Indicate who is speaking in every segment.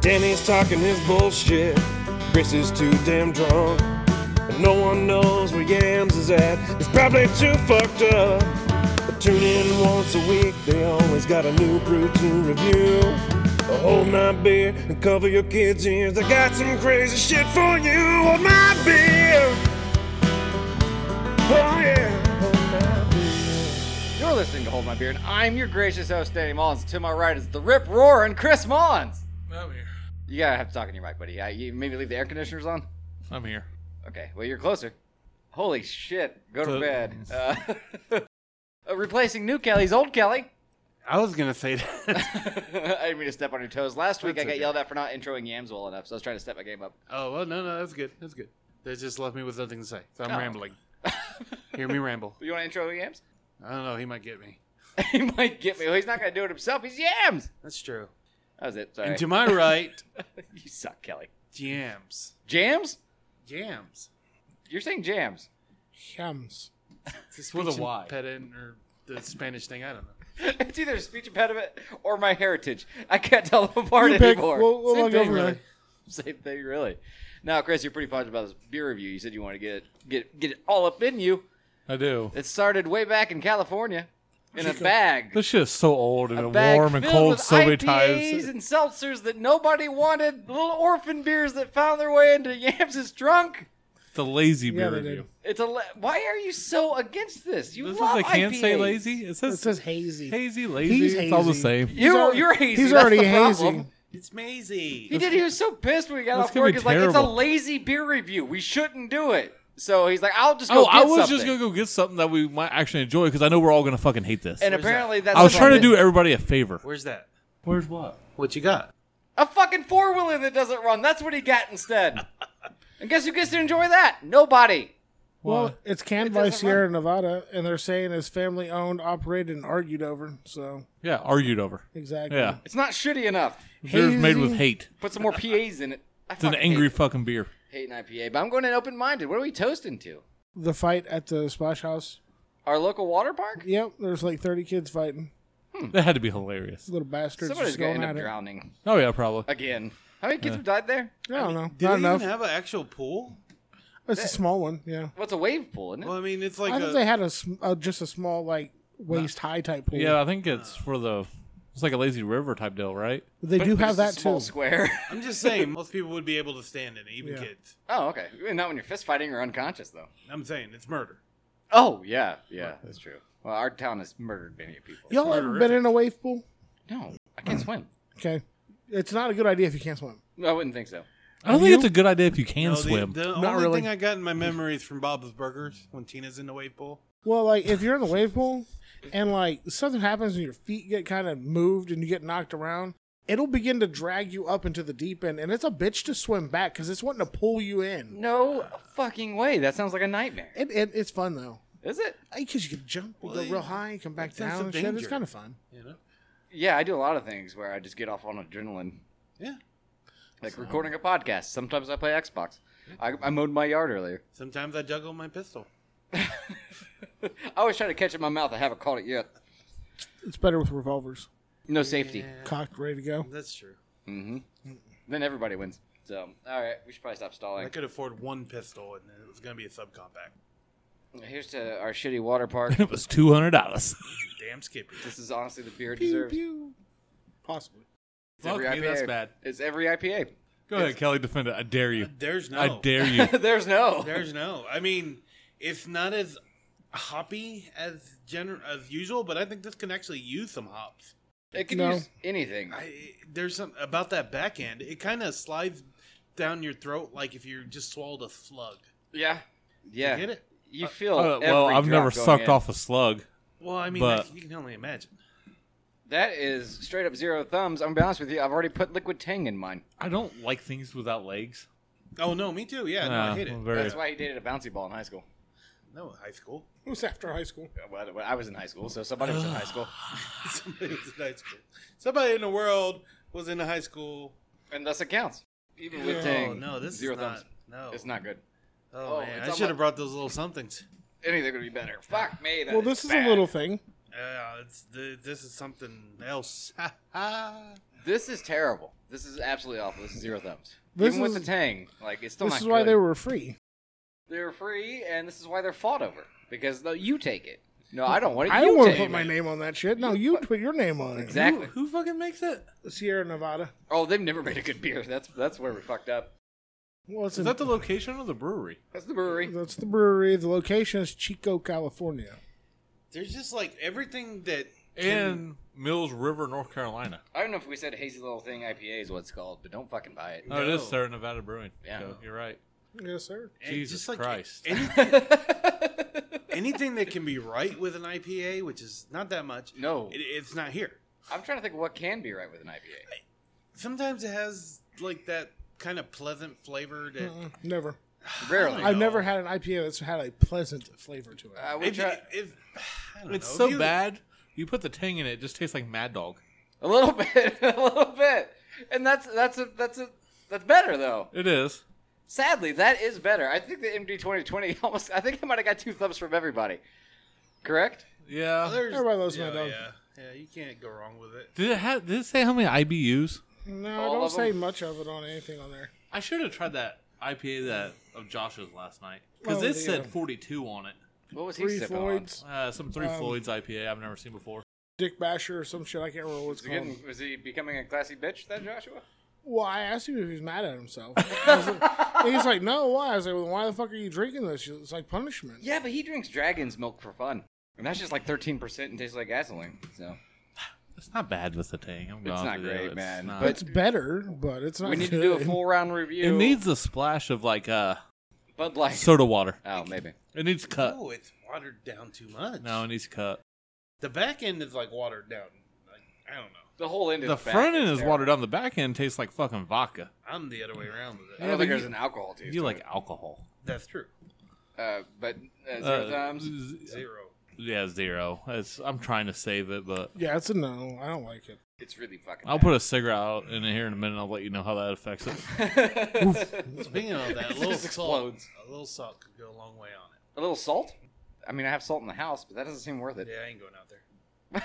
Speaker 1: Danny's talking his bullshit. Chris is too damn drunk. And no one knows where Yams is at. He's probably too fucked up. But tune in once a week, they always got a new brew to review. So hold my beer and cover your kids' ears. I got some crazy shit for you. Hold my beer. Oh yeah, hold my beer.
Speaker 2: You're listening to Hold My Beer, and I'm your gracious host, Danny Mullins. To my right is the Rip Roar and Chris Mullins.
Speaker 3: I'm here.
Speaker 2: You gotta have to talk in your mic, buddy. I, you maybe leave the air conditioners on.
Speaker 3: I'm here.
Speaker 2: Okay, well you're closer. Holy shit! Go to
Speaker 3: So-
Speaker 2: bed. Uh, uh, replacing new Kelly's old Kelly.
Speaker 3: I was gonna say that.
Speaker 2: I didn't mean to step on your toes. Last week
Speaker 3: That's
Speaker 2: I got
Speaker 3: okay.
Speaker 2: yelled at for not introing yams well enough, so I was trying to step my game up.
Speaker 3: oh well, no, no, that's good. That's good. That just left me with nothing to say, so I'm
Speaker 2: Oh.
Speaker 3: rambling. Hear me ramble.
Speaker 2: You want to intro yams?
Speaker 3: I don't know. He might get me.
Speaker 2: he might get me. Well, he's not gonna do it himself. He's yams.
Speaker 3: That's true.
Speaker 2: That was it. Sorry.
Speaker 3: And to my right,
Speaker 2: you suck, Kelly.
Speaker 3: yams.
Speaker 2: Jams?
Speaker 3: Yams.
Speaker 2: You're saying jams?
Speaker 4: Yams.
Speaker 3: This with a Y. Pedant or the Spanish thing. I don't know.
Speaker 2: It's either speech impediment or my heritage. I can't tell them apart
Speaker 4: You pick.
Speaker 2: anymore.
Speaker 4: We'll, we'll
Speaker 3: Same
Speaker 4: look
Speaker 3: thing,
Speaker 4: over
Speaker 3: really.
Speaker 4: that.
Speaker 2: Same thing, really. Now, Chris, you're pretty pumped about this beer review. You said you want to get get get it all up in you.
Speaker 5: I do.
Speaker 2: It started way back in California in a bag.
Speaker 5: This shit is so old and
Speaker 2: A bag
Speaker 5: warm and
Speaker 2: filled
Speaker 5: cold
Speaker 2: with
Speaker 5: so many
Speaker 2: IPAs
Speaker 5: times.
Speaker 2: and seltzers that nobody wanted, little orphan beers that found their way into Yams' trunk.
Speaker 5: The lazy
Speaker 4: Yeah,
Speaker 5: beer
Speaker 4: they
Speaker 5: review.
Speaker 4: did.
Speaker 2: It's a. le- Why are you so against this? You
Speaker 5: This is
Speaker 2: love
Speaker 5: I can't say
Speaker 2: IPAs.
Speaker 5: lazy. It says,
Speaker 4: It says hazy.
Speaker 5: hazy, lazy.
Speaker 4: He's
Speaker 5: it's all the
Speaker 4: hazy.
Speaker 5: same.
Speaker 2: You,
Speaker 4: already-
Speaker 2: you're hazy.
Speaker 4: he's
Speaker 2: That's
Speaker 4: already
Speaker 2: the
Speaker 4: hazy.
Speaker 2: problem.
Speaker 3: It's Maisie.
Speaker 2: He did. He was so pissed when he got
Speaker 5: That's
Speaker 2: off
Speaker 5: gonna
Speaker 2: work.
Speaker 5: be
Speaker 2: He's like, it's a
Speaker 5: terrible.
Speaker 2: lazy beer review. We shouldn't do it. So he's like, I'll just go
Speaker 5: Oh,
Speaker 2: get
Speaker 5: I was just
Speaker 2: something."
Speaker 5: gonna go get something that we might actually enjoy because I know we're all gonna fucking hate this.
Speaker 2: And apparently that's
Speaker 5: I was
Speaker 2: what
Speaker 5: trying to
Speaker 2: happened.
Speaker 5: do everybody a favor.
Speaker 3: Where's that?
Speaker 5: Where's what?
Speaker 3: What you got?
Speaker 2: a fucking four wheeler that doesn't run. That's what he got instead. and guess who gets to enjoy that? Nobody.
Speaker 4: Well, it's canned
Speaker 2: It
Speaker 4: by
Speaker 2: doesn't
Speaker 4: Sierra Nevada, and they're saying it's family owned, operated, and argued over. So
Speaker 5: Yeah, argued over.
Speaker 4: exactly.
Speaker 5: Yeah,
Speaker 2: It's not shitty enough.
Speaker 5: beer's made with hate.
Speaker 2: Put some more PAs in it. I
Speaker 5: It's an angry fucking beer.
Speaker 2: hate, hate an IPA, but I'm going in open minded. What are we toasting to?
Speaker 4: The fight at the splash house.
Speaker 2: Our local water park?
Speaker 4: Yep, there's like 30 kids fighting.
Speaker 5: That had to be hilarious.
Speaker 4: Little bastards
Speaker 2: Somebody's
Speaker 4: just
Speaker 2: going
Speaker 4: going
Speaker 2: to
Speaker 4: at
Speaker 2: end
Speaker 4: it.
Speaker 2: up drowning
Speaker 5: Oh yeah, probably.
Speaker 2: again. How many
Speaker 5: Uh.
Speaker 2: kids have died there?
Speaker 4: I don't know.
Speaker 3: Do
Speaker 4: Not
Speaker 3: they
Speaker 4: enough.
Speaker 3: even have an actual pool?
Speaker 4: it's a small one. Yeah.
Speaker 2: What's a wave pool? Isn't it?
Speaker 3: Well, I mean, it's like
Speaker 4: I
Speaker 3: a
Speaker 4: think they had a, sm- uh, just a small like waist high type pool.
Speaker 5: Yeah, I think it's for the. It's like a lazy river type deal, right?
Speaker 4: They do
Speaker 2: But
Speaker 4: have
Speaker 2: it's a
Speaker 4: that
Speaker 2: small
Speaker 4: too.
Speaker 2: Square.
Speaker 3: I'm just saying, most people would be able to stand in it, even
Speaker 4: Yeah.
Speaker 3: kids.
Speaker 2: oh, okay. Not when you're fist fighting or unconscious though.
Speaker 3: I'm saying it's murder.
Speaker 2: Oh yeah, yeah, that's true. Well, our town has murdered many people.
Speaker 4: Y'all ever been in a wave pool?
Speaker 2: No, I can't swim.
Speaker 4: Okay. It's not a good idea if you can't swim.
Speaker 2: I wouldn't think so.
Speaker 5: I don't think it's a good idea if you can
Speaker 3: No, the-
Speaker 5: swim.
Speaker 3: The,
Speaker 4: Not
Speaker 3: only
Speaker 4: really.
Speaker 3: thing I got in my memory is from Bob's Burgers when Tina's in the wave pool.
Speaker 4: Well, like if you're in the wave pool and like something happens and your feet get kind of moved and you get knocked around, it'll begin to drag you up into the deep end, and it's a bitch to swim back because it's wanting to pull you in.
Speaker 2: No fucking way. That sounds like a nightmare.
Speaker 4: It, it, it's fun though,
Speaker 2: Is it?
Speaker 4: because you can jump, you
Speaker 3: Well,
Speaker 4: go real high, and come back
Speaker 3: that sense
Speaker 4: down,
Speaker 3: of
Speaker 4: and shit. It's
Speaker 3: danger.
Speaker 4: kind of fun.
Speaker 3: You know?
Speaker 2: Yeah, I do a lot of things where I just get off on adrenaline,
Speaker 3: Yeah.
Speaker 2: like recording a podcast. Sometimes I play Xbox. I, I mowed my yard earlier.
Speaker 3: Sometimes I juggle my pistol.
Speaker 2: I always try to catch it in my mouth. I haven't caught it yet.
Speaker 4: It's better with revolvers
Speaker 2: No safety.
Speaker 4: cocked, ready to go.
Speaker 3: That's true.
Speaker 2: Then everybody wins. So, all right, we should probably stop stalling.
Speaker 3: I could afford one pistol, and it was going to be a subcompact.
Speaker 2: Here's to our shitty water park.
Speaker 5: it was two hundred dollars.
Speaker 3: Damn skippy.
Speaker 2: this is honestly the beer it
Speaker 4: Pew
Speaker 2: deserves.
Speaker 4: pew. Possibly.
Speaker 2: It's every
Speaker 5: Fuck me, that's
Speaker 2: IPA.
Speaker 5: bad.
Speaker 2: It's every IPA.
Speaker 5: Go ahead, Kelly, defend it. I dare you.
Speaker 3: There's no.
Speaker 5: I dare you.
Speaker 2: There's no.
Speaker 3: There's no. I mean, it's not as hoppy as gener- as usual, but I think this can actually use some hops.
Speaker 2: It can
Speaker 4: No.
Speaker 2: use anything.
Speaker 3: I, there's some about that back end. It kind of slides down your throat like if you just swallowed a slug.
Speaker 2: Yeah. Yeah.
Speaker 3: You get it?
Speaker 2: You feel
Speaker 5: Uh, well,
Speaker 2: every
Speaker 5: I've
Speaker 2: drop
Speaker 5: never
Speaker 2: going
Speaker 5: sucked
Speaker 2: in.
Speaker 5: off a slug.
Speaker 3: Well, I mean,
Speaker 5: But-
Speaker 3: I- you can only imagine.
Speaker 2: That is straight up zero thumbs. I'm gonna be honest with you. I've already put liquid tang in mine.
Speaker 5: I don't like things without legs.
Speaker 3: Oh no, me too. Yeah, no, I hate it.
Speaker 2: That's why he dated a bouncy ball in high school. Uh,
Speaker 3: No, high school.
Speaker 4: It was after high school.
Speaker 2: Well, I- I was in high school, so somebody was in high school,
Speaker 3: Somebody was in high school. Somebody in the world was in high school.
Speaker 2: and thus it counts. Even with
Speaker 3: Oh
Speaker 2: tang,
Speaker 3: no, this
Speaker 2: zero
Speaker 3: is not.
Speaker 2: thumbs.
Speaker 3: No,
Speaker 2: It's not good.
Speaker 3: Oh,
Speaker 2: Oh,
Speaker 3: man,
Speaker 2: it's
Speaker 3: I
Speaker 2: on
Speaker 3: should
Speaker 2: my-
Speaker 3: have brought those little somethings.
Speaker 2: Anything would be better. Fuck me. that
Speaker 4: Well, this is a
Speaker 2: bad.
Speaker 4: little thing.
Speaker 3: Yeah, it's th- this is something else. yeah,
Speaker 2: This is terrible. This is absolutely awful. This is zero thumbs.
Speaker 4: This
Speaker 2: Even
Speaker 4: is-
Speaker 2: with the tang, like it's still
Speaker 4: This
Speaker 2: not
Speaker 4: is why
Speaker 2: good.
Speaker 4: they were free.
Speaker 2: They're free, and this is why they're fought over because no, you take it. No, I don't want it.
Speaker 4: I
Speaker 2: you
Speaker 4: don't want to
Speaker 2: take
Speaker 4: put my
Speaker 2: it.
Speaker 4: name on that shit. No, you put your name on it.
Speaker 2: Exactly.
Speaker 5: Who fucking makes it?
Speaker 4: Sierra Nevada.
Speaker 2: Oh, they've never made a good beer. That's that's where we fucked up.
Speaker 4: Well, it's
Speaker 5: Is
Speaker 4: in,
Speaker 5: that the location of the brewery?
Speaker 2: That's the brewery.
Speaker 4: that's the brewery. The location is Chico, California.
Speaker 3: there's just like everything that
Speaker 5: In Mills River, North Carolina.
Speaker 2: I don't know if we said hazy little thing IPA is what it's called, but don't fucking buy it.
Speaker 5: Oh, it is
Speaker 3: No.
Speaker 5: Sierra Nevada Brewing.
Speaker 2: Yeah.
Speaker 5: So you're right.
Speaker 4: Yes, sir.
Speaker 3: and
Speaker 5: Jesus
Speaker 3: just like
Speaker 5: Christ.
Speaker 3: Anything, anything that can be right with an IPA, which is not that much.
Speaker 2: No.
Speaker 3: it, it's not here.
Speaker 2: I'm trying to think of what can be right with an IPA.
Speaker 3: Sometimes it has like that kind of pleasant flavor that
Speaker 4: Uh-uh. Never.
Speaker 2: Rarely.
Speaker 3: I
Speaker 4: I've
Speaker 3: know.
Speaker 4: never had an IPA that's had a pleasant flavor to it.
Speaker 2: Uh, we
Speaker 3: if, you-
Speaker 2: try
Speaker 3: if, I don't
Speaker 5: It's
Speaker 3: know,
Speaker 5: so
Speaker 3: if you-
Speaker 5: bad. You put the tang in it, it just tastes like Mad Dog.
Speaker 2: a little bit, a little bit, and that's that's a that's a that's better though.
Speaker 5: It is.
Speaker 2: Sadly, that is better. I think the MD 2020 almost. I think I might have got two thumbs from everybody. Correct?
Speaker 5: Yeah.
Speaker 3: There's-
Speaker 4: Everybody loves my
Speaker 3: yeah,
Speaker 4: dog.
Speaker 3: Yeah, yeah, you can't go wrong with it.
Speaker 5: Did it have? Did it say how many IBUs?
Speaker 4: no, I
Speaker 2: all
Speaker 4: don't
Speaker 2: of
Speaker 4: say
Speaker 2: them.
Speaker 4: much of it on anything on there.
Speaker 5: I should have tried that IPA that of Josh's last night because
Speaker 4: Oh,
Speaker 5: it
Speaker 4: the,
Speaker 5: said
Speaker 4: uh,
Speaker 5: 42 on it.
Speaker 2: What was he
Speaker 4: Three
Speaker 2: sipping
Speaker 4: Floyds,
Speaker 5: Uh, some Three
Speaker 4: Um,
Speaker 5: Floyds IPA I've never seen before.
Speaker 4: Dick Basher, or some shit. I can't remember what it's
Speaker 2: on? Was he,
Speaker 4: called.
Speaker 2: getting, was he becoming a classy bitch, that Joshua?
Speaker 4: Well, I asked him if he was mad at himself. I was like- he's like, "No, why?" I was like, well, "Why the fuck are you drinking this?" It's like punishment.
Speaker 2: Yeah, but he drinks dragon's milk for fun. And that's just like 13% and tastes like gasoline. So
Speaker 5: It's not bad with the tang. I'm
Speaker 2: It's
Speaker 5: going
Speaker 2: not
Speaker 5: through
Speaker 2: great,
Speaker 5: it. It's
Speaker 2: man,
Speaker 5: not-
Speaker 2: but-
Speaker 4: It's better, but it's not.
Speaker 2: we need to
Speaker 4: good.
Speaker 2: do a full round review.
Speaker 5: it needs a splash of like uh,
Speaker 2: Bud Light.
Speaker 5: soda water.
Speaker 2: oh, maybe.
Speaker 5: It needs cut.
Speaker 3: Oh, it's watered down too much.
Speaker 5: Uh, No, it needs cut.
Speaker 3: the back end is like watered down. Like I don't know.
Speaker 2: The whole end is
Speaker 5: The
Speaker 2: bad.
Speaker 5: front end
Speaker 2: It's
Speaker 5: is
Speaker 2: terrible.
Speaker 5: watered down. The back end tastes like fucking vodka.
Speaker 3: I'm the other way around with
Speaker 2: I
Speaker 3: it.
Speaker 2: don't
Speaker 5: Yeah,
Speaker 2: think
Speaker 5: but
Speaker 2: there's
Speaker 5: you-
Speaker 2: an alcohol taste.
Speaker 5: You
Speaker 2: to
Speaker 5: like
Speaker 2: it.
Speaker 5: alcohol.
Speaker 3: That's true.
Speaker 2: Uh, but uh, zero
Speaker 5: Uh,
Speaker 2: thumbs.
Speaker 5: z-
Speaker 3: Zero.
Speaker 5: Yeah, zero. It's, I'm trying to save it, but
Speaker 4: Yeah, it's a no. I don't like it.
Speaker 2: It's really fucking
Speaker 5: I'll put a cigarette out in here in a minute. I'll let you know how that affects it.
Speaker 3: Speaking of that, a
Speaker 2: It
Speaker 3: little
Speaker 2: just
Speaker 3: salt,
Speaker 2: explodes.
Speaker 3: a little salt could go a long way on it.
Speaker 2: a little salt? I mean, I have salt in the house, but that doesn't seem worth it.
Speaker 3: Yeah, I ain't going out there.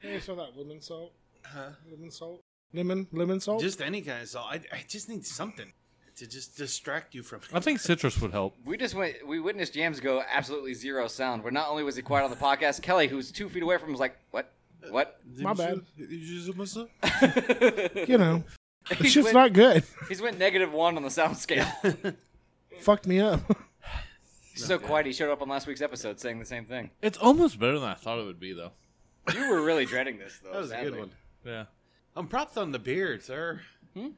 Speaker 4: Hey, so that lemon salt,
Speaker 3: Huh?
Speaker 4: lemon salt, lemon, lemon salt.
Speaker 3: Just any kind of salt. I, I just need something to just distract you from.
Speaker 5: I think citrus would help.
Speaker 2: We just went. We witnessed Jams go absolutely zero sound. Where not only was he quiet on the podcast, Kelly, who's two feet away from him, was like, "What? What?"
Speaker 4: My bad.
Speaker 3: It's
Speaker 4: you know,
Speaker 2: He
Speaker 4: it's just
Speaker 2: went-
Speaker 4: not good.
Speaker 2: He's went negative one on the sound scale.
Speaker 4: Fucked me up.
Speaker 2: He's so quiet, he showed up on last week's episode saying the same thing.
Speaker 5: It's almost better than I thought it would be, though.
Speaker 2: You were really dreading this, though.
Speaker 3: That was a
Speaker 2: sadly.
Speaker 3: good one.
Speaker 5: Yeah.
Speaker 3: I'm props on the beard, sir.
Speaker 5: Hmm?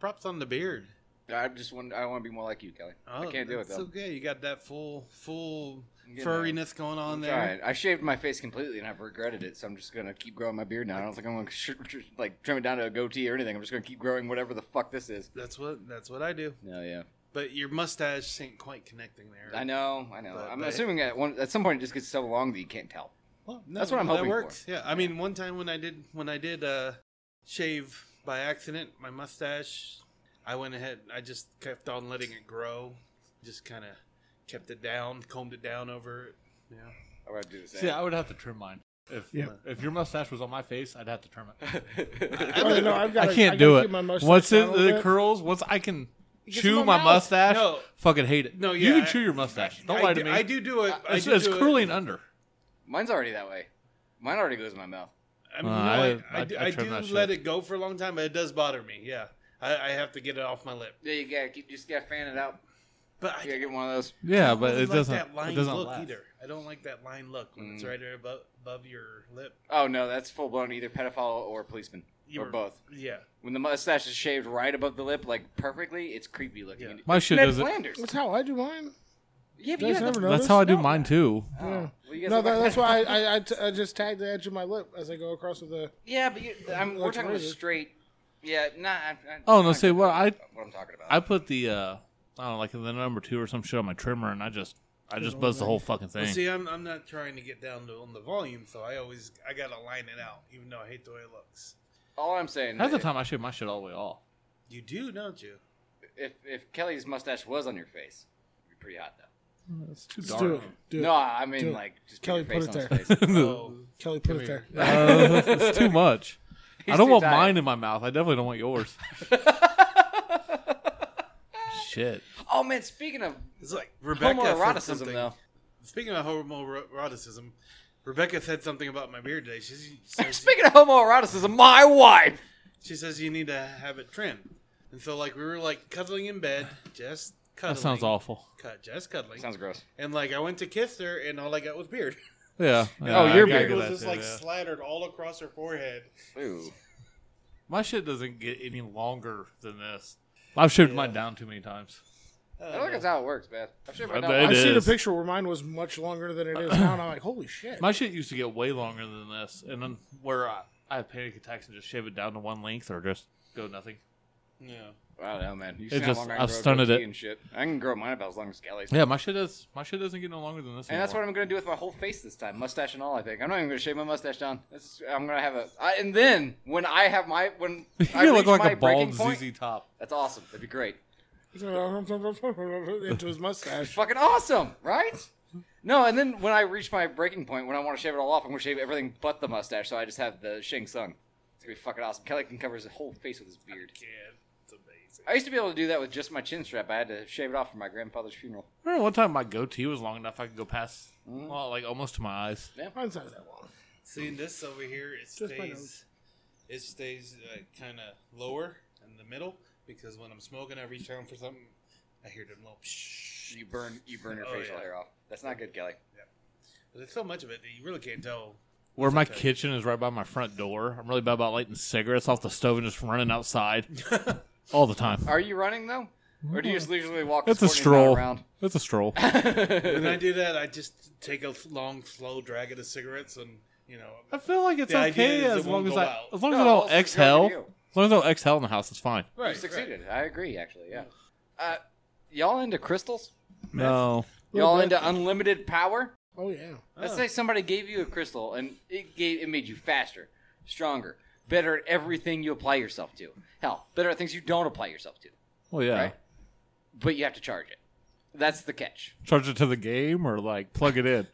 Speaker 3: Props on the beard.
Speaker 2: I just want. I want to be more like you, Kelly. I can't do it
Speaker 3: Oh, that's
Speaker 2: though.
Speaker 3: okay. You got that full full
Speaker 2: getting uh,
Speaker 3: furriness going on there.
Speaker 2: Alright, I shaved my face completely and I've regretted it, so I'm just gonna keep growing my beard now. I don't think I'm gonna sh- sh- like trim it down to a goatee or anything. I'm just gonna keep growing whatever the fuck this is.
Speaker 3: That's what that's what I do.
Speaker 2: No, yeah,
Speaker 3: But your mustache ain't quite connecting there.
Speaker 2: I know, I know.
Speaker 3: But-
Speaker 2: I'm
Speaker 3: but-
Speaker 2: assuming at one at some point it just gets so long that you can't tell.
Speaker 3: Well, no,
Speaker 2: That's what I'm
Speaker 3: that
Speaker 2: hoping for.
Speaker 3: works. Yeah, I mean, one time when I did when I did uh, shave by accident my mustache, I went ahead. I just kept on letting it grow, just kind of kept it down, combed it down over it. Yeah,
Speaker 2: I would do the same.
Speaker 5: See, I would have to trim mine. If
Speaker 4: Yeah.
Speaker 5: if your mustache was on my face, I'd have to trim it.
Speaker 4: Oh, no, I've
Speaker 5: I
Speaker 4: gotta-
Speaker 5: can't
Speaker 4: I gotta
Speaker 5: do
Speaker 4: keep
Speaker 5: it.
Speaker 4: my mustache
Speaker 5: Once it,
Speaker 4: down a little
Speaker 5: it
Speaker 4: bit.
Speaker 5: curls, once I can
Speaker 4: gets
Speaker 5: chew
Speaker 4: in my
Speaker 5: my,
Speaker 4: mouth.
Speaker 5: mustache,
Speaker 3: No.
Speaker 5: fucking hate it.
Speaker 3: No,
Speaker 5: you
Speaker 3: yeah,
Speaker 5: can
Speaker 3: I-
Speaker 5: chew your mustache. Don't
Speaker 3: I
Speaker 5: lie
Speaker 3: do,
Speaker 5: to me.
Speaker 3: I do do it. I
Speaker 5: It's,
Speaker 3: do
Speaker 5: it's
Speaker 3: do it.
Speaker 5: curling under.
Speaker 2: Mine's already that way. Mine already goes in my mouth.
Speaker 3: I mean,
Speaker 5: Uh,
Speaker 3: you know,
Speaker 5: I-
Speaker 3: I, I,
Speaker 5: I-
Speaker 3: do,
Speaker 5: I
Speaker 3: I
Speaker 5: trim
Speaker 3: do
Speaker 5: that shit.
Speaker 3: let it go for a long time, but it does bother me. Yeah, I, I have to get it off my lip.
Speaker 2: Yeah, you gotta keep, just gotta fan it out.
Speaker 3: But I
Speaker 2: You gotta get one of those.
Speaker 5: Yeah,
Speaker 3: don't
Speaker 5: but
Speaker 3: really
Speaker 5: it
Speaker 3: like
Speaker 5: doesn't.
Speaker 3: that line
Speaker 5: it doesn't
Speaker 3: look
Speaker 5: last.
Speaker 3: either. I don't like that line look when
Speaker 2: Mm.
Speaker 3: it's right above, above your lip.
Speaker 2: Oh no, that's full blown either pedophile or policeman
Speaker 3: You
Speaker 2: or
Speaker 3: were-
Speaker 2: both.
Speaker 3: Yeah.
Speaker 2: When the mustache is shaved right above the lip, like perfectly, it's creepy looking.
Speaker 3: Yeah.
Speaker 2: It's
Speaker 5: My shit
Speaker 2: Ned
Speaker 5: doesn't.
Speaker 2: Flanders.
Speaker 4: That's how I do mine.
Speaker 2: Yeah, but
Speaker 4: You
Speaker 2: you have
Speaker 4: guys
Speaker 2: the-
Speaker 4: never know.
Speaker 5: That's how I do mine too.
Speaker 2: Oh. Well, you guys
Speaker 4: No,
Speaker 2: have
Speaker 4: that,
Speaker 2: like-
Speaker 4: that's why I, I, I, t- I just tag the edge of my lip as I go across with the.
Speaker 2: Yeah, but you, I'm, we're
Speaker 4: Like
Speaker 2: talking about
Speaker 4: razor.
Speaker 2: straight. Yeah, nah. I, I,
Speaker 5: Oh, no,
Speaker 2: I'm
Speaker 5: see,
Speaker 2: good
Speaker 5: well,
Speaker 2: with
Speaker 5: I-
Speaker 2: what I'm talking about.
Speaker 5: I put the uh, I don't know, like the number two or some shit on my trimmer, and I just I just buzzed the whole fucking
Speaker 3: Well,
Speaker 5: thing.
Speaker 3: see, I'm, I'm not trying to get down to on the volume, so I always I gotta line it out, even though I hate the way it looks.
Speaker 2: All I'm saying
Speaker 5: Half the
Speaker 2: is
Speaker 5: time I shave my shit all the way off.
Speaker 3: You do, don't you?
Speaker 2: if if Kelly's mustache was on your face, it'd be pretty hot though.
Speaker 5: It's too
Speaker 4: Let's do it.
Speaker 5: dark.
Speaker 4: Do it.
Speaker 2: No, I mean
Speaker 4: Dude.
Speaker 2: like just
Speaker 4: Kelly,
Speaker 2: put your face
Speaker 4: put it
Speaker 2: on his face.
Speaker 3: Oh,
Speaker 4: Kelly, put it there.
Speaker 5: Uh, it's too much. I don't
Speaker 2: too
Speaker 5: want
Speaker 2: tight.
Speaker 5: mine in my mouth. I definitely don't want yours. Shit.
Speaker 2: oh man, speaking of
Speaker 3: it's like Rebecca said
Speaker 2: homoeroticism
Speaker 3: something.
Speaker 2: though,
Speaker 3: Speaking of homoeroticism, Rebecca said something about my beard today. She's, she, says,
Speaker 2: speaking of homoeroticism, my wife.
Speaker 3: she says you need to have it trimmed. And so, like, we were like cuddling in bed, just cuddling.
Speaker 5: That sounds awful.
Speaker 3: Cut, just cuddling.
Speaker 2: Sounds gross.
Speaker 3: and like, I went to kiss her, and all I got was beard.
Speaker 5: Yeah. yeah,
Speaker 2: Oh,
Speaker 5: I
Speaker 2: your
Speaker 5: gotta
Speaker 2: beard
Speaker 5: get that
Speaker 3: It was just
Speaker 5: too,
Speaker 3: like
Speaker 5: yeah.
Speaker 3: slathered all across her forehead.
Speaker 2: Ooh.
Speaker 5: My shit doesn't get any longer than this. I've shaved mine down too many times.
Speaker 3: I
Speaker 2: I
Speaker 3: don't
Speaker 2: think
Speaker 3: know.
Speaker 2: that's how it works, man. I'm sure
Speaker 5: I
Speaker 2: about
Speaker 5: bet
Speaker 4: I
Speaker 5: it
Speaker 2: that.
Speaker 4: seen a
Speaker 5: is.
Speaker 4: picture where mine was much longer than it is now, and I'm like, holy shit.
Speaker 5: My shit used to get way longer than this, and then where I, I have panic attacks and just shave it down to one length or just go nothing.
Speaker 3: Yeah.
Speaker 2: I don't know, man. You see
Speaker 5: It
Speaker 2: how
Speaker 5: just-
Speaker 2: long I can
Speaker 5: I've
Speaker 2: grow a
Speaker 5: stunted
Speaker 2: goatee
Speaker 5: it.
Speaker 2: And shit. I can grow mine about as long as Kelly's.
Speaker 5: Yeah, my shit does. My shit doesn't get no longer than this.
Speaker 2: And that's what
Speaker 5: anymore.
Speaker 2: I'm gonna do with my whole face this time, mustache and all. I think I'm not even gonna shave my mustache down. That's, I'm gonna have a. I, and then when I have my when I
Speaker 5: you
Speaker 2: reach
Speaker 5: look like
Speaker 2: my
Speaker 5: a
Speaker 2: breaking
Speaker 5: bald
Speaker 2: point,
Speaker 5: ZZ Top.
Speaker 2: that's awesome. That'd be great.
Speaker 4: "Oh, Into his mustache.
Speaker 2: Fucking awesome, right? No, and then when I reach my breaking point, when I want to shave it all off, I'm gonna shave everything but the mustache, so I just have the Shang Tsung. It's gonna be fucking awesome. Kelly can cover his whole face with his beard.
Speaker 3: It's amazing.
Speaker 2: I used to be able to do that with just my chin strap. I had to shave it off for my grandfather's funeral.
Speaker 5: Remember one time my goatee was long enough I could go past,
Speaker 2: Mm-hmm.
Speaker 5: well, like almost to my eyes.
Speaker 4: Mine's not that long.
Speaker 3: Seeing this over here, it
Speaker 4: my
Speaker 3: stays, it stays uh, kind of lower in the middle because when I'm smoking, I reach down for something, I hear them little psh.
Speaker 2: You burn, you burn your
Speaker 3: Oh,
Speaker 2: facial
Speaker 3: yeah.
Speaker 2: hair off. That's not good, Kelly.
Speaker 3: But there's so much of it that you really can't tell.
Speaker 5: Where my kitchen is right by my front door. I'm really bad about lighting cigarettes off the stove and just running outside all the time.
Speaker 2: Are you running though, or do you just leisurely walk?
Speaker 5: It's a
Speaker 2: escorting your dog
Speaker 5: stroll.
Speaker 2: Around?
Speaker 5: It's a stroll.
Speaker 3: When I do that, I just take a long, slow drag of the cigarettes, and you know,
Speaker 5: I feel like it's
Speaker 3: The idea
Speaker 5: okay
Speaker 3: is it
Speaker 5: as long
Speaker 3: won't
Speaker 5: as
Speaker 3: go
Speaker 5: I,
Speaker 3: out.
Speaker 5: as long as
Speaker 2: No,
Speaker 5: I
Speaker 2: else
Speaker 5: don't
Speaker 2: it's
Speaker 5: exhale,
Speaker 2: going to you.
Speaker 5: as long as I don't exhale in the house, it's fine.
Speaker 2: You succeeded. I agree, actually. Yeah. Uh, y'all into crystals?
Speaker 5: No,
Speaker 2: Y'all
Speaker 4: bit.
Speaker 2: into unlimited power?
Speaker 4: Oh, yeah.
Speaker 2: Let's say somebody gave you a crystal and it gave it made you faster, stronger, better at everything you apply yourself to. Hell, better at things you don't apply yourself to.
Speaker 5: well, yeah.
Speaker 2: Right. But you have to charge it. That's the catch.
Speaker 5: Charge it to the game or like plug it in.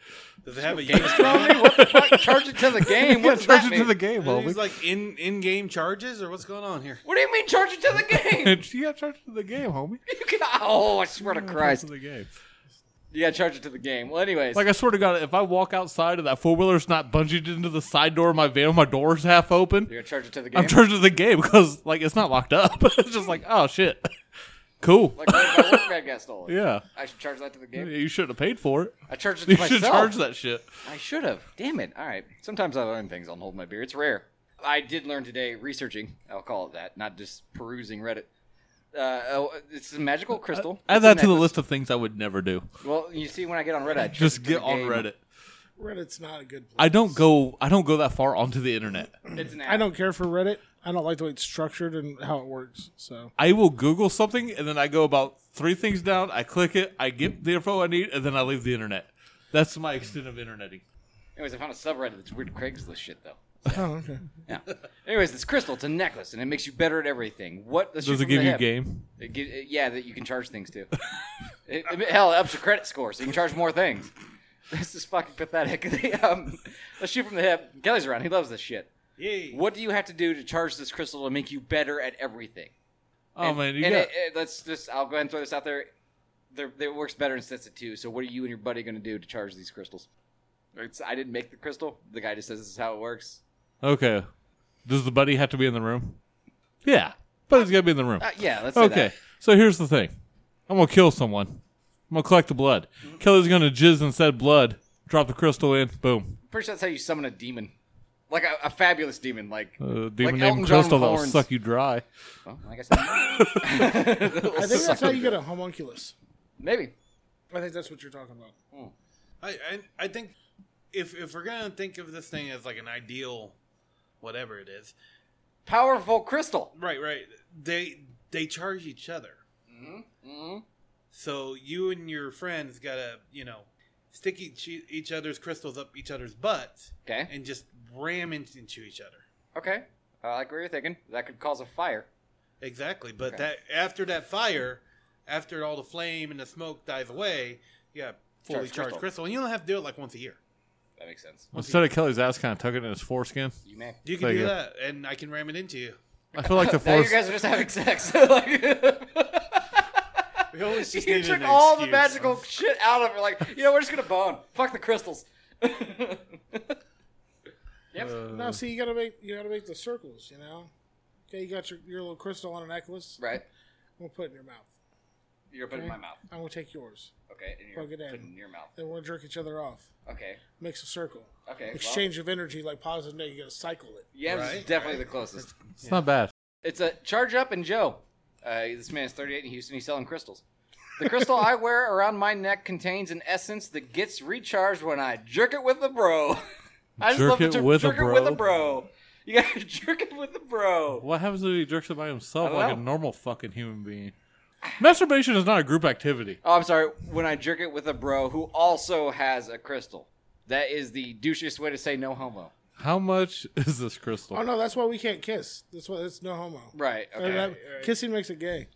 Speaker 3: Does it have a USB?
Speaker 2: what the fuck? Charge it to the game. What
Speaker 5: yeah,
Speaker 2: does
Speaker 5: charge
Speaker 2: that
Speaker 5: it
Speaker 2: mean?
Speaker 5: to the game,
Speaker 3: Are
Speaker 5: homie.
Speaker 3: these like in in-game charges, or what's going on here?
Speaker 2: What do you mean charge it to the game?
Speaker 5: yeah, charge it to the game, homie.
Speaker 2: you can, oh, I swear to
Speaker 5: Yeah,
Speaker 2: Christ.
Speaker 5: Charge it to the game.
Speaker 2: Yeah, charge it to the game. Well, anyways,
Speaker 5: Like I swear to God, if I walk outside and that four wheeler's not bungeed into the side door of my van, my door's half open.
Speaker 2: you're gonna charge it to the game.
Speaker 5: I'm charging the game because like it's not locked up. it's just like oh shit, cool.
Speaker 2: like my work bag got stolen.
Speaker 5: yeah,
Speaker 2: I should charge that to the game.
Speaker 5: you shouldn't have paid for it.
Speaker 2: I charged it to
Speaker 5: You
Speaker 2: myself.
Speaker 5: should charge that shit.
Speaker 2: I should have. Damn it. All right. Sometimes I learn things on Hold My Beer. It's rare. I did learn today researching. I'll call it that, not just perusing Reddit. Uh, oh, it's a magical crystal.
Speaker 5: Uh, Add
Speaker 2: It's a
Speaker 5: that to the
Speaker 2: necklace.
Speaker 5: list of things I would never do.
Speaker 2: Well, you see, when I get on Reddit, I charge it
Speaker 5: Just
Speaker 2: to
Speaker 5: get
Speaker 2: the
Speaker 5: on
Speaker 2: game.
Speaker 5: Reddit.
Speaker 4: Reddit's not a good place.
Speaker 5: I don't go. I don't go that far onto the internet.
Speaker 2: It's an app.
Speaker 4: I don't care for Reddit. I don't like the way it's structured and how it works. So
Speaker 5: I will Google something and then I go about three things down. I click it. I get the info I need, and then I leave the internet. That's my extent of interneting.
Speaker 2: Anyways, I found a subreddit that's weird Craigslist shit though.
Speaker 4: oh, okay.
Speaker 2: Yeah. Anyways, this crystal, it's a necklace, and it makes you better at everything. What let's shoot
Speaker 5: Does it
Speaker 2: from
Speaker 5: give
Speaker 2: the
Speaker 5: you
Speaker 2: hip.
Speaker 5: game?
Speaker 2: It gi- it- yeah, that you can charge things to. it, it- hell, it ups your credit score, so you can charge more things. This is fucking pathetic. They, um, let's shoot from the hip. Kelly's around. He loves this shit.
Speaker 3: Yay!
Speaker 2: What do you have to do to charge this crystal to make you better at everything?
Speaker 5: Oh
Speaker 2: and,
Speaker 5: man, you
Speaker 2: and
Speaker 5: got.
Speaker 2: it- it- let's just. I'll go ahead and throw this out there. There, it works better in sets of two. So, what are you and your buddy going to do to charge these crystals? It's, I didn't make the crystal. The guy just says this is how it works.
Speaker 5: okay. Does the buddy have to be in the room? Yeah, buddy's got to be in the room.
Speaker 2: Uh, yeah, let's say
Speaker 5: Okay,
Speaker 2: that.
Speaker 5: so here's the thing. I'm gonna kill someone. I'm gonna collect the blood.
Speaker 2: Mm-hmm.
Speaker 5: Kelly's gonna jizz in said blood. Drop the crystal in. Boom.
Speaker 2: Pretty sure that's how you summon a demon, like a, a fabulous demon, like
Speaker 5: Uh, demon
Speaker 2: Elton
Speaker 5: named
Speaker 2: John with
Speaker 5: Crystal that'll
Speaker 2: horns.
Speaker 5: suck you dry.
Speaker 2: Well, I guess. I
Speaker 4: I think that's how you get a homunculus.
Speaker 2: Maybe.
Speaker 4: I think that's what you're talking about.
Speaker 3: I, I I think if if we're gonna think of this thing as like an ideal, whatever it is,
Speaker 2: Powerful crystal.
Speaker 3: right, right, they they charge each other. Mm-hmm. So you and your friends gotta you know stick each each other's crystals up each other's butts
Speaker 2: Okay.
Speaker 3: and just ram into, into each other.
Speaker 2: Okay. Uh, I agree with thinking. That could cause a fire.
Speaker 3: Exactly, but
Speaker 2: Okay.
Speaker 3: that after that fire, after all the flame and the smoke dies away, You got fully
Speaker 2: Charged
Speaker 3: charged,
Speaker 2: crystal.
Speaker 3: crystal. and you don't have to do it like once a year.
Speaker 2: That makes sense.
Speaker 5: Instead of Kelly's ass kind of tucking in his foreskin,
Speaker 2: You may.
Speaker 3: You can
Speaker 5: There
Speaker 3: do
Speaker 5: you go.
Speaker 3: that, and I can ram it into you.
Speaker 5: I feel like the
Speaker 2: Now you
Speaker 5: force.
Speaker 2: guys are just having sex. like,
Speaker 3: We always just
Speaker 2: you
Speaker 3: needed
Speaker 2: took
Speaker 3: an
Speaker 2: all the
Speaker 3: excuse.
Speaker 2: magical shit out of it. Like, you know, we're just gonna bone. Fuck the crystals. yep.
Speaker 3: Uh,
Speaker 4: No, see, you gotta make you gotta make the circles. You know, okay, you got your, your little crystal on a necklace.
Speaker 2: right.
Speaker 4: I'm gonna put it in your mouth.
Speaker 2: You're putting it in my
Speaker 4: Okay?
Speaker 2: mouth.
Speaker 4: I'm gonna take yours.
Speaker 2: Okay. And you're
Speaker 4: Plug it in.
Speaker 2: putting it in your mouth.
Speaker 4: Then we'll jerk each other off.
Speaker 2: Okay.
Speaker 4: Makes a circle.
Speaker 2: Okay. well,
Speaker 4: Exchange of energy, like positive. negative, You gotta cycle it.
Speaker 2: Yams is
Speaker 3: Right,
Speaker 2: definitely the closest.
Speaker 5: It's not bad.
Speaker 2: It's a charge up and Joe. Uh, this man is 38 in Houston. He's selling crystals. The crystal I wear around my neck contains an essence that gets recharged when I jerk it with a bro. I just
Speaker 5: Jerk
Speaker 2: love the
Speaker 5: it
Speaker 2: term,
Speaker 5: with a
Speaker 2: jerk it with a
Speaker 5: bro?
Speaker 2: bro. You gotta jerk it with a bro.
Speaker 5: What happens if he jerks it by
Speaker 2: I
Speaker 5: himself
Speaker 2: don't
Speaker 5: like a
Speaker 2: know.
Speaker 5: normal fucking human being? Masturbation is not a group activity.
Speaker 2: Oh, I'm sorry. When I jerk it with a bro who also has a crystal. That is the douchiest way to say no homo.
Speaker 5: How much is this crystal?
Speaker 4: Oh no, that's why we can't kiss. That's why that's no homo.
Speaker 2: Right.
Speaker 4: Uh,
Speaker 2: Okay.
Speaker 4: that- Kissing makes it gay.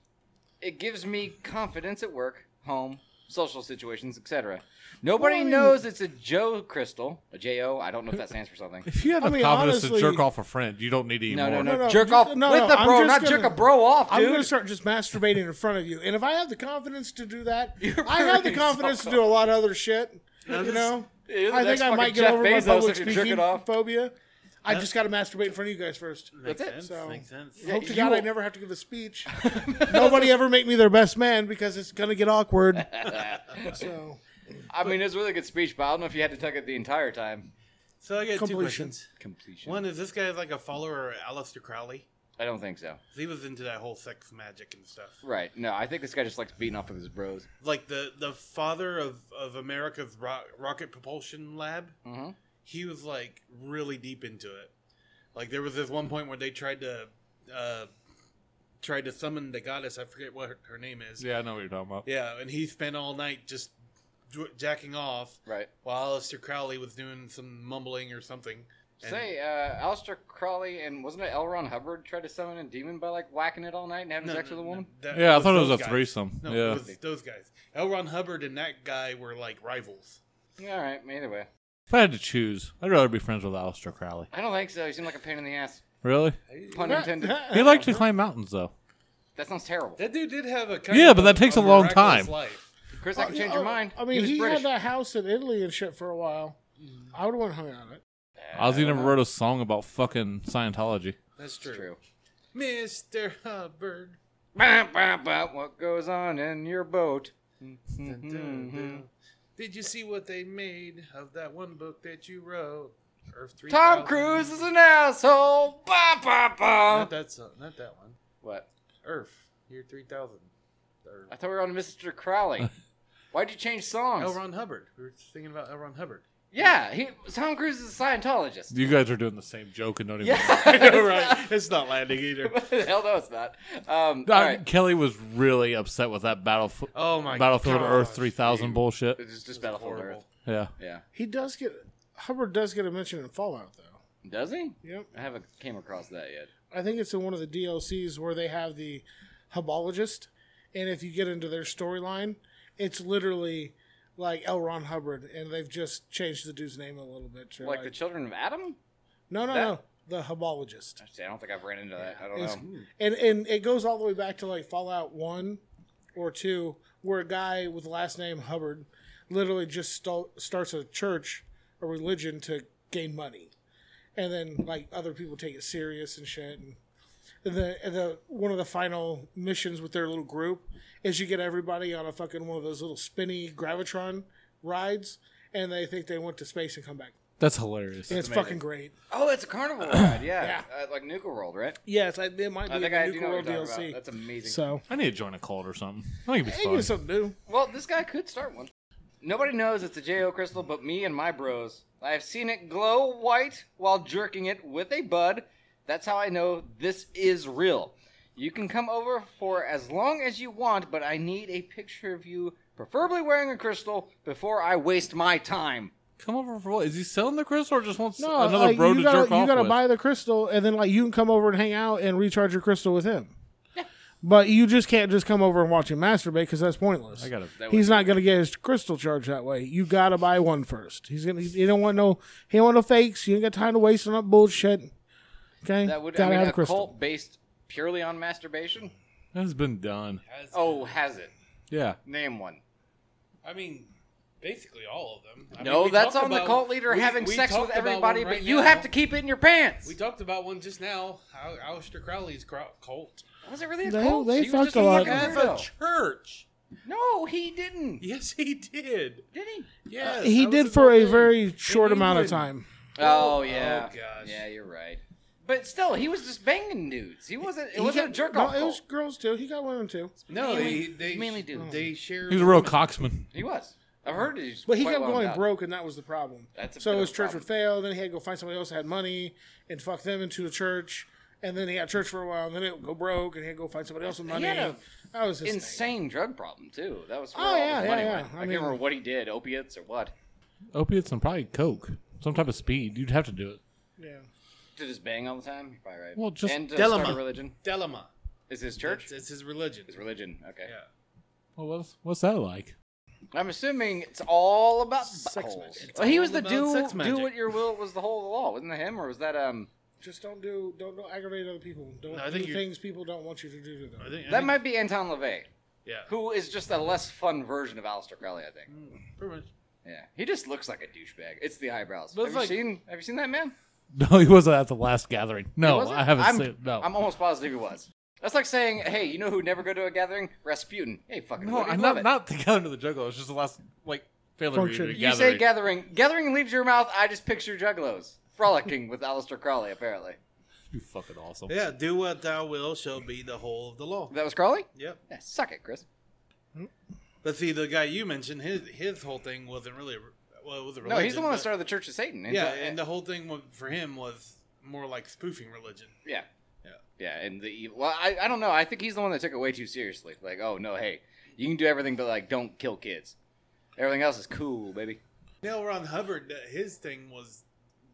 Speaker 2: it gives me confidence at work, home, social situations, etc. Nobody
Speaker 4: Well, I mean-
Speaker 2: knows it's a Joe crystal, a J O. I don't know if that stands for something.
Speaker 5: If you had
Speaker 4: I
Speaker 5: the
Speaker 4: mean,
Speaker 5: confidence
Speaker 4: honestly-
Speaker 5: to jerk off a friend, you don't need to
Speaker 2: No,
Speaker 5: anymore.
Speaker 2: no, no,
Speaker 4: No, no,
Speaker 2: jerk
Speaker 4: ju-
Speaker 2: off
Speaker 4: no,
Speaker 2: with
Speaker 4: no,
Speaker 2: the
Speaker 4: I'm
Speaker 2: bro,
Speaker 4: just
Speaker 2: not
Speaker 4: gonna-
Speaker 2: jerk a bro off,
Speaker 4: I'm gonna
Speaker 2: dude.
Speaker 4: start just masturbating in front of you, and if I have the confidence to do that,
Speaker 2: You're
Speaker 4: I have the
Speaker 2: pretty
Speaker 4: confidence to
Speaker 2: soft.
Speaker 4: do a lot of other shit.
Speaker 3: Now
Speaker 4: you
Speaker 3: this-
Speaker 4: know,
Speaker 2: You're the
Speaker 4: I
Speaker 2: next
Speaker 4: think I
Speaker 2: fucking
Speaker 4: might get
Speaker 2: Jeff
Speaker 4: over
Speaker 2: Bezos
Speaker 4: my public
Speaker 2: if you're jerking
Speaker 4: speaking
Speaker 2: off.
Speaker 4: phobia. I just got to masturbate in front of you guys first.
Speaker 2: That's
Speaker 3: Makes
Speaker 2: it.
Speaker 3: sense.
Speaker 4: So-
Speaker 3: Makes sense.
Speaker 2: Yeah,
Speaker 4: Hope to
Speaker 2: you
Speaker 4: God I
Speaker 2: will-
Speaker 4: never have to give a speech. Nobody ever make me their best man because it's gonna get awkward. so
Speaker 2: I mean, it's a really good speech, but I don't know if you had to tuck it the entire time.
Speaker 3: So I got two
Speaker 4: Completion.
Speaker 3: questions.
Speaker 2: Completion.
Speaker 3: One is this guy like a follower of Aleister Crowley?
Speaker 2: I don't think so.
Speaker 3: 'Cause He was into that whole sex magic and stuff.
Speaker 2: Right? No, I think this guy just likes beating off with his bros.
Speaker 3: Like the the father of of America's ro- rocket propulsion lab.
Speaker 2: hmm
Speaker 3: he was like really deep into it. Like there was this one point where they tried to uh, tried to summon the goddess. I forget what her, her name is.
Speaker 5: Yeah, I know what you're talking about.
Speaker 3: Yeah, and he spent all night just j- jacking off
Speaker 2: Right.
Speaker 3: while Aleister Crowley was doing some mumbling or something. And
Speaker 2: Say, uh, Alistair Crowley and wasn't it L. Ron Hubbard tried to summon a demon by like whacking it all night and having
Speaker 3: No,
Speaker 2: sex
Speaker 3: no,
Speaker 2: with a
Speaker 3: no,
Speaker 2: woman?
Speaker 3: that-
Speaker 5: Yeah, I thought it was
Speaker 3: those
Speaker 5: a
Speaker 3: guys.
Speaker 5: threesome.
Speaker 3: No,
Speaker 5: Yeah.
Speaker 3: it was those guys. L. Ron Hubbard and that guy were like rivals.
Speaker 2: All right. Either way,
Speaker 5: If I had to choose, I'd rather be friends with Aleister Crowley.
Speaker 2: I don't think so. He seemed like a pain in the ass.
Speaker 5: Really?
Speaker 2: Pun intended.
Speaker 5: He liked to climb mountains, though.
Speaker 2: That sounds terrible.
Speaker 3: That dude did have a kind
Speaker 5: Yeah,
Speaker 3: of
Speaker 5: but that takes a long
Speaker 3: miraculous
Speaker 5: time.
Speaker 3: Life.
Speaker 2: Chris, I can change your mind.
Speaker 4: uh, I mean,
Speaker 2: was
Speaker 4: he,
Speaker 2: British.
Speaker 4: had that house in Italy and shit for a while.
Speaker 2: Mm.
Speaker 4: I would have went hung out it.
Speaker 5: Ozzy never wrote a song about fucking Scientology.
Speaker 3: That's true.
Speaker 2: It's true.
Speaker 3: Mr. Hubbard.
Speaker 2: Bah, bah, bah, what goes on in your boat? Mm-hmm,
Speaker 3: Did you see what they made of that one book that you wrote? Earth three.
Speaker 2: Tom Cruise is an asshole. Bah, bah, bah.
Speaker 3: Not that song. Not that one.
Speaker 2: What?
Speaker 3: Earth. Year three thousand. Or
Speaker 2: I thought we were on Mr. Crowley. Why'd you change songs?
Speaker 3: L. Ron Hubbard. We were thinking about L. Ron Hubbard.
Speaker 2: Yeah, he, Tom Cruise is a Scientologist.
Speaker 5: You guys are doing the same joke and don't even.
Speaker 2: Yeah.
Speaker 3: It's not landing either.
Speaker 2: Hell no, it's not. Um,
Speaker 5: I-
Speaker 2: all right.
Speaker 5: Kelly was really upset with that Battlef-
Speaker 3: Oh my.
Speaker 5: Battlefield
Speaker 3: gosh,
Speaker 5: Earth 3000
Speaker 3: dude.
Speaker 5: bullshit.
Speaker 2: It's just Battlefield Earth.
Speaker 3: Horrible.
Speaker 5: Yeah.
Speaker 2: Yeah.
Speaker 4: He does get Hubbard does get a mention in Fallout though.
Speaker 2: Does he?
Speaker 4: Yep,
Speaker 2: I haven't came across that yet.
Speaker 4: I think it's in one of the DLCs where they have the hubologist, and if you get into their storyline, it's literally like L. Ron Hubbard, and they've just changed the dude's name a little bit. to,
Speaker 2: Like the Children of Adam?
Speaker 4: no, no,
Speaker 2: that-
Speaker 4: no, the hubologist.
Speaker 2: Actually, I don't think I've ran into that. I don't
Speaker 4: It's-
Speaker 2: know.
Speaker 4: and and it goes all the way back to like Fallout One or Two, where a guy with the last name Hubbard literally just sto- starts a church, a religion to gain money, and then like other people take it serious and shit. And the the one of the final missions with their little group is you get everybody on a fucking one of those little spinny gravitron rides, and they think they went to space and come back.
Speaker 5: That's hilarious.
Speaker 4: And it's fucking great.
Speaker 2: Oh, it's a carnival ride, yeah.
Speaker 4: Yeah.
Speaker 2: Uh, like Nuka World, right?
Speaker 4: Yes, I, it might be
Speaker 2: I
Speaker 4: in
Speaker 2: think
Speaker 4: the
Speaker 2: I
Speaker 4: New
Speaker 2: do know what
Speaker 4: World
Speaker 2: you're talking
Speaker 4: DLC.
Speaker 2: about. That's amazing.
Speaker 4: so.
Speaker 5: I need to join a cult or something. I think it'd
Speaker 4: Hey,
Speaker 5: be
Speaker 4: you
Speaker 5: fun.
Speaker 4: something new.
Speaker 2: Well, this guy could start one. Nobody knows it's a JO crystal but me and my bros. I have seen it glow white while jerking it with a bud. That's how I know this is real. You can come over for as long as you want, but I need a picture of you, preferably wearing a crystal, before I waste my time.
Speaker 5: Come over for what? Is he selling the crystal or just wants
Speaker 4: No,
Speaker 5: another
Speaker 4: like,
Speaker 5: bro
Speaker 4: you
Speaker 5: to
Speaker 4: gotta,
Speaker 5: jerk
Speaker 4: you
Speaker 5: off
Speaker 4: gotta
Speaker 5: with?
Speaker 4: buy the crystal, and then like you can come over and hang out and recharge your crystal with him. But you just can't just come over and watch him masturbate because that's pointless.
Speaker 5: I got it.
Speaker 4: He's not gonna get his crystal charge that way. You gotta buy one first. He's gonna. You don't want no. He don't want no fakes. You ain't got time to waste on that bullshit. Okay.
Speaker 2: That would I
Speaker 4: gotta
Speaker 2: mean,
Speaker 4: have
Speaker 2: a
Speaker 4: a crystal.
Speaker 2: cult based purely on masturbation.
Speaker 5: That's been done.
Speaker 2: Oh, has it?
Speaker 5: Yeah.
Speaker 2: Name one.
Speaker 3: I mean, basically all of them. I
Speaker 2: no,
Speaker 3: mean, we
Speaker 2: that's
Speaker 3: talked
Speaker 2: on the
Speaker 3: about-
Speaker 2: cult leader
Speaker 3: we-
Speaker 2: having
Speaker 3: we
Speaker 2: sex
Speaker 3: talked
Speaker 2: with
Speaker 3: about
Speaker 2: everybody,
Speaker 3: one
Speaker 2: but
Speaker 3: right
Speaker 2: you
Speaker 3: now.
Speaker 2: have to keep it in your pants.
Speaker 3: We talked about one just now. Al- Aleister Crowley's cro- cult.
Speaker 2: was it really a
Speaker 4: They-
Speaker 2: cult?
Speaker 4: they
Speaker 2: He was
Speaker 4: fucked
Speaker 2: just
Speaker 4: a lot.
Speaker 2: fucking
Speaker 4: Have
Speaker 2: weirdo.
Speaker 3: Church.
Speaker 2: No, he didn't.
Speaker 3: Yes, he did.
Speaker 2: Did he?
Speaker 3: Yes,
Speaker 4: he
Speaker 3: that was
Speaker 4: did
Speaker 3: his
Speaker 4: for
Speaker 3: whole
Speaker 4: a
Speaker 3: thing.
Speaker 4: very
Speaker 3: In
Speaker 4: short amount of
Speaker 3: England.
Speaker 4: time.
Speaker 2: Oh,
Speaker 3: Oh,
Speaker 2: yeah.
Speaker 3: gosh.
Speaker 2: Yeah, you're right. But still, he was just banging dudes. He wasn't. It
Speaker 4: He
Speaker 2: wasn't
Speaker 4: got-
Speaker 2: a jerk
Speaker 4: no,
Speaker 2: off.
Speaker 4: It was girls too. He got women too.
Speaker 3: No,
Speaker 2: Mainly-
Speaker 3: they, they
Speaker 2: mainly dudes.
Speaker 3: They share.
Speaker 5: He's a real cocksman.
Speaker 2: He was. I've heard he's.
Speaker 4: But he
Speaker 2: quite
Speaker 4: kept
Speaker 2: wound
Speaker 4: going
Speaker 2: up.
Speaker 4: broke, and that was the problem.
Speaker 2: That's a bit
Speaker 4: so
Speaker 2: of
Speaker 4: his
Speaker 2: a
Speaker 4: church
Speaker 2: problem.
Speaker 4: would fail. Then he had to go find somebody else that had money and fuck them into the church. And then he had church for a while, and then it would go broke, and he had to go find somebody else with money.
Speaker 2: had a
Speaker 4: that was his thing.
Speaker 2: Insane drug problem too. That was. Where
Speaker 4: Oh,
Speaker 2: all
Speaker 4: yeah,
Speaker 2: his
Speaker 4: yeah,
Speaker 2: money
Speaker 4: yeah.
Speaker 2: Went.
Speaker 4: I
Speaker 2: I, can't
Speaker 4: mean-
Speaker 2: remember what he did. Opiates or what?
Speaker 5: Opiates and probably coke. Some type of speed. You'd have to do it.
Speaker 4: Yeah.
Speaker 2: To just bang all the time. You're probably right.
Speaker 5: Well, just-
Speaker 2: and to
Speaker 3: Delama.
Speaker 2: start a religion.
Speaker 3: Delama.
Speaker 2: Is his church?
Speaker 3: That's, that's his religion.
Speaker 2: His religion. Okay.
Speaker 3: Yeah.
Speaker 5: Well, what's, what's that like?
Speaker 2: I'm assuming it's all about
Speaker 3: Sex
Speaker 2: buttholes.
Speaker 3: magic. It's
Speaker 2: Well, he
Speaker 3: all
Speaker 2: was the
Speaker 3: about
Speaker 2: do
Speaker 3: sex
Speaker 2: do
Speaker 3: magic.
Speaker 2: what your will was the whole of the law, wasn't it him or was that um?
Speaker 4: Just don't do don't, don't aggravate other people. Don't
Speaker 3: No, I
Speaker 4: do
Speaker 3: think you-
Speaker 4: things people don't want you to do to them.
Speaker 3: I think, I
Speaker 2: That
Speaker 3: think-
Speaker 2: might be Anton LaVey,
Speaker 3: Yeah.
Speaker 2: who is just a less fun version of Aleister Crowley, I think.
Speaker 3: Pretty much.
Speaker 2: Yeah, he just looks like a douchebag. It's the eyebrows.
Speaker 3: But
Speaker 2: have
Speaker 3: it's
Speaker 2: you
Speaker 3: like-
Speaker 2: seen? Have you seen that man?
Speaker 5: No, he wasn't at the last gathering. No,
Speaker 2: Was it?
Speaker 5: I haven't
Speaker 2: I'm,
Speaker 5: seen it. No.
Speaker 2: I'm almost positive he was. That's like saying, hey, you know who'd never go to a gathering? Rasputin. Hey, fucking
Speaker 5: no,
Speaker 2: would, he'd
Speaker 5: I'm
Speaker 2: love
Speaker 5: not,
Speaker 2: it.
Speaker 5: not the gathering of the juggalo. It's just the last, like, failure
Speaker 4: Function.
Speaker 5: reunion
Speaker 2: you say gathering. Gathering leaves your mouth. I just picture juggalos frolicking with Aleister Crowley, apparently.
Speaker 5: You're fucking awesome.
Speaker 3: Yeah. Do what thou will shall be the whole of the law.
Speaker 2: That was Crowley?
Speaker 3: Yep.
Speaker 2: Yeah, suck it, Chris.
Speaker 3: But see, the guy you mentioned, his his whole thing wasn't really. a re- Well, it was a
Speaker 2: No,
Speaker 3: religion.
Speaker 2: he's the one that
Speaker 3: but-
Speaker 2: started the Church of Satan.
Speaker 3: Yeah, and the whole thing wa- for him was more like spoofing religion.
Speaker 2: Yeah.
Speaker 3: Yeah.
Speaker 2: Yeah, and the evil. Well, I, I don't know. I think he's the one that took it way too seriously. Like, oh, no, hey, you can do everything, but, like, don't kill kids. Everything else is cool, baby.
Speaker 3: Now Ron Hubbard, uh, his thing was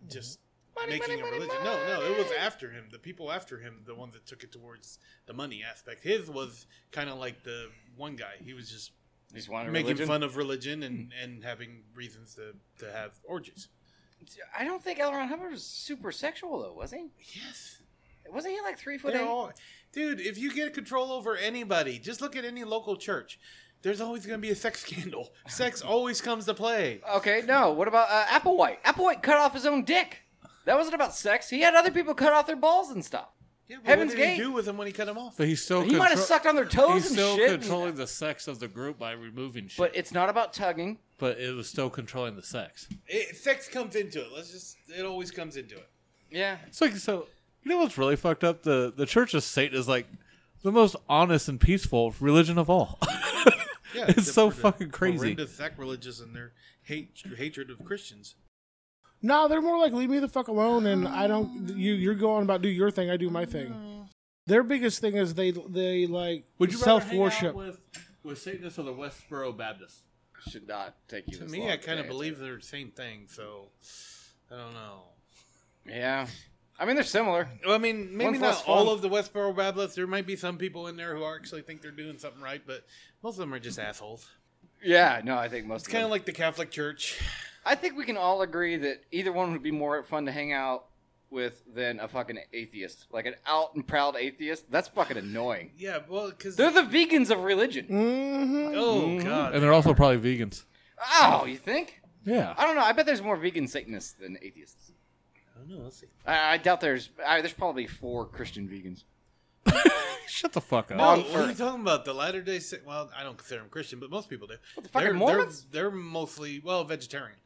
Speaker 3: just
Speaker 2: Money,
Speaker 3: making
Speaker 2: money,
Speaker 3: a
Speaker 2: money,
Speaker 3: religion. No, no, it was after him. The people after him, the ones that took it towards the money aspect. His was kind of like the one guy. He was just
Speaker 2: He's one
Speaker 3: making fun of religion and, and having reasons to, to have orgies.
Speaker 2: I don't think L. Ron Hubbard was super sexual, though, was he?
Speaker 3: Yes.
Speaker 2: Wasn't he, like, three foot
Speaker 3: They're
Speaker 2: eight?
Speaker 3: all, dude, if you get control over anybody, just look at any local church. There's always going to be a sex scandal. Sex always comes to play.
Speaker 2: Okay, no. What about uh, Applewhite? Applewhite cut off his own dick. That wasn't about sex. He had other people cut off their balls and stuff.
Speaker 3: Yeah, but
Speaker 2: Heaven's
Speaker 3: what did
Speaker 2: Gate.
Speaker 3: he do with him when he cut him off?
Speaker 5: But he's still
Speaker 2: He might have
Speaker 5: contro-
Speaker 2: sucked on their toes
Speaker 5: He's
Speaker 2: and
Speaker 5: still
Speaker 2: shit.
Speaker 5: controlling the sex of the group by removing shit.
Speaker 2: But it's not about tugging.
Speaker 5: but it was still controlling the sex.
Speaker 3: It, sex comes into it. Let's just. It always comes into it.
Speaker 2: Yeah.
Speaker 5: It's like so. You know what's really fucked up? The the Church of Satan is like the most honest and peaceful religion of all.
Speaker 3: Yeah,
Speaker 5: It's
Speaker 3: except
Speaker 5: so
Speaker 3: for the
Speaker 5: fucking crazy.
Speaker 3: horrendous sacrilegious and their hate, hatred of Christians.
Speaker 4: No, they're more like leave me the fuck alone, and I don't. You you're going about do your thing, I do my thing. Their biggest thing is they they like
Speaker 5: Would you
Speaker 4: self worship.
Speaker 5: with with Satanists or the Westboro Baptists?
Speaker 2: Should not take you
Speaker 3: To me, I kind of believe they're the same thing. So I don't know.
Speaker 2: Yeah. I mean, they're similar.
Speaker 3: Well, I mean, maybe
Speaker 2: One's less
Speaker 3: not all
Speaker 2: fun.
Speaker 3: of the Westboro Baptists. There might be some people in there who actually think they're doing something right, but most of them are just assholes.
Speaker 2: Yeah, no, I think most
Speaker 3: It's
Speaker 2: of
Speaker 3: kind
Speaker 2: them.
Speaker 3: of like the Catholic Church.
Speaker 2: I think we can all agree that either one would be more fun to hang out with than a fucking atheist. Like an out and proud atheist. That's fucking annoying.
Speaker 3: Yeah, well, because
Speaker 2: They're the vegans of religion.
Speaker 3: Mm.
Speaker 4: Mm-hmm.
Speaker 3: oh god,
Speaker 5: And they're also probably vegans.
Speaker 2: Oh, you think?
Speaker 5: Yeah.
Speaker 2: I don't know. I bet there's more vegan Satanists than atheists.
Speaker 3: I don't know. Let's see.
Speaker 2: I, I doubt there's. I, there's probably four Christian vegans.
Speaker 5: Shut the fuck up.
Speaker 2: On
Speaker 3: Oh, what are you
Speaker 2: Earth.
Speaker 3: talking about? The Latter Day Saint? Well, I don't consider them Christian, but most people do. What
Speaker 2: the fuck, are Mormons?
Speaker 3: They're, mostly well vegetarian.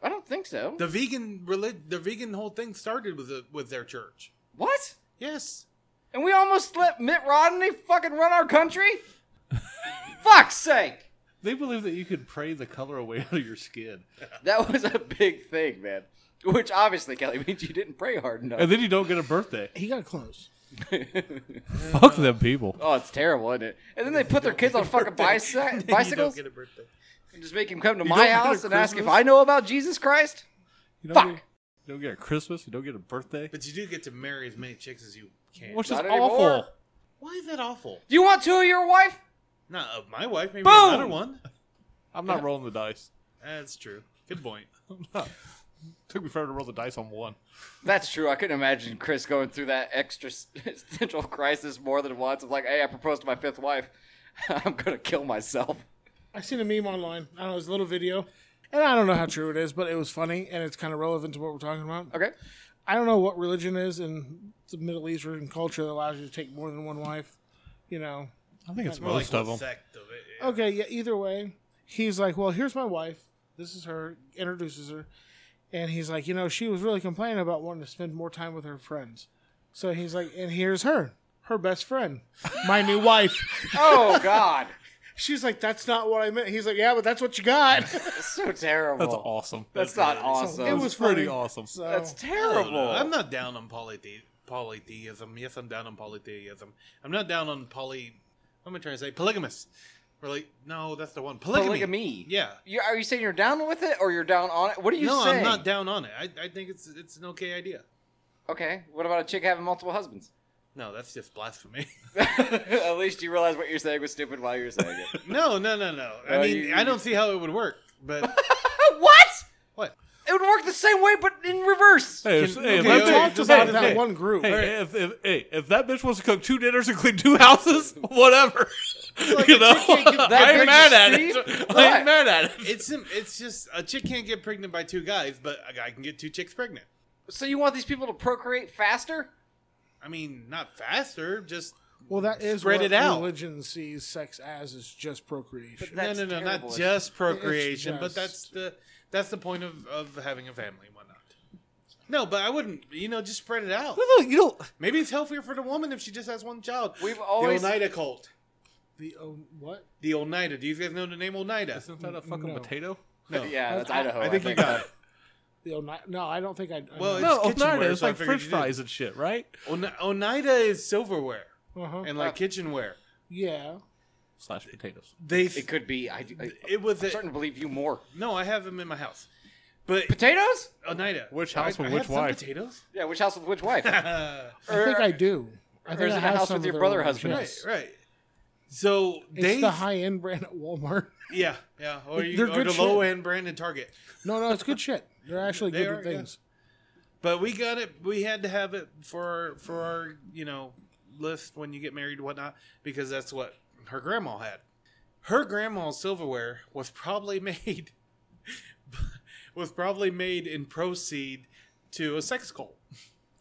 Speaker 2: I don't think so.
Speaker 3: The vegan relig- the vegan whole thing started with the, with their church.
Speaker 2: what?
Speaker 3: Yes,
Speaker 2: And we almost let Mitt Rodney fucking run our country? Fuck's sake!
Speaker 5: They believe that you could pray the color away out of your skin,
Speaker 2: That was a big thing, man. Which obviously, Kelly, means you didn't pray hard
Speaker 5: and
Speaker 2: enough.
Speaker 5: then you don't get a birthday.
Speaker 4: He got close.
Speaker 5: fuck them people.
Speaker 2: Oh, it's terrible, isn't it? And then they put their kids on fucking bicy-
Speaker 3: You don't
Speaker 2: bicycles
Speaker 3: get a birthday.
Speaker 2: and just make them come to
Speaker 5: don't
Speaker 2: my
Speaker 5: get a
Speaker 2: house and ask if
Speaker 5: Christmas?
Speaker 2: I know about Jesus Christ?
Speaker 5: You don't
Speaker 2: Fuck.
Speaker 5: Get, you don't get a Christmas. You don't get a birthday,
Speaker 3: But you do get to marry as many chicks as you can.
Speaker 5: which is
Speaker 2: Not
Speaker 5: awful.
Speaker 2: anymore.
Speaker 3: Why is that awful?
Speaker 2: Do you want two of your wife?
Speaker 3: Not of my wife, maybe
Speaker 2: Boom!
Speaker 3: another one.
Speaker 5: I'm not rolling the dice.
Speaker 3: That's true. Good point.
Speaker 5: Took me forever to roll the dice on one.
Speaker 2: That's true. I couldn't imagine Chris going through that existential crisis more than once. Of like, hey, I proposed to my fifth wife. I'm gonna kill myself.
Speaker 4: I seen a meme online. I don't know, it's a little video. And I don't know how true it is, but it was funny and it's kind of relevant to what we're talking about.
Speaker 2: Okay.
Speaker 4: I don't know what religion is in the Middle Eastern culture that allows you to take more than one wife. You know.
Speaker 5: I think it's
Speaker 3: More
Speaker 5: most
Speaker 3: like
Speaker 5: of them.
Speaker 3: sect of it. yeah.
Speaker 4: Okay, yeah, either way. He's like, Well, here's my wife. This is her, introduces her. And he's like, you know, she was really complaining about wanting to spend more time with her friends. So he's like, and here's her, her best friend, my new wife.
Speaker 2: Oh God,
Speaker 4: She's like, that's not what I meant. He's like, yeah, but that's what you got.
Speaker 2: that's so terrible.
Speaker 5: That's awesome.
Speaker 2: That's, not awesome.
Speaker 4: It was
Speaker 5: pretty
Speaker 4: funny.
Speaker 5: awesome.
Speaker 4: So
Speaker 2: That's
Speaker 3: I don't
Speaker 2: terrible.
Speaker 3: know. I'm not down on polythe- polytheism. Yes, I'm down on polytheism. I'm not down on poly. What am I trying to say? Polygamous. We're like, no, that's the one. Polygamy.
Speaker 2: polygamy.
Speaker 3: Yeah.
Speaker 2: You, are you saying you're down with it or you're down on it? What are you
Speaker 3: no,
Speaker 2: saying?
Speaker 3: I'm not down on it. I, I think it's it's an okay idea.
Speaker 2: Okay. What about a chick having multiple husbands?
Speaker 3: No, that's just blasphemy.
Speaker 2: At least you realize what you're saying was stupid while you were saying it.
Speaker 3: no, no, no, no. I
Speaker 2: Uh,
Speaker 3: mean,
Speaker 2: you-
Speaker 3: I don't see how it would work. But
Speaker 2: what?
Speaker 3: what?
Speaker 2: It would work the same way, but in reverse.
Speaker 5: Hey, if, hey, if
Speaker 3: okay,
Speaker 5: that
Speaker 4: we
Speaker 3: okay,
Speaker 5: bitch-
Speaker 4: talked
Speaker 3: hey,
Speaker 4: about
Speaker 3: hey,
Speaker 4: that
Speaker 5: hey.
Speaker 4: one group.
Speaker 5: Hey, if, if, hey, if that bitch wants to cook two dinners and clean two houses, whatever. you know, I
Speaker 2: bitch
Speaker 5: ain't mad at
Speaker 2: a
Speaker 5: it.
Speaker 2: Steve?
Speaker 5: I
Speaker 2: Right.
Speaker 5: ain't mad at it.
Speaker 3: It's sim- it's just a chick can't get pregnant by two guys, but a guy can get two chicks pregnant.
Speaker 2: So you want these people to procreate faster?
Speaker 3: I mean, not faster, just
Speaker 4: Well, that is
Speaker 3: Spread
Speaker 4: what
Speaker 3: it out.
Speaker 4: religion sees sex as is just procreation.
Speaker 2: That's
Speaker 3: no, no, no,
Speaker 2: terrible.
Speaker 3: not just procreation,
Speaker 4: It's
Speaker 3: but that's the that's the point of of having a family and whatnot. No, but I wouldn't. You know, just spread it out.
Speaker 5: Look, you don't.
Speaker 3: Maybe it's healthier for the woman if she just has one child.
Speaker 2: We've always-
Speaker 3: the Oneida cult.
Speaker 4: the oh, what?
Speaker 3: The Oneida. Do you guys know the name Oneida?
Speaker 5: Isn't that a fucking
Speaker 4: No.
Speaker 5: potato?
Speaker 3: No.
Speaker 2: Yeah, that's
Speaker 4: I-
Speaker 2: Idaho.
Speaker 3: Oh. I think you got it.
Speaker 4: The Oni- no, I don't think I. I know.
Speaker 3: Well,
Speaker 5: No,
Speaker 3: It's kitchenware,
Speaker 5: Oneida. It's
Speaker 3: so I
Speaker 5: like
Speaker 3: figured
Speaker 5: French
Speaker 3: you did.
Speaker 5: fries and shit, right?
Speaker 3: One- Oneida is silverware
Speaker 4: Uh-huh.
Speaker 3: and
Speaker 2: Uh,
Speaker 3: like kitchenware.
Speaker 4: yeah,
Speaker 5: Slash potatoes.
Speaker 3: They.
Speaker 2: It could be. I, I,
Speaker 3: It was
Speaker 2: I'm
Speaker 3: a-
Speaker 2: starting to believe you more.
Speaker 3: no, I have them in my house. But
Speaker 2: Potatoes?
Speaker 3: Oneida.
Speaker 5: Which house
Speaker 3: I,
Speaker 5: with
Speaker 3: I
Speaker 5: which
Speaker 3: have some
Speaker 5: wife?
Speaker 3: Potatoes. Uh,
Speaker 2: Yeah, which house with which wife?
Speaker 4: I think I do. I think
Speaker 2: is it
Speaker 4: I
Speaker 2: a
Speaker 4: have
Speaker 2: house
Speaker 4: some
Speaker 2: with
Speaker 4: of
Speaker 2: your
Speaker 4: their
Speaker 2: brother
Speaker 4: own,
Speaker 2: husband?
Speaker 4: yes.
Speaker 3: Right. Right. So
Speaker 4: It's
Speaker 3: they.
Speaker 4: the high end brand at Walmart.
Speaker 3: Yeah, yeah. Or, you,
Speaker 4: They're
Speaker 3: or
Speaker 4: good
Speaker 3: the
Speaker 4: shit.
Speaker 3: low end brand and Target.
Speaker 4: No, no, it's good shit. They're actually
Speaker 3: They
Speaker 4: good
Speaker 3: are,
Speaker 4: at things.
Speaker 3: But we got it. We had to have it for our, for our you know list when you get married and whatnot because that's what her grandma had. Her grandma's silverware was probably made was probably made in proceed to a sex cult.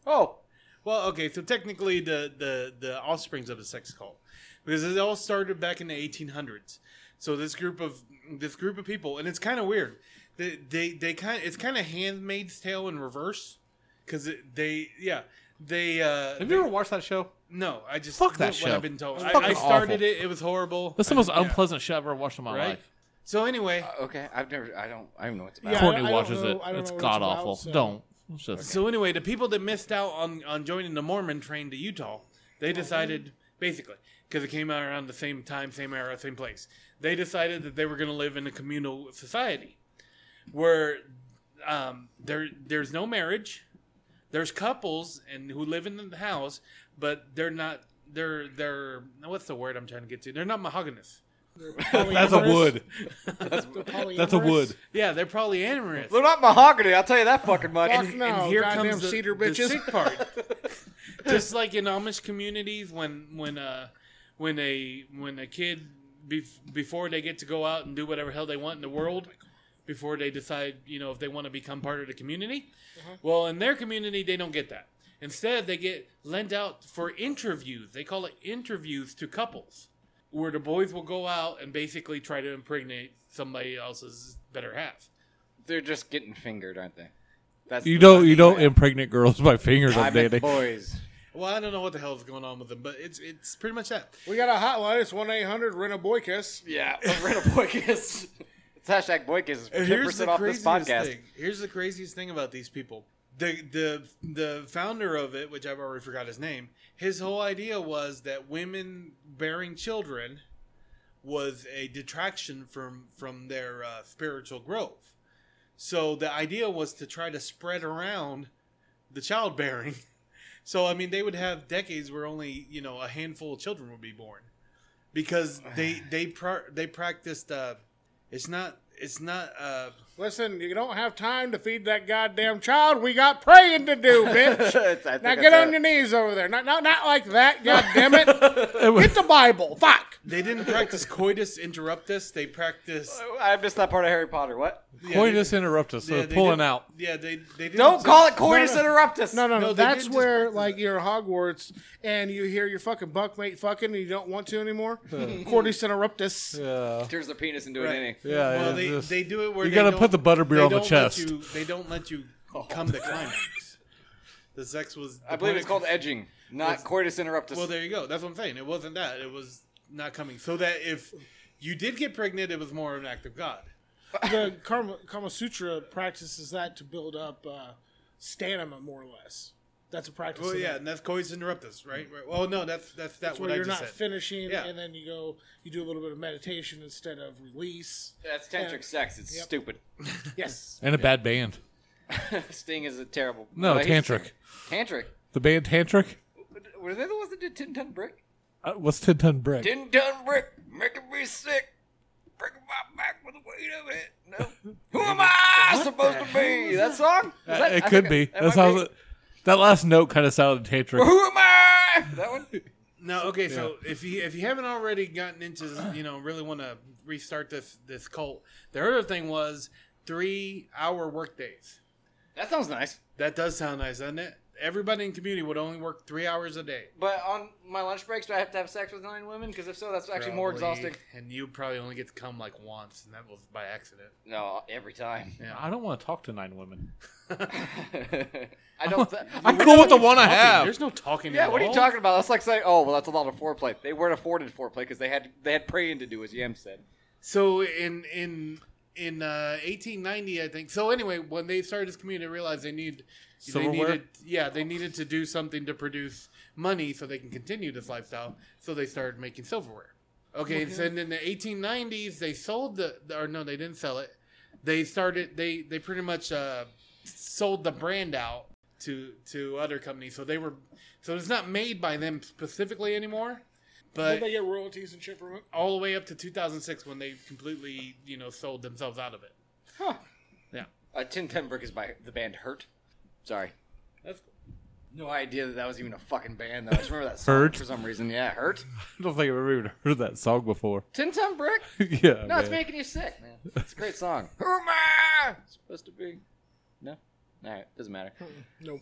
Speaker 2: Oh,
Speaker 3: Well, okay, so technically the the the offsprings of the sex cult, because it all started back in the 1800s. So this group of this group of people, and it's kind of weird. They they, they kind it's kind of Handmaid's Tale in reverse, because they yeah they uh
Speaker 5: Have you ever watched that show?
Speaker 3: no I just
Speaker 5: Fuck that
Speaker 3: what
Speaker 5: show.
Speaker 3: I've been told.
Speaker 5: It's
Speaker 3: I,
Speaker 5: fucking
Speaker 3: I started
Speaker 5: awful.
Speaker 3: it. It was horrible.
Speaker 5: That's the
Speaker 3: I-
Speaker 5: most
Speaker 3: yeah,
Speaker 5: unpleasant shit I've ever watched in my
Speaker 3: right.
Speaker 5: life.
Speaker 3: So anyway,
Speaker 2: okay. I've never. I don't. I don't know what it's about.
Speaker 4: Yeah, I
Speaker 5: Courtney
Speaker 4: don't- I don't
Speaker 5: watches
Speaker 4: know-
Speaker 5: it.
Speaker 4: I don't
Speaker 5: it's
Speaker 4: know what it's
Speaker 5: god awful.
Speaker 4: about, so-
Speaker 5: Don't. It's just-
Speaker 3: So anyway, the people that missed out on on joining the Mormon train to Utah, they decided basically because it came out around the same time, same era, same place. They decided that they were going to live in a communal society where um, there there's no marriage, there's couples and who live in the house, but they're not they're they're what's the word I'm trying to get to? They're not monogamous.
Speaker 5: That's a wood. That's a wood.
Speaker 3: Yeah, they're probably amorous.
Speaker 2: They're not mahogany. I'll tell you that fucking much.
Speaker 4: Fuck no,
Speaker 3: Oh,
Speaker 4: goddamn
Speaker 3: the-
Speaker 4: cedar
Speaker 3: the
Speaker 4: bitches.
Speaker 3: sick part. Just like in Amish communities, when when uh when a when a kid bef- before they get to go out and do whatever hell they want in the world, before they decide you know if they want to become part of the community. Well, in their community, they don't get that. Instead, they get lent out for interviews. They call it interviews to couples, where the boys will go out and basically try to impregnate somebody else's better half.
Speaker 2: They're just getting fingered, aren't they? That's
Speaker 5: You
Speaker 2: the-
Speaker 5: don't. You don't impregnate girls by fingers
Speaker 2: I
Speaker 5: on
Speaker 2: meant
Speaker 5: dating.
Speaker 2: boys.
Speaker 3: Well, I don't know what the hell is going on with them, but it's it's pretty much that.
Speaker 4: We got a hotline. It's one eight hundred rent a boy kiss.
Speaker 2: Yeah, I read a boy kiss. It's hashtag boy kiss. Ten
Speaker 3: Here's the
Speaker 2: percent off this
Speaker 3: craziest
Speaker 2: podcast.
Speaker 3: thing. Here's the craziest thing about these people. The the the founder of it, which I've already forgot his name, his whole idea was that women bearing children was a detraction from from their uh, spiritual growth. So the idea was to try to spread around the childbearing. So I mean, they would have decades where only you know a handful of children would be born, because they they pra- they practiced. Uh, it's not it's not uh,
Speaker 4: Listen, you don't have time to feed that goddamn child. We got praying to do, bitch. now get on your knees over there. Not, not, not like that. God damn it. Get the Bible. Fuck.
Speaker 3: they didn't practice coitus interruptus. They practiced
Speaker 2: I missed that part of Harry Potter. What?
Speaker 3: yeah,
Speaker 5: Coitus interruptus, so
Speaker 3: they- yeah,
Speaker 5: they're
Speaker 3: they
Speaker 5: pulling
Speaker 3: didn't-
Speaker 5: out.
Speaker 3: Yeah, they they didn't
Speaker 2: Don't call it coitus interruptus.
Speaker 4: No, no, no.
Speaker 3: No, they
Speaker 4: That's
Speaker 3: did just
Speaker 4: where,
Speaker 3: practice
Speaker 4: like,
Speaker 3: that.
Speaker 4: you're Hogwarts and you hear your fucking buckmate fucking and you don't want to anymore. Cordis interruptus.
Speaker 5: Yeah,
Speaker 2: Turns their penis into
Speaker 3: Right.
Speaker 2: an inning.
Speaker 5: yeah.
Speaker 3: Well,
Speaker 5: it's
Speaker 3: they,
Speaker 5: just-
Speaker 3: they do it where
Speaker 5: you
Speaker 3: they
Speaker 5: gotta
Speaker 3: don't-
Speaker 5: put the butterbeer
Speaker 3: they
Speaker 5: on the
Speaker 3: don't let
Speaker 5: chest.
Speaker 3: you- they don't let you come to climax. The sex was.
Speaker 2: I believe it's called edging, not coitus interruptus.
Speaker 3: Well, there you go. That's what I'm saying. It wasn't that. It was not coming. So that if you did get pregnant, it was more of an act of God.
Speaker 4: the Karma, Kama Sutra practices that to build up uh, stamina, more or less. That's a practice.
Speaker 3: Well,
Speaker 4: of
Speaker 3: yeah,
Speaker 4: that.
Speaker 3: and that's coitus interruptus, right? right. Well, no, that's that's that
Speaker 4: That's
Speaker 3: what
Speaker 4: where
Speaker 3: I
Speaker 4: you're
Speaker 3: just
Speaker 4: not
Speaker 3: said.
Speaker 4: finishing,
Speaker 3: Yeah.
Speaker 4: and then you go, you do a little bit of meditation instead of release.
Speaker 2: That's tantric sex. It's
Speaker 4: Yep.
Speaker 2: stupid.
Speaker 4: Yes.
Speaker 5: and a bad band.
Speaker 2: Sting is a terrible.
Speaker 5: No,
Speaker 2: I hate
Speaker 5: tantric.
Speaker 2: Sting. Tantric.
Speaker 5: The band Tantric.
Speaker 2: Were they the ones that did Tin Ton Brick?
Speaker 5: Uh, what's Tin Ton Brick?
Speaker 2: Tin Ton Brick, making me sick. Breaking my back with the weight of it. No. Who am I supposed to be? That song? Is
Speaker 5: Uh,
Speaker 2: that-
Speaker 5: it
Speaker 2: I
Speaker 5: could
Speaker 2: think
Speaker 5: be.
Speaker 2: that
Speaker 5: That's
Speaker 2: might
Speaker 5: how
Speaker 2: be.
Speaker 5: it- that last note kind of sounded Tantric.
Speaker 2: Who am I? That one?
Speaker 3: No, okay. So if you if you haven't already gotten into you know really want to restart this this cult, the other thing was three hour workdays.
Speaker 2: That sounds nice.
Speaker 3: That does sound nice, doesn't it? Everybody in community would only work three hours a day.
Speaker 2: But on my lunch breaks, do I have to have sex with nine women? Because if so, that's actually more
Speaker 3: Probably.
Speaker 2: exhausting.
Speaker 3: And you probably only get to come like once, and that was by accident.
Speaker 2: No, every time.
Speaker 5: I don't want to talk to nine women.
Speaker 2: I don't. Th-
Speaker 5: I'm cool with the one I have.
Speaker 3: There's no talking.
Speaker 2: yeah, what are you
Speaker 3: involved.
Speaker 2: talking about? That's like saying, "Oh, well, that's a lot of foreplay." They weren't afforded foreplay because they had they had praying to do, as Yam said.
Speaker 3: So in in in uh, 1890, I think. So anyway, when they started this community, they realized they need they
Speaker 5: Silverware?
Speaker 3: needed yeah they needed to do something to produce money so they can continue this lifestyle. So they started making silverware. Okay, so then in the 1890s, they sold the or no, they didn't sell it. They started they they pretty much uh, sold the brand out to to other companies. So they were so it's not made by them specifically anymore. But
Speaker 4: Did they get royalties and shit from it?
Speaker 3: all the way up to 2006 when they completely, you know, sold themselves out of it.
Speaker 2: Uh, Tin Tin Brick is by the band Hurt. Sorry,
Speaker 3: That's cool.
Speaker 2: no idea that that was even a fucking band. Though. I just remember that song
Speaker 5: Hurt?
Speaker 2: for some reason. Yeah, Hurt.
Speaker 5: I don't think I've ever even heard that song before.
Speaker 2: Tin Tin Brick.
Speaker 5: yeah.
Speaker 2: No, it's
Speaker 5: man.
Speaker 2: making you sick, man. It's a great song. Who am I supposed to be? No. All right, doesn't matter.
Speaker 4: No.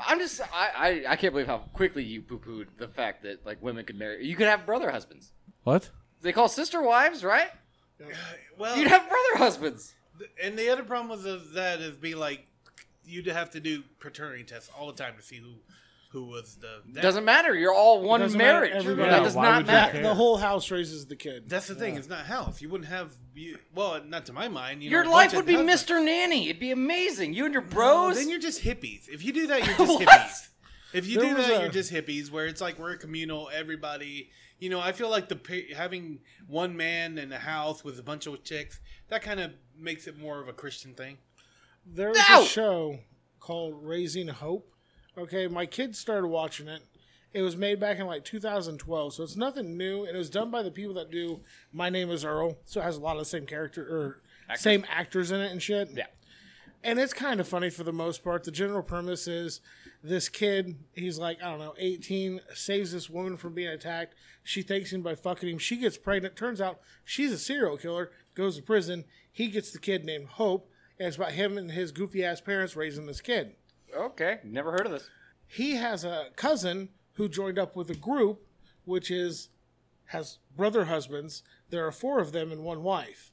Speaker 2: I'm just I, I I can't believe how quickly you poo pooed the fact that like women could marry. You could have brother husbands.
Speaker 5: What?
Speaker 2: They call sister wives, right?
Speaker 3: Well,
Speaker 2: You'd have brother husbands.
Speaker 3: and the other problem with the- that is be like you'd have to do paternity tests all the time to see who who was the that-
Speaker 2: Doesn't matter. You're all one
Speaker 4: Doesn't matter,
Speaker 2: marriage.
Speaker 4: everybody-
Speaker 2: that
Speaker 5: Yeah,
Speaker 2: does
Speaker 5: why
Speaker 2: not
Speaker 5: would you
Speaker 2: matter.
Speaker 5: care?
Speaker 4: The whole house raises the kid.
Speaker 3: That's the thing. It's not health. You wouldn't have you, well, not to my mind. You know,
Speaker 2: Your
Speaker 3: a
Speaker 2: life
Speaker 3: bunch
Speaker 2: would be
Speaker 3: of husbands.
Speaker 2: Mr. Nanny. It'd be amazing. You and your
Speaker 3: No,
Speaker 2: bros.
Speaker 3: then you're just hippies. If you do that, you're just
Speaker 2: What?
Speaker 3: hippies. If you
Speaker 4: There
Speaker 3: do
Speaker 4: was
Speaker 3: that,
Speaker 4: a-
Speaker 3: you're just hippies. Where it's like we're communal, everybody. You know, I feel like the pa- having one man in a house with a bunch of chicks that kind of makes it more of a Christian thing.
Speaker 4: There was
Speaker 2: No!
Speaker 4: a show called Raising Hope. Okay, my kids started watching it. It was made back in like 2012, so it's nothing new, and it was done by the people that do My Name Is Earl, so it has a lot of the same character or same actors in it and shit.
Speaker 2: Yeah.
Speaker 4: And it's kind of funny for the most part. The general premise is this kid, he's like, I don't know, 18, saves this woman from being attacked. She thanks him by fucking him. She gets pregnant. Turns out she's a serial killer, goes to prison. He gets the kid named Hope, and it's about him and his goofy ass parents raising this kid.
Speaker 2: okay, never heard of this.
Speaker 4: He has a cousin who joined up with a group, which is has brother husbands. There are four of them and one wife.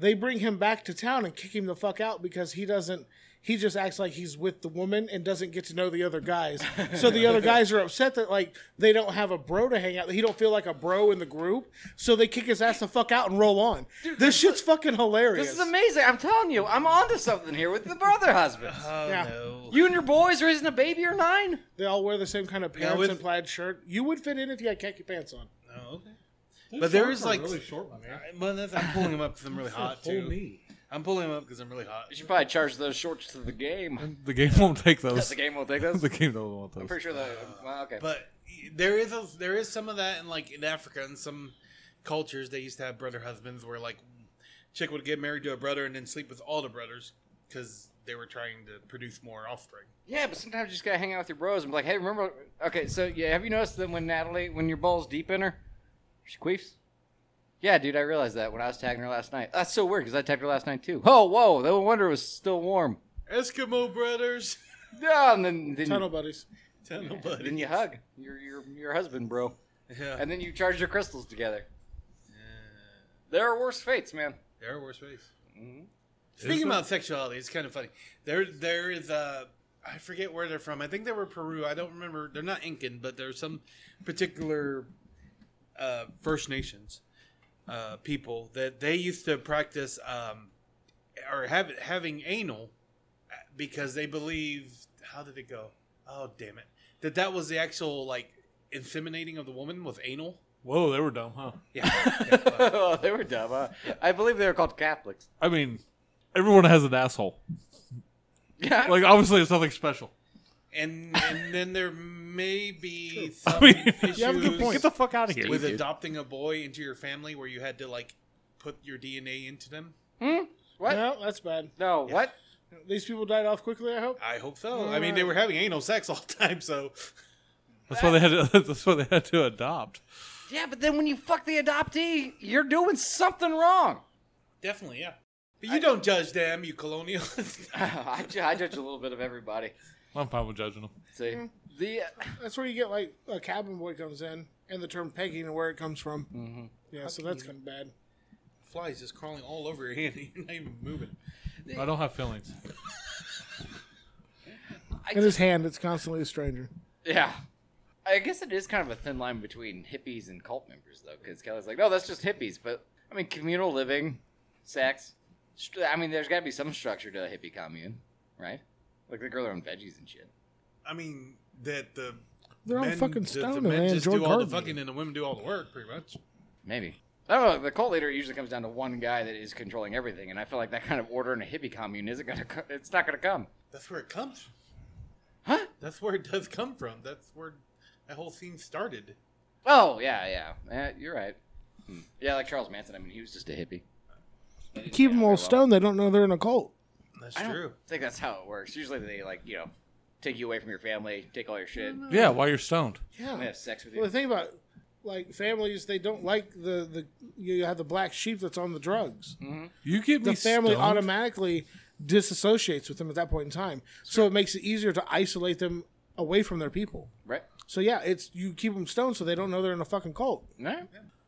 Speaker 4: They bring him back to town and kick him the fuck out because he doesn't. He just acts like he's with the woman and doesn't get to know the other guys. So the other guys are upset that like they don't have a bro to hang out. He don't feel like a bro in the group, so they kick his ass the fuck out and roll on. this shit's fucking hilarious.
Speaker 2: This is amazing. I'm telling you, I'm onto something here with the brother husbands.
Speaker 3: Oh
Speaker 4: Yeah.
Speaker 3: no!
Speaker 2: you and your boys raising a baby or nine?
Speaker 4: They all wear the same kind of pants
Speaker 3: with-
Speaker 4: and plaid shirt. You would fit in if you had khaki pants on.
Speaker 3: Oh, okay. But there is like,
Speaker 5: really short one, man.
Speaker 3: well, that's, I'm pulling them up because I'm really hot too. I'm pulling him up because I'm really hot.
Speaker 2: You should probably charge those shorts to the game.
Speaker 5: The game won't take those.
Speaker 2: the game will take those.
Speaker 5: The game don't want
Speaker 2: I'm
Speaker 5: those.
Speaker 2: pretty sure that. Well, okay.
Speaker 3: But there is a, there is some of that in like in Africa and some cultures they used to have brother husbands where like chick would get married to a brother and then sleep with all the brothers because they were trying to produce more offspring.
Speaker 2: Yeah, but sometimes you just gotta hang out with your bros and be like, hey, remember? Okay, so yeah, have you noticed that when Natalie, when your ball's deep in her, she queefs? Yeah, dude, I realized that when I was tagging her last night. That's so weird because I tagged her last night too. Oh, whoa, no wonder it was still warm.
Speaker 3: Eskimo brothers.
Speaker 2: Yeah, and then then,
Speaker 4: Tunnel buddies.
Speaker 3: Tell
Speaker 2: then
Speaker 3: nobody.
Speaker 2: you hug your your your husband, bro,
Speaker 3: Yeah.
Speaker 2: and then you charge your crystals together. There are worse fates, man.
Speaker 3: There are worse ways.
Speaker 2: Mhm.
Speaker 3: Speaking
Speaker 5: Is
Speaker 3: about sexuality, it's kind of funny. There, there is uh, I forget where they're from. I think they were Peru. I don't remember. They're not Incan, but there's some particular uh, First Nations uh, people that they used to practice um, or have having anal uh, because they believed. How did it go? Oh damn it! That that was the actual like inseminating of the woman with anal.
Speaker 5: Whoa, they were dumb, huh?
Speaker 3: Yeah.
Speaker 2: oh, they were dumb. Huh? I believe they were called Catholics.
Speaker 5: I mean, everyone has an asshole.
Speaker 2: Yeah,
Speaker 5: Like, obviously, it's nothing special.
Speaker 3: and and then there may be some
Speaker 5: I mean,
Speaker 3: issues
Speaker 5: you
Speaker 4: have a good point.
Speaker 5: Get the fuck out of here.
Speaker 3: with
Speaker 5: dude.
Speaker 3: adopting a boy into your family where you had to like put your DNA into them.
Speaker 2: What?
Speaker 4: No, that's bad.
Speaker 2: no, what?
Speaker 4: These people died off quickly. I hope.
Speaker 3: I hope so. I mean, they were having anal sex all the time, so
Speaker 5: That's why they had. To, that's why they had to adopt.
Speaker 2: Yeah, but then when you fuck the adoptee, you're doing something wrong.
Speaker 3: definitely, yeah. But you don't judge them, you colonialist.
Speaker 2: I, ju- I judge a little bit of everybody.
Speaker 5: I'm fine with judging them.
Speaker 2: See, the
Speaker 4: That's where you get like a cabin boy comes in, and the term pegging and where it comes from. Mm-hmm. Yeah, so that's kind of bad.
Speaker 3: Flies just crawling all over your hand. You're not even moving.
Speaker 5: I don't have feelings.
Speaker 4: In his hand, it's constantly a stranger.
Speaker 2: yeah, I guess it is kind of a thin line between hippies and cult members, though, because Kelly's like, no, that's just hippies. But I mean, communal living, sex. Str- I mean, there's got to be some structure to a hippie commune, right? Like they grow their own veggies and shit.
Speaker 3: I mean, that the
Speaker 4: They're
Speaker 3: men,
Speaker 4: all fucking
Speaker 3: that the
Speaker 4: stoned,
Speaker 3: men
Speaker 4: man.
Speaker 3: just
Speaker 4: Enjoy
Speaker 3: do all the
Speaker 4: gardening.
Speaker 3: fucking and the women do all the work, pretty much.
Speaker 2: Maybe. I don't know. The cult leader usually comes down to one guy that is controlling everything, and I feel like that kind of order in a hippie commune isn't gonna. Co- it's not gonna come.
Speaker 3: That's where it comes. from.
Speaker 2: Huh?
Speaker 3: That's where it does come from. That's where that whole scene started.
Speaker 2: Oh yeah, yeah. Eh, you're right. Hmm. Yeah, like Charles Manson. I mean, he was just a hippie.
Speaker 4: Keep them all stoned. They don't know they're in a cult.
Speaker 3: That's
Speaker 2: I don't
Speaker 3: true.
Speaker 2: think that's how it works. Usually they like you know take you away from your family, take all your shit, and
Speaker 5: Yeah, while you're stoned.
Speaker 4: Yeah.
Speaker 2: they have sex with
Speaker 4: Well, the
Speaker 2: you.
Speaker 4: thing about like families, they don't like the the you have the black sheep that's on the drugs.
Speaker 2: Mm-hmm.
Speaker 5: You get me
Speaker 4: The family
Speaker 5: stoned?
Speaker 4: automatically disassociates with them at that point in time, so it makes it easier to isolate them away from their people.
Speaker 2: Right?
Speaker 4: So yeah, it's you keep them stoned so they don't know they're in a fucking cult.
Speaker 2: No.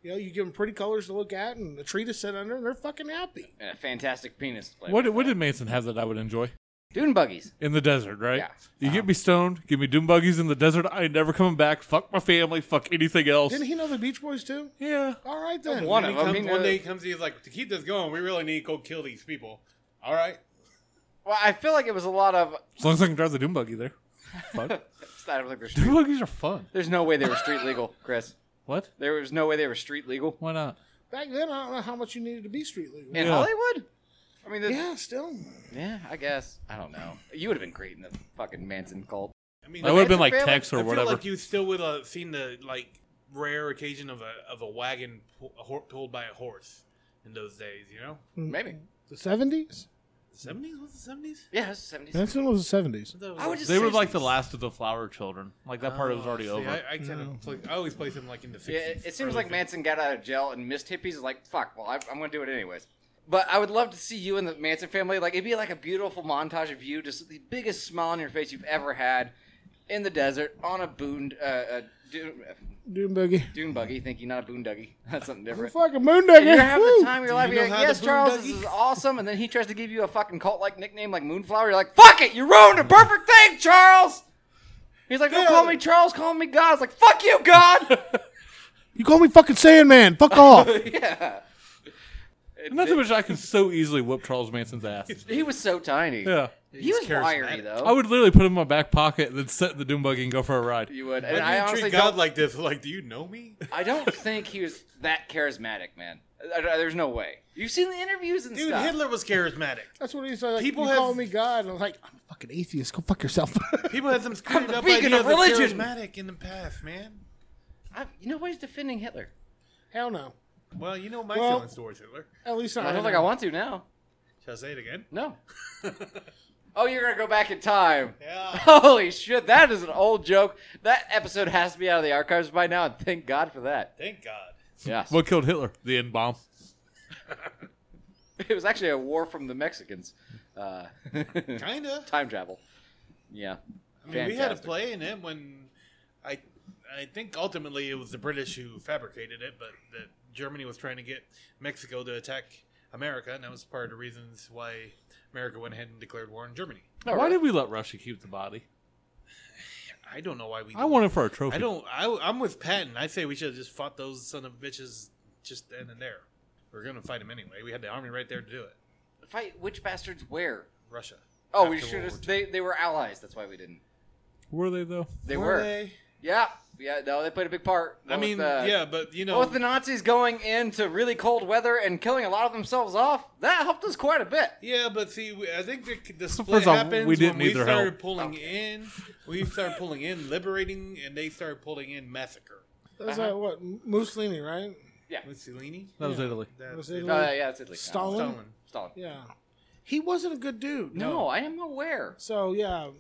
Speaker 4: You know, you give them pretty colors to look at and a tree to sit under, and they're fucking happy.
Speaker 2: And a fantastic penis. Flavor.
Speaker 5: What, did- what did Manson have that I would enjoy?
Speaker 2: Dune buggies.
Speaker 5: In the desert, right?
Speaker 2: Yeah.
Speaker 5: You
Speaker 3: Um,
Speaker 5: get me stoned, give me doom buggies in the desert. I ain't never coming back. Fuck my family. Fuck anything else.
Speaker 4: Didn't he know the Beach Boys too?
Speaker 5: yeah.
Speaker 4: All right then.
Speaker 2: One
Speaker 3: He
Speaker 2: of them.
Speaker 3: comes-
Speaker 2: I mean,
Speaker 3: one
Speaker 2: uh,
Speaker 3: day he comes, he's like, to keep this going, we really need to go kill these people. All right.
Speaker 2: Well, I feel like it was a lot of.
Speaker 5: As long as I can drive the doom buggy there. Fuck.
Speaker 2: I don't think there's.
Speaker 5: doom buggies are fun.
Speaker 2: There's no way they were street legal, Chris.
Speaker 5: What?
Speaker 2: There was no way they were street legal
Speaker 5: Why not?
Speaker 4: Back then, I don't know how much you needed to be street legal.
Speaker 2: in
Speaker 5: Yeah.
Speaker 2: Hollywood. I mean, the, yeah.
Speaker 4: yeah, still.
Speaker 2: I guess I don't know. You would have been great in the fucking Manson cult.
Speaker 3: I mean,
Speaker 5: I would have been
Speaker 2: Manson
Speaker 5: like
Speaker 2: family-
Speaker 5: Tex
Speaker 3: I
Speaker 5: or
Speaker 3: feel
Speaker 5: whatever.
Speaker 3: like you still would have seen the like rare occasion of a of a wagon po- a ho- pulled by a horse in those days. You know,
Speaker 2: Maybe.
Speaker 4: The seventies.
Speaker 3: seventies was the seventies.
Speaker 2: Yeah, it was seventies.
Speaker 4: Manson was the seventies.
Speaker 2: I would just.
Speaker 5: they
Speaker 2: say
Speaker 5: were like the last of the flower children. Like that part was already over.
Speaker 3: Ah, Oh, I, I, kinda play, I always place him like in the 60s.
Speaker 2: Yeah, it, it seems
Speaker 3: early
Speaker 2: like
Speaker 3: 50s.
Speaker 2: Manson got out of jail and missed hippies. is Like, fuck, well, I, I'm going to do it anyways. But I would love to see you and the Manson family. Like, it'd be like a beautiful montage of you, just the biggest smile on your face you've ever had in the desert on a boon, uh, a dune, uh,
Speaker 4: Doom boogie.
Speaker 2: dune buggy. Thank you, not a boonduggie. That's something different.
Speaker 4: Fucking moondoggy.
Speaker 2: And you're having
Speaker 4: Woo!
Speaker 2: the time of your life.
Speaker 3: you
Speaker 2: You're
Speaker 3: know
Speaker 2: like,
Speaker 3: how
Speaker 2: yes,
Speaker 3: the
Speaker 2: Charles, this
Speaker 3: boondoggie-
Speaker 2: is awesome. And then he tries to give you a fucking cult like nickname like Moonflower. You're like, fuck it, you ruined a perfect thing, Charles. He's like, don't call me Charles, call me God. It's like, fuck you, God.
Speaker 4: You call me fucking Sandman. Fuck off.
Speaker 2: yeah.
Speaker 5: Not to mention, I could so easily whoop Charles Manson's ass.
Speaker 2: He was so tiny.
Speaker 5: Yeah.
Speaker 2: He was wiry
Speaker 3: charismatic.
Speaker 2: though.
Speaker 5: I would literally put him in my back pocket and then set the doom buggy and go for a ride.
Speaker 2: you would.
Speaker 3: Why
Speaker 2: And
Speaker 3: do
Speaker 2: I
Speaker 3: you
Speaker 2: honestly
Speaker 3: treat God
Speaker 2: don't.
Speaker 3: like this? Like, do you know me?
Speaker 2: I don't think he was that charismatic, man. I- I- there's no way. You've seen the interviews and
Speaker 3: Dude,
Speaker 2: stuff.
Speaker 3: Hitler was charismatic.
Speaker 4: That's what he said. Like,
Speaker 3: People
Speaker 4: People you
Speaker 3: have-
Speaker 4: call me God, and I'm like, I'm a fucking atheist. Go fuck yourself.
Speaker 3: People had some screwed
Speaker 2: the
Speaker 3: up
Speaker 2: beacon
Speaker 3: idea
Speaker 2: of
Speaker 3: of religion.
Speaker 2: religion.
Speaker 3: charismatic in the past, man.
Speaker 2: I, nobody's defending Hitler.
Speaker 4: Hell no.
Speaker 3: Well, you know my
Speaker 4: Well-
Speaker 3: feelings towards Hitler.
Speaker 4: At least not.
Speaker 2: I don't
Speaker 4: right
Speaker 2: think I
Speaker 4: now.
Speaker 2: want to now.
Speaker 3: Shall I say it again?
Speaker 2: No. oh, you're gonna go back in time.
Speaker 3: Yeah.
Speaker 2: Holy shit, that is an old joke. That episode has to be out of the archives by now, and thank God for that.
Speaker 3: Thank God.
Speaker 2: Yes.
Speaker 5: What killed Hitler? The N bomb.
Speaker 2: It was actually a war from the Mexicans. Uh,
Speaker 3: Kinda.
Speaker 2: time travel. Yeah.
Speaker 3: I mean, we had a
Speaker 2: Fantastic.
Speaker 3: play in it when I I think ultimately it was the British who fabricated it, but that Germany was trying to get Mexico to attack America, and that was part of the reasons why America went ahead and declared war on Germany.
Speaker 2: All
Speaker 5: Why
Speaker 2: right.
Speaker 5: did we let Russia keep the body?
Speaker 3: I don't know why we.
Speaker 5: I want it for a trophy.
Speaker 3: I don't. I, I'm with Patton. I say we should have just fought those son of bitches just then and there. We are gonna fight them anyway. We had the army right there to do it.
Speaker 2: fight which bastards where?
Speaker 3: Russia.
Speaker 2: Oh, we
Speaker 3: After
Speaker 2: should
Speaker 3: World
Speaker 2: have. They, they were allies. That's why we didn't.
Speaker 5: Were they though?
Speaker 2: They
Speaker 3: War
Speaker 2: were.
Speaker 3: II. they?
Speaker 2: Yeah. Yeah. No, they played a big part.
Speaker 3: I
Speaker 2: What with
Speaker 3: mean,
Speaker 2: the-
Speaker 3: yeah, but you know,
Speaker 2: What with the Nazis going into really cold weather and killing a lot of themselves off, that helped us quite a bit.
Speaker 3: Yeah, but see, we- I think the, the split
Speaker 5: first off,
Speaker 3: happens
Speaker 5: we didn't
Speaker 3: when we
Speaker 5: either
Speaker 3: started
Speaker 5: help.
Speaker 3: pulling in. We started pulling in liberating, and they started pulling in massacre.
Speaker 4: That's like uh, what Mussolini, right?
Speaker 3: Mussolini.
Speaker 5: That was Italy.
Speaker 3: That-
Speaker 4: Was
Speaker 3: that-
Speaker 4: Italy?
Speaker 2: No, Uh, yeah, yeah, it's Italy.
Speaker 4: Stalin?
Speaker 3: Stalin.
Speaker 2: Stalin.
Speaker 4: Yeah, he wasn't a good dude.
Speaker 2: No, I am aware.
Speaker 4: So yeah,
Speaker 3: No.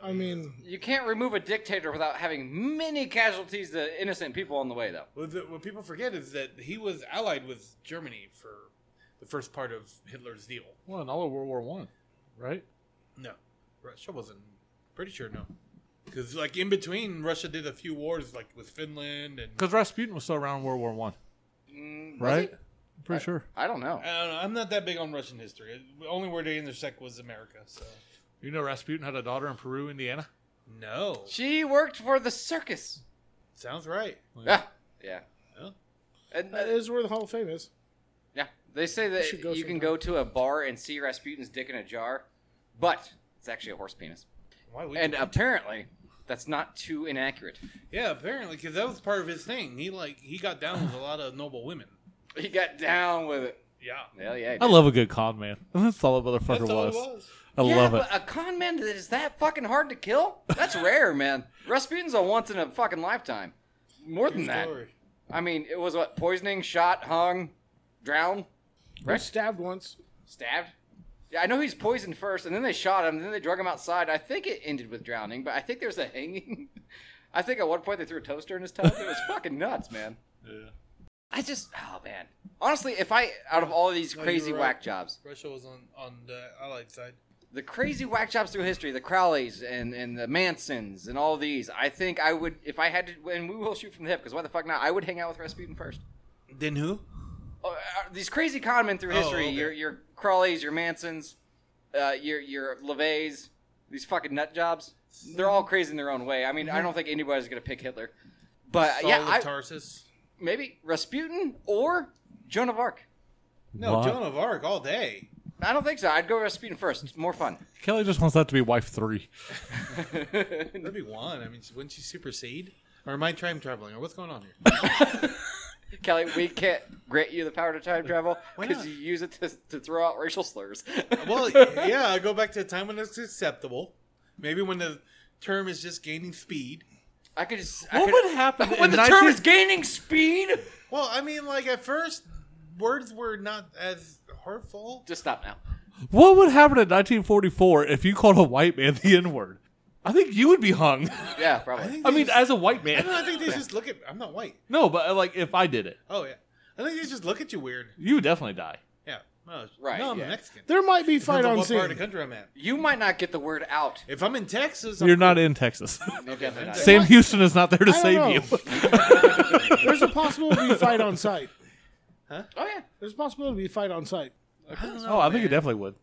Speaker 4: I mean,
Speaker 2: You can't remove a dictator without having many casualties to innocent people on the way, though.
Speaker 3: Well, the, what people forget is that he was allied with Germany for the first part of Hitler's deal.
Speaker 5: Well, in all of World War One, right?
Speaker 3: No, Russia wasn't. Pretty sure no, because like in between, Russia did a few wars like with Finland and.
Speaker 5: Because Rasputin was still around in World War One,
Speaker 2: Mm, was
Speaker 5: right?
Speaker 2: he?
Speaker 5: I'm pretty sure.
Speaker 2: I don't know.
Speaker 3: I don't know. I'm not that big on Russian history. The Only where they intersect was America. So
Speaker 5: You know, Rasputin had a daughter in Peru, Indiana.
Speaker 3: no,
Speaker 2: She worked for the circus.
Speaker 3: sounds right.
Speaker 2: Yeah. Yeah.
Speaker 3: Huh?
Speaker 2: And,
Speaker 4: that
Speaker 2: uh,
Speaker 4: is where the Hall of Fame is.
Speaker 2: yeah. They say that
Speaker 4: should go
Speaker 2: you can
Speaker 4: sometime.
Speaker 2: go to a bar and see Rasputin's dick in a jar, but it's actually a horse penis.
Speaker 3: Why would
Speaker 2: And apparently, that's not too inaccurate.
Speaker 3: Yeah, apparently, because that was part of his thing. He like he got down with a lot of noble women.
Speaker 2: He got down with it.
Speaker 3: Yeah,
Speaker 2: Hell yeah. he
Speaker 5: I
Speaker 2: did.
Speaker 5: love a good con man. That's all a motherfucker
Speaker 3: that's all
Speaker 5: was.
Speaker 3: it was.
Speaker 5: I
Speaker 2: yeah,
Speaker 5: love it.
Speaker 2: but a con man that is that fucking hard to kill? That's rare, man. Rasputin's a once in a fucking lifetime. More than
Speaker 3: True
Speaker 2: that.
Speaker 3: story.
Speaker 2: I mean, it was what? Poisoning, shot, hung, drowned,
Speaker 4: I was stabbed once.
Speaker 2: stabbed? Yeah, I know he's poisoned first, and then they shot him, and then they drug him outside. I think it ended with drowning, but I think there's a hanging. I think at one point they threw a toaster in his tub. It was fucking nuts, man.
Speaker 3: Yeah.
Speaker 2: I just, oh, man. Honestly, if I, out of all of these
Speaker 3: you
Speaker 2: crazy
Speaker 3: were right.
Speaker 2: whack jobs,
Speaker 3: Russia was on on the Allied side.
Speaker 2: the crazy whack jobs through history, the Crowleys and, and the Mansons and all these, I think I would, if I had to, and we will shoot from the hip, because why the fuck not? I would hang out with Rasputin first.
Speaker 3: Then who?
Speaker 2: Oh, uh, these crazy con men through
Speaker 3: Oh,
Speaker 2: history,
Speaker 3: okay.
Speaker 2: your, your Crowleys, your Mansons, uh, your, your LeVays, these fucking nut jobs, they're all crazy in their own way. I mean, I don't think anybody's going to pick Hitler. But
Speaker 3: Saul
Speaker 2: Uh, yeah,
Speaker 3: Mm-hmm. of
Speaker 2: I,
Speaker 3: Tarsus.
Speaker 2: maybe Rasputin or Joan of Arc.
Speaker 3: No,
Speaker 5: What?
Speaker 3: Joan of Arc all day.
Speaker 2: I don't think so. I'd go Rasputin first. It's more fun.
Speaker 5: Kelly just wants that to be wife three.
Speaker 3: That'd be one. I mean, wouldn't she supersede? Or am I time traveling? Or what's going on here?
Speaker 2: Kelly, we can't grant you the power to time travel
Speaker 3: Why
Speaker 2: because
Speaker 3: not?
Speaker 2: you use it to, to throw out racial slurs.
Speaker 3: well, yeah, I go back to a time when it's acceptable. Maybe when the term is just gaining speed.
Speaker 2: I could just. I
Speaker 5: What
Speaker 2: could-
Speaker 5: would happen
Speaker 2: when
Speaker 5: in
Speaker 2: the
Speaker 5: 19
Speaker 2: term is gaining speed?
Speaker 3: Well, I mean, like at first, words were not as hurtful.
Speaker 2: Just stop now.
Speaker 5: What would happen in 1944 if you called a white man the N word? I think you would be hung.
Speaker 2: Yeah,
Speaker 3: I
Speaker 2: probably.
Speaker 3: think
Speaker 5: I
Speaker 3: they
Speaker 5: mean,
Speaker 3: just-
Speaker 5: as a white
Speaker 3: I
Speaker 5: man.
Speaker 3: don't. know, I think they just look at. I'm not white.
Speaker 5: No, but uh, like if I did it,
Speaker 3: Oh yeah. I think they just look at you weird.
Speaker 5: you would definitely die.
Speaker 3: Yeah. No,
Speaker 2: Right,
Speaker 3: No, I'm
Speaker 2: yeah.
Speaker 3: Mexican.
Speaker 4: There might be
Speaker 3: Depends
Speaker 4: fight
Speaker 3: on
Speaker 4: on
Speaker 3: what part of
Speaker 4: scene.
Speaker 3: the country I'm at.
Speaker 2: You might not get the word out.
Speaker 3: If I'm in Texas, I'm
Speaker 5: You're
Speaker 3: cool.
Speaker 5: not in Texas.
Speaker 2: No, definitely not.
Speaker 5: Sam Houston is not there to
Speaker 4: I don't
Speaker 5: save
Speaker 4: know.
Speaker 5: you.
Speaker 4: There's a possibility we fight on site.
Speaker 2: Oh yeah.
Speaker 4: There's a possibility we fight on site.
Speaker 3: I don't know,
Speaker 5: Oh, I think it
Speaker 3: man.
Speaker 5: definitely would.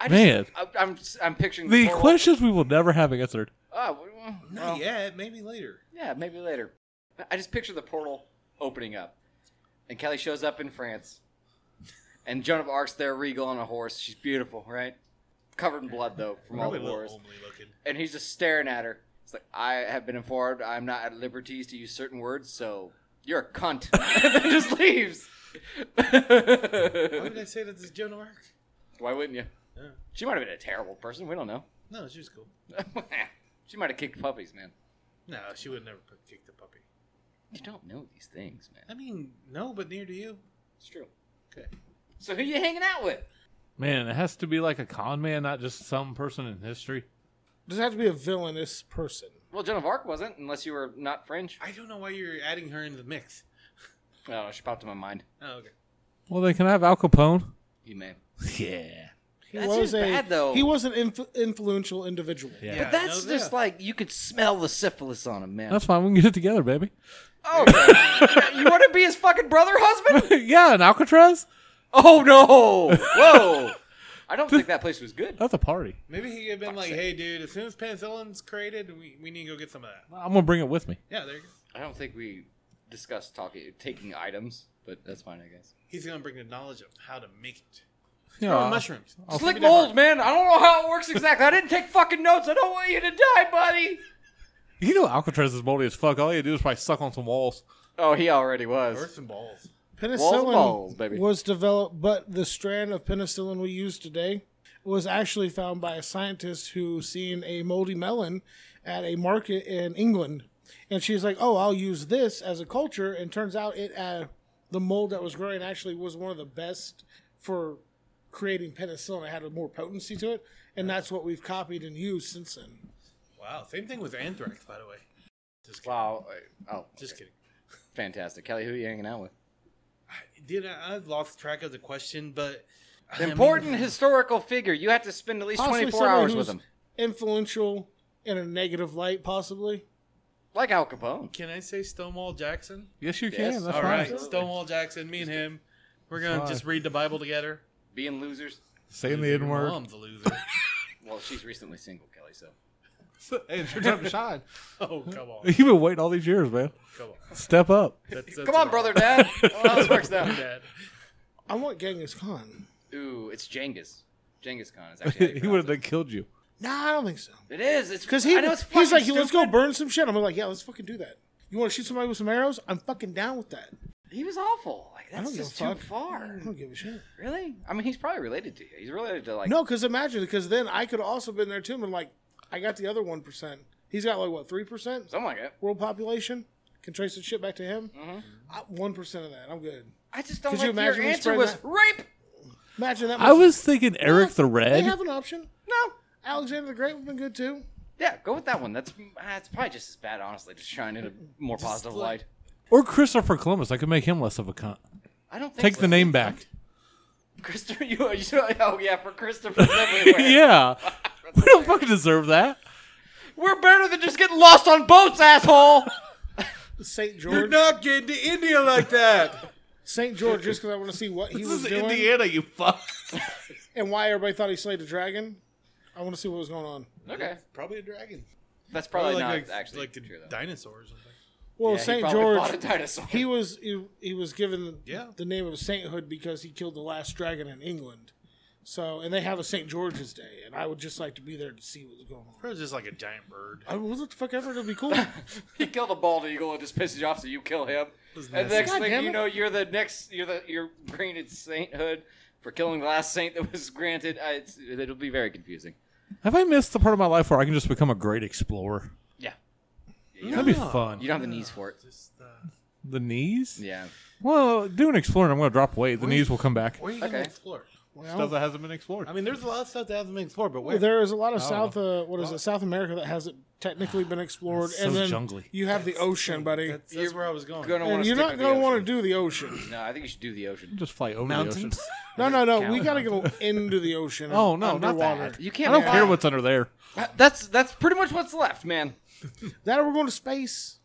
Speaker 2: I
Speaker 5: Man.
Speaker 2: I, I'm I'm picturing
Speaker 5: The
Speaker 2: moral-
Speaker 5: questions we will never have answered.
Speaker 2: Oh, well,
Speaker 3: Not yet. Maybe later.
Speaker 2: yeah, maybe later. I just picture the portal opening up, and Kelly shows up in France, and Joan of Arc's there, regal on a horse. She's beautiful, right? Covered in blood though from all
Speaker 3: Probably
Speaker 2: the
Speaker 3: a little
Speaker 2: wars.
Speaker 3: homely looking.
Speaker 2: and he's just staring at her. It's like, I have been informed I'm not at liberties to use certain words, so you're a cunt. and then just leaves.
Speaker 3: Why would I say that this is Joan of Arc?
Speaker 2: Why wouldn't you?
Speaker 3: Yeah.
Speaker 2: She might have been a terrible person. We don't know.
Speaker 3: No, she was cool.
Speaker 2: she might have kicked puppies, man.
Speaker 3: No, she would never put, kick the puppy.
Speaker 2: You don't know these things, man.
Speaker 3: I mean, no, but near to you.
Speaker 2: It's true.
Speaker 3: Okay.
Speaker 2: So who you hanging out with?
Speaker 5: Man, it has to be like a con man, not just some person in history.
Speaker 4: Does it have to be a villainous person?
Speaker 2: Well, Joan of Arc wasn't, unless you were not French.
Speaker 3: I don't know why you're adding her into the mix.
Speaker 2: Oh, she popped in my mind.
Speaker 3: Oh, okay.
Speaker 5: Well, they can have Al Capone.
Speaker 2: You may.
Speaker 5: Yeah.
Speaker 4: He
Speaker 2: That
Speaker 4: was
Speaker 2: seems
Speaker 4: a
Speaker 2: bad, though.
Speaker 4: he was an inf- influential individual.
Speaker 5: Yeah.
Speaker 2: But that's
Speaker 3: no,
Speaker 2: just
Speaker 3: yeah.
Speaker 2: like you could smell the syphilis on him, man.
Speaker 5: That's fine. We can get it together, baby.
Speaker 2: oh, okay. you want to be his fucking brother, husband?
Speaker 5: yeah, and Alcatraz?
Speaker 2: Oh no! Whoa! I don't think that place was good.
Speaker 5: That's a party.
Speaker 3: Maybe he could have been like, hey, dude, as soon as penicillin's created, we, we need to go get some of that.
Speaker 5: I'm going to bring it with me.
Speaker 3: Yeah, there you go.
Speaker 2: I don't think we discussed talking taking items, but that's fine, I guess.
Speaker 3: He's going to bring the knowledge of how to make it.
Speaker 5: Yeah. Oh,
Speaker 3: Throw in mushrooms.
Speaker 5: I'll-
Speaker 2: Slick mold, man. I don't know how it works exactly. I didn't take fucking notes. I don't want you to die, buddy.
Speaker 5: You know Alcatraz is moldy as fuck. All you do is probably suck on some walls.
Speaker 2: Oh, he already
Speaker 3: Or
Speaker 2: was.
Speaker 3: some balls.
Speaker 4: Penicillin
Speaker 2: balls, baby.
Speaker 4: was developed, but the strand of penicillin we use today was actually found by a scientist who seen a moldy melon at a market in England, and she's like, "Oh, I'll use this as a culture." And turns out it uh, the mold that was growing actually was one of the best for creating penicillin. It had a more potency to it, and that's what we've copied and used since then.
Speaker 3: Wow. Same thing with anthrax, by the way. Just kidding.
Speaker 2: Wow. Oh,
Speaker 3: Just kidding.
Speaker 2: fantastic, Kelly. Who you hanging out with?
Speaker 3: Dude, I, I've lost track of the question, but. I mean-
Speaker 2: Important historical figure. You have to spend at least
Speaker 4: Possibly
Speaker 2: twenty four
Speaker 4: someone
Speaker 2: hours
Speaker 4: who's
Speaker 2: with him,
Speaker 4: Influential in a negative light, possibly.
Speaker 2: like Al Capone.
Speaker 3: Can I say Stonewall Jackson?
Speaker 5: Yes, you
Speaker 2: Yes.
Speaker 5: can. That's fine.
Speaker 3: All right, Stonewall Jackson, me and him, we're gonna
Speaker 5: Fine.
Speaker 3: just read the Bible together.
Speaker 2: Being losers.
Speaker 5: Saying the
Speaker 3: Your
Speaker 5: N word.
Speaker 3: Mom's a loser.
Speaker 2: Well, she's recently single, Kelly. So
Speaker 5: Hey, it's your time to shine.
Speaker 3: oh come on,
Speaker 5: You've been waiting all these years, man.
Speaker 3: come on.
Speaker 5: Step up.
Speaker 3: That's, that's
Speaker 2: come on,
Speaker 3: wrong.
Speaker 2: brother, dad. How this works out.
Speaker 3: Dad.
Speaker 4: I want Genghis Khan.
Speaker 2: Ooh, it's Genghis. Genghis Khan is actually.
Speaker 5: he would have killed you.
Speaker 4: Nah, I don't think so.
Speaker 2: It is. It's
Speaker 4: Because he,
Speaker 2: I know it's
Speaker 4: he's like,
Speaker 2: fucking
Speaker 4: let's go
Speaker 2: stupid.
Speaker 4: burn some shit. I'm like, yeah, let's fucking do that. You want to shoot somebody with some arrows? I'm fucking down with that.
Speaker 2: He was awful. Like
Speaker 4: I don't
Speaker 2: that's
Speaker 4: give a
Speaker 2: just too
Speaker 4: fuck. Mm.
Speaker 2: far.
Speaker 4: I don't give a shit.
Speaker 2: Really? I mean, he's probably related to you. He's related to like.
Speaker 4: No, because imagine, because then I could have also been there too. And like, I got the other one percent. He's got like what three percent
Speaker 2: Something like that.
Speaker 4: world population. Can trace the shit back to him.
Speaker 2: Mm-hmm.
Speaker 4: One percent of that, I'm good.
Speaker 2: I just don't
Speaker 4: Could
Speaker 2: like
Speaker 4: you
Speaker 2: your
Speaker 4: imagine we
Speaker 2: answer
Speaker 4: spread
Speaker 2: was
Speaker 4: that?
Speaker 2: rape.
Speaker 4: Imagine that.
Speaker 5: I
Speaker 4: much-
Speaker 5: was thinking Eric the
Speaker 4: They
Speaker 5: Red.
Speaker 4: have an option.
Speaker 2: No.
Speaker 4: Alexander the Great would have been good too.
Speaker 2: Yeah, go with that one. That's that's probably just as bad, honestly. Just shine in a more positive
Speaker 3: like-
Speaker 2: light.
Speaker 5: Or Christopher Columbus. I could make him less of a cunt.
Speaker 2: I don't think
Speaker 5: Take
Speaker 2: so.
Speaker 5: the name back.
Speaker 2: Christopher. You, you should, oh yeah, for Christopher everywhere.
Speaker 5: yeah. We don't fucking deserve that.
Speaker 2: we're better than just getting lost on boats, asshole.
Speaker 4: Saint
Speaker 3: You're
Speaker 4: George.
Speaker 3: not getting to India like that.
Speaker 4: Saint George, just because I want to see what he
Speaker 5: This
Speaker 4: was
Speaker 5: is
Speaker 4: doing
Speaker 5: Indiana, you fuck.
Speaker 4: and why everybody thought he slayed a dragon. I want to see what was going on.
Speaker 2: okay,
Speaker 3: Probably a dragon.
Speaker 2: that's probably, not
Speaker 3: like,
Speaker 2: actually
Speaker 3: like a
Speaker 2: true though.
Speaker 3: dinosaur or something.
Speaker 4: Well,
Speaker 2: Yeah, he
Speaker 4: Saint
Speaker 2: probably
Speaker 4: George,
Speaker 2: fought a dinosaur.
Speaker 4: he was he, he was given the,
Speaker 3: Yeah.
Speaker 4: the name of sainthood because he killed the last dragon in England. So, and they have a Saint George's Day, and I would just like to be there to see what was going on.
Speaker 3: Probably just like a giant bird.
Speaker 4: I would what the fuck ever. It'll be cool.
Speaker 2: He killed a bald eagle and just pisses you off, so you kill him.
Speaker 3: was
Speaker 2: And the
Speaker 3: nasty.
Speaker 2: next
Speaker 4: God
Speaker 2: thing
Speaker 4: damn
Speaker 2: you
Speaker 4: it.
Speaker 2: know, you're the next, you're the you're granted sainthood for killing the last saint that was granted. I, it's, it'll be very confusing.
Speaker 5: Have I missed the part of my life where I can just become a great explorer?
Speaker 2: Yeah,
Speaker 5: That'd be
Speaker 3: No.
Speaker 5: fun.
Speaker 2: you don't have the knees for it.
Speaker 3: Just, uh,
Speaker 5: The knees?
Speaker 2: Yeah,
Speaker 5: Well, doing exploring, I'm going to drop weight. The knees will come back.
Speaker 3: where are you gonna
Speaker 2: Okay.
Speaker 3: explore?
Speaker 5: Stuff
Speaker 4: Well,
Speaker 5: that hasn't been explored.
Speaker 3: I mean, there's a lot of stuff that Oh. hasn't been explored, but where?
Speaker 4: there is a lot of South.
Speaker 5: know.
Speaker 4: Uh, what is it? South America that hasn't technically been explored,
Speaker 5: That's
Speaker 4: and
Speaker 5: so
Speaker 4: then
Speaker 5: jungly.
Speaker 4: you have the ocean, buddy.
Speaker 3: that's that's where I was going.
Speaker 2: gonna want
Speaker 4: and
Speaker 2: to.
Speaker 4: you're not
Speaker 2: going
Speaker 4: gonna want to do the ocean.
Speaker 2: No, I think you should do the ocean.
Speaker 5: just fly over the ocean.
Speaker 3: Mountains.
Speaker 4: No, no, no. We gotta go into the ocean.
Speaker 5: Oh, no, not
Speaker 4: underwater.
Speaker 5: that.
Speaker 2: You
Speaker 5: I
Speaker 2: can't.
Speaker 5: don't
Speaker 2: fly-
Speaker 5: care what's under there.
Speaker 2: That's that's pretty much what's left, man.
Speaker 4: That or we're going to space.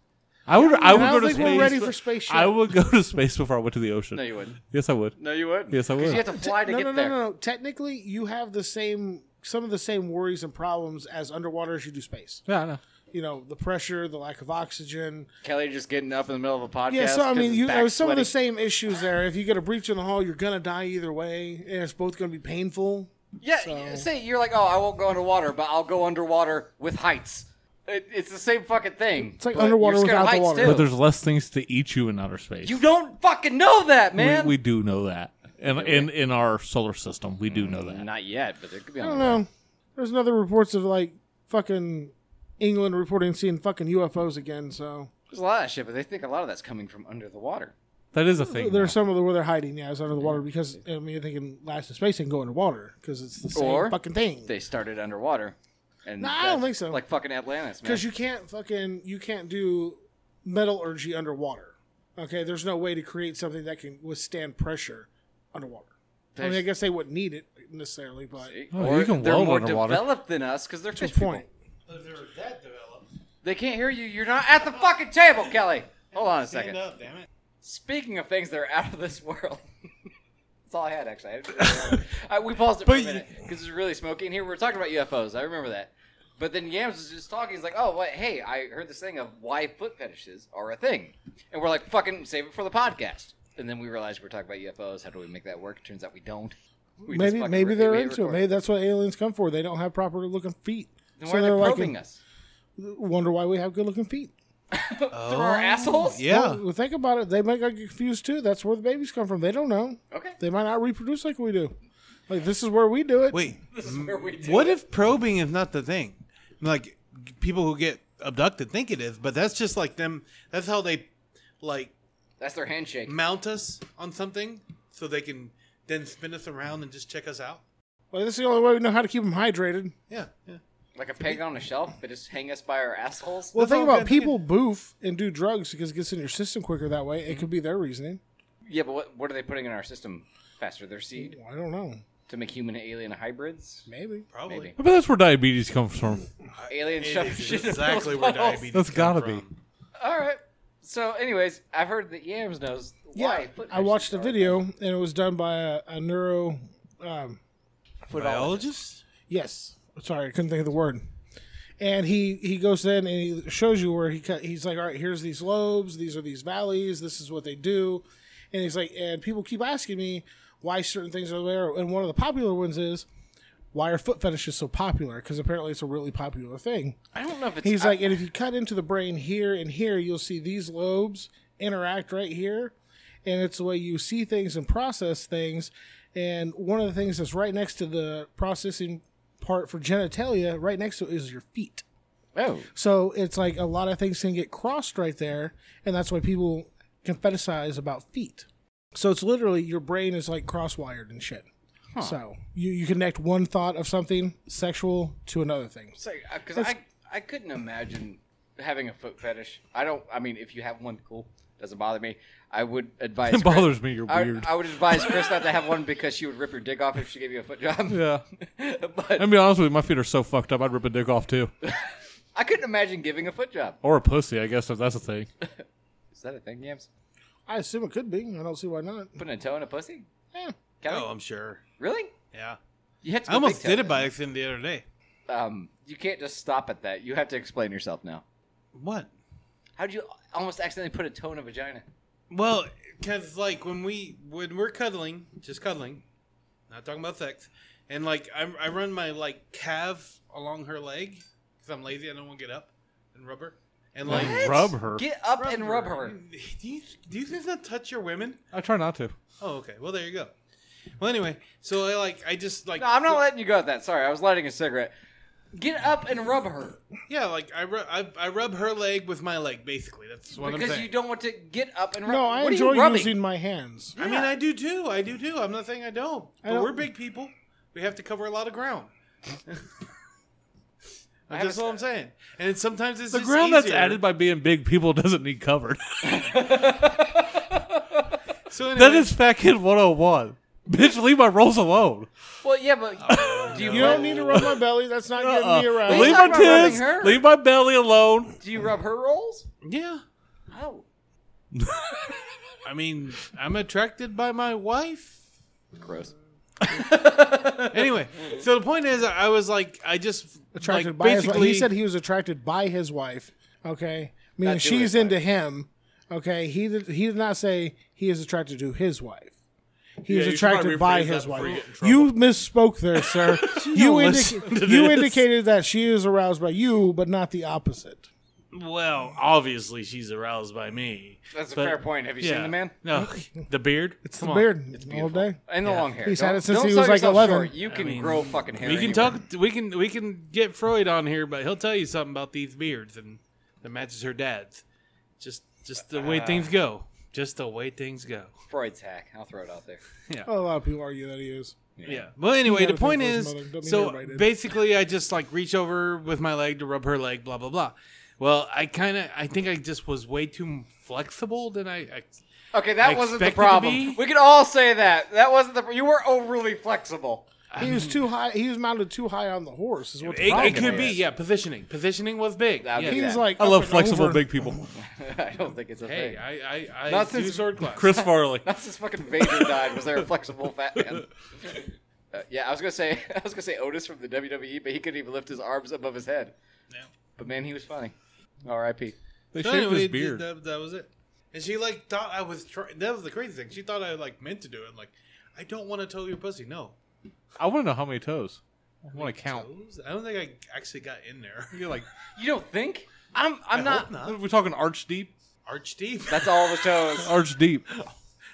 Speaker 5: I would. I would
Speaker 4: I
Speaker 5: go
Speaker 4: don't
Speaker 5: to
Speaker 4: think
Speaker 5: space.
Speaker 4: we're ready for spaceship.
Speaker 5: I would go to space before I went to the ocean.
Speaker 2: No, you wouldn't.
Speaker 5: Yes, I would.
Speaker 2: No, you wouldn't.
Speaker 5: Yes, I
Speaker 2: 'Cause
Speaker 5: would.
Speaker 2: You have to fly to
Speaker 4: no,
Speaker 2: get
Speaker 4: no, no,
Speaker 2: there.
Speaker 4: no, no. Technically, you have the same some of the same worries and problems as underwater as you do space.
Speaker 5: Yeah, I know.
Speaker 4: You know, the pressure, the lack of oxygen.
Speaker 2: Kelly just getting up in the middle of a podcast.
Speaker 4: Yeah, so I
Speaker 2: 'cause
Speaker 4: mean,
Speaker 2: his
Speaker 4: you
Speaker 2: back's
Speaker 4: there's some of the
Speaker 2: sweaty.
Speaker 4: same issues there. If you get a breach in the hull, you're gonna die either way, and it's both gonna be painful.
Speaker 2: Yeah,
Speaker 4: so-
Speaker 2: say you're like, oh, I won't go underwater, but I'll go underwater with heights. It, it's the same fucking thing.
Speaker 4: It's like
Speaker 2: but
Speaker 4: underwater
Speaker 2: you're scared of
Speaker 4: without the
Speaker 2: heights,
Speaker 4: water.
Speaker 2: too.
Speaker 5: But there's less things to eat you in outer space.
Speaker 2: you don't fucking know that, man.
Speaker 5: We, we do know that. And in, in our solar system, we do know that.
Speaker 2: Not yet, but there could be.
Speaker 4: I don't know. There's another reports of like fucking England reporting seeing fucking UFOs again. So
Speaker 2: There's a lot of shit, but they think a lot of that's coming from under the water.
Speaker 5: That is a thing.
Speaker 4: there's
Speaker 5: now.
Speaker 4: some of the where they're hiding. Yeah, it's under the water because I mean they can last in space and go underwater because it's the same
Speaker 2: Or
Speaker 4: fucking thing.
Speaker 2: They started underwater. And
Speaker 4: No, I don't
Speaker 2: that's
Speaker 4: think so.
Speaker 2: Like fucking Atlantis, man.
Speaker 4: Because you can't fucking you can't do metallurgy underwater. Okay, there's no way to create something that can withstand pressure underwater. I mean, I
Speaker 2: There's-
Speaker 4: guess they wouldn't need it necessarily, but
Speaker 2: See?
Speaker 5: Oh,
Speaker 2: Or
Speaker 5: you can
Speaker 2: they're
Speaker 5: weld
Speaker 2: more
Speaker 5: underwater.
Speaker 2: developed than us because they're
Speaker 4: to a
Speaker 2: fish people.
Speaker 4: point.
Speaker 3: They're that developed.
Speaker 2: They can't hear you. You're not at the fucking table, Kelly. Hold on a
Speaker 3: Stand
Speaker 2: second.
Speaker 3: up, damn it.
Speaker 2: Speaking of things that are out of this world, that's all I had actually. I had- I, we paused it for
Speaker 3: But
Speaker 2: a
Speaker 3: you-
Speaker 2: minute because it's really smoky in here. We were talking about UFOs. I remember that. But then Yams was just talking. He's like, "Oh, wait, hey, I heard this thing of why foot fetishes are a thing," and we're like, "Fucking save it for the podcast." And then we realized we we're talking about UFOs. How do we make that work? Turns out we don't. We just
Speaker 4: Maybe
Speaker 2: fucking
Speaker 4: maybe
Speaker 2: re-
Speaker 4: they're
Speaker 2: we
Speaker 4: into it.
Speaker 2: record.
Speaker 4: Maybe that's what aliens come for. They don't have proper looking feet,
Speaker 2: Then why are they probing us
Speaker 4: wonder why we have good looking feet.
Speaker 2: through our assholes?
Speaker 3: Yeah.
Speaker 5: Oh,
Speaker 4: Well, think about it. They might get confused too. That's where the babies come from. They don't know.
Speaker 2: Okay.
Speaker 4: They might not reproduce like we do. Like this is where we do it.
Speaker 3: Wait,
Speaker 2: Where we do
Speaker 3: what
Speaker 2: it.
Speaker 3: if probing is not the thing? Like people who get abducted think it is, but that's just like them. That's how they like
Speaker 2: That's their handshake.
Speaker 3: mount us on something so they can then spin us around and just check us out.
Speaker 4: Like this is the only way we know how to keep them hydrated.
Speaker 3: Yeah, yeah.
Speaker 2: Like a peg on a shelf, but just hang us by our assholes.
Speaker 4: Well,
Speaker 3: That's
Speaker 4: think
Speaker 3: all I'm
Speaker 4: about
Speaker 3: thinking.
Speaker 4: people boof and do drugs because it gets in your system quicker that way. It could be their reasoning.
Speaker 2: Yeah, but what, what are they putting in our system faster? Their seed
Speaker 4: I don't know.
Speaker 2: to make human and alien hybrids?
Speaker 4: Maybe.
Speaker 3: Probably.
Speaker 2: Maybe.
Speaker 5: I bet that's where diabetes comes from.
Speaker 2: Aliens
Speaker 3: It
Speaker 2: shove
Speaker 3: is
Speaker 2: shit in
Speaker 3: exactly
Speaker 2: people's
Speaker 3: where
Speaker 2: balls.
Speaker 3: diabetes.
Speaker 5: That's
Speaker 3: come
Speaker 5: gotta
Speaker 3: from.
Speaker 5: be.
Speaker 2: All right. So, anyways, I've heard that Yams knows
Speaker 4: Yeah,
Speaker 2: why. foot
Speaker 4: I watched the
Speaker 2: fetishes are-
Speaker 4: video and it was done by a, a neuro. Um,
Speaker 3: Biologist.
Speaker 4: yes, sorry, I couldn't think of the word. And he he goes in and he shows you where he cut. He's like, all right, here's these lobes. These are these valleys. This is what they do. And he's like, and people keep asking me why certain things are there. And one of the popular ones is why are foot fetishes so popular? Because apparently it's a really popular thing.
Speaker 2: I don't know if it's.
Speaker 4: He's
Speaker 2: I-
Speaker 4: like, and if you cut into the brain here and here, you'll see these lobes interact right here, and it's the way you see things and process things. And one of the things that's right next to the processing part for genitalia, right next to it, is your feet.
Speaker 2: oh,
Speaker 4: So it's like a lot of things can get crossed right there, and that's why people can fetishize about feet. So it's literally your brain is like crosswired and shit. So you, you connect one thought of something sexual to another thing.
Speaker 2: it's like because I I couldn't imagine having a foot fetish. I don't. I mean, if you have one, cool. Doesn't bother me. I would advise.
Speaker 5: It
Speaker 2: Chris-
Speaker 5: bothers me, you're
Speaker 2: I-
Speaker 5: weird.
Speaker 2: I would advise Chris not to have one because she would rip your dick off if she gave you a foot job.
Speaker 5: Yeah.
Speaker 2: but
Speaker 5: And be honest with you, my feet are so fucked up, I'd rip a dick off too.
Speaker 2: I couldn't imagine giving a foot job.
Speaker 5: Or a pussy, I guess, if that's a thing.
Speaker 2: Is that a thing, Yams?
Speaker 4: I assume it could be. I don't see why not.
Speaker 2: Putting a toe in a pussy?
Speaker 4: Eh.
Speaker 2: Kelly?
Speaker 3: Oh, I'm sure.
Speaker 2: Really?
Speaker 3: Yeah.
Speaker 2: You had to
Speaker 3: I
Speaker 2: go
Speaker 3: almost
Speaker 2: big toe.
Speaker 3: did it by accident the other day.
Speaker 2: Um, you can't just stop at that. You have to explain yourself now.
Speaker 3: What?
Speaker 2: How'd you almost accidentally put a toe in a vagina?
Speaker 3: Well, because like when we when we're cuddling, just cuddling, not talking about sex, and like I, I run my like calf along her leg because I'm lazy. I don't want to get up and rub her. And like
Speaker 5: Rub her.
Speaker 2: Get up and rub her.
Speaker 3: Do you do you guys not touch your women?
Speaker 5: I try not to.
Speaker 3: Oh, okay. Well, there you go. Well, anyway, so I like I just like
Speaker 2: No, I'm not letting you go with that. Sorry, I was lighting a cigarette. Get up and rub her
Speaker 3: yeah, like I, ru- I I rub her leg with my leg basically. That's what I'm
Speaker 2: because
Speaker 3: saying.
Speaker 2: you don't want to get up and rub.
Speaker 4: No, I
Speaker 2: what
Speaker 4: enjoy
Speaker 2: are you rubbing?
Speaker 4: using my hands.
Speaker 3: I mean, I do too. I do too. I'm not saying I don't. But
Speaker 4: don't-
Speaker 3: we're big people. We have to cover a lot of ground.
Speaker 2: have
Speaker 3: That's
Speaker 2: a-
Speaker 3: all I'm saying. And it's- sometimes it's
Speaker 5: The
Speaker 3: just
Speaker 5: ground that's
Speaker 3: easier.
Speaker 5: added by being big people doesn't need covered.
Speaker 3: So anyway,
Speaker 5: that is Fat Kid 101. Bitch, leave my rolls alone.
Speaker 2: Well, yeah, but do you,
Speaker 4: Oh, You
Speaker 2: rub,
Speaker 4: don't need to rub my belly. That's not
Speaker 5: Uh-uh.
Speaker 4: getting me aroused.
Speaker 5: Leave
Speaker 2: talking
Speaker 5: my
Speaker 2: about rubbing
Speaker 5: tits.
Speaker 2: her.
Speaker 5: Leave my belly alone.
Speaker 2: do you rub her rolls?
Speaker 3: yeah.
Speaker 2: Oh,
Speaker 3: I mean, I'm attracted by my wife.
Speaker 2: gross.
Speaker 3: Anyway, so the point is, I was like, I just
Speaker 4: attracted
Speaker 3: like,
Speaker 4: by his wife.
Speaker 3: basically
Speaker 4: He said he was attracted by his wife. Okay, meaning
Speaker 2: Not to his
Speaker 4: she's into him. Okay, he did, he did not say he is attracted to his wife. He was
Speaker 5: Yeah, you should probably
Speaker 4: attracted by
Speaker 5: rephrase
Speaker 4: his
Speaker 5: that before you
Speaker 4: wife.
Speaker 5: get in
Speaker 4: You misspoke there, sir. you
Speaker 5: don't
Speaker 4: indica-
Speaker 5: listen to
Speaker 4: you
Speaker 5: this.
Speaker 4: indicated that she is aroused by you, but not the opposite.
Speaker 3: Well, obviously she's aroused by me.
Speaker 2: That's a
Speaker 3: But-
Speaker 2: fair point. Have you seen the man?
Speaker 3: No, the beard.
Speaker 4: It's the beard all day.
Speaker 2: And the long hair.
Speaker 4: He's
Speaker 2: Don't-
Speaker 4: had it since
Speaker 2: don't
Speaker 4: he
Speaker 2: sell
Speaker 4: was, like,
Speaker 2: yourself
Speaker 4: 11.
Speaker 2: short. You can
Speaker 3: mean,
Speaker 2: grow fucking hair.
Speaker 3: We can
Speaker 2: anywhere.
Speaker 3: talk. We can we can get Freud on here, but he'll tell you something about these beards and that matches her dad's. Just just the way
Speaker 2: Ah.
Speaker 3: things go. Just the way things go.
Speaker 2: Freud's hack. I'll throw it out there.
Speaker 4: A lot of people argue that he is.
Speaker 3: Yeah. Well, anyway,
Speaker 4: gotta
Speaker 3: the point
Speaker 4: think for his
Speaker 3: is,
Speaker 4: mother. Don't mean
Speaker 3: so
Speaker 4: everybody did.
Speaker 3: basically, I just like reach over with my leg to rub her leg, blah blah blah. Well, I kind of, I think I just was way too flexible than I. I
Speaker 2: Okay, that
Speaker 3: I
Speaker 2: wasn't the
Speaker 3: expected to
Speaker 2: problem.
Speaker 3: be.
Speaker 2: We could all say that. That wasn't the. You were overly flexible.
Speaker 4: He was too high. He was mounted too high on the horse. Is what the
Speaker 3: it,
Speaker 4: problem
Speaker 3: it could
Speaker 4: is.
Speaker 3: be, yeah. Positioning, positioning was big.
Speaker 2: That'd
Speaker 3: Yeah.
Speaker 2: be
Speaker 4: He was
Speaker 2: that.
Speaker 4: like,
Speaker 5: I
Speaker 4: up
Speaker 5: love
Speaker 4: and
Speaker 5: flexible
Speaker 4: over.
Speaker 5: big people.
Speaker 2: I don't think it's a
Speaker 3: Hey,
Speaker 2: thing.
Speaker 3: I, I, I
Speaker 2: Not
Speaker 3: do
Speaker 2: since-
Speaker 3: sword class.
Speaker 5: Chris Farley.
Speaker 2: Not since fucking Vader died was there a flexible fat man. Uh, yeah, I was gonna say I was gonna say Otis from the WWE, but he couldn't even lift his arms above his head.
Speaker 3: Yeah.
Speaker 2: But man, he was funny. R.I.P.
Speaker 5: They
Speaker 3: So
Speaker 5: shaved
Speaker 3: anyway,
Speaker 5: his
Speaker 3: th-
Speaker 5: beard.
Speaker 3: That, that was it. And she like thought I was. Try- that was the crazy thing. She thought I like meant to do it. Like, I don't want to toe your pussy. No.
Speaker 5: I want to know how many toes. I want to count.
Speaker 3: Toes? I don't think I actually got in there.
Speaker 5: You're like,
Speaker 2: You don't think? I'm I'm
Speaker 3: I
Speaker 2: not.
Speaker 3: hope not.
Speaker 5: we're talking arch deep.
Speaker 3: Arch deep.
Speaker 2: That's all the toes.
Speaker 5: Arch deep.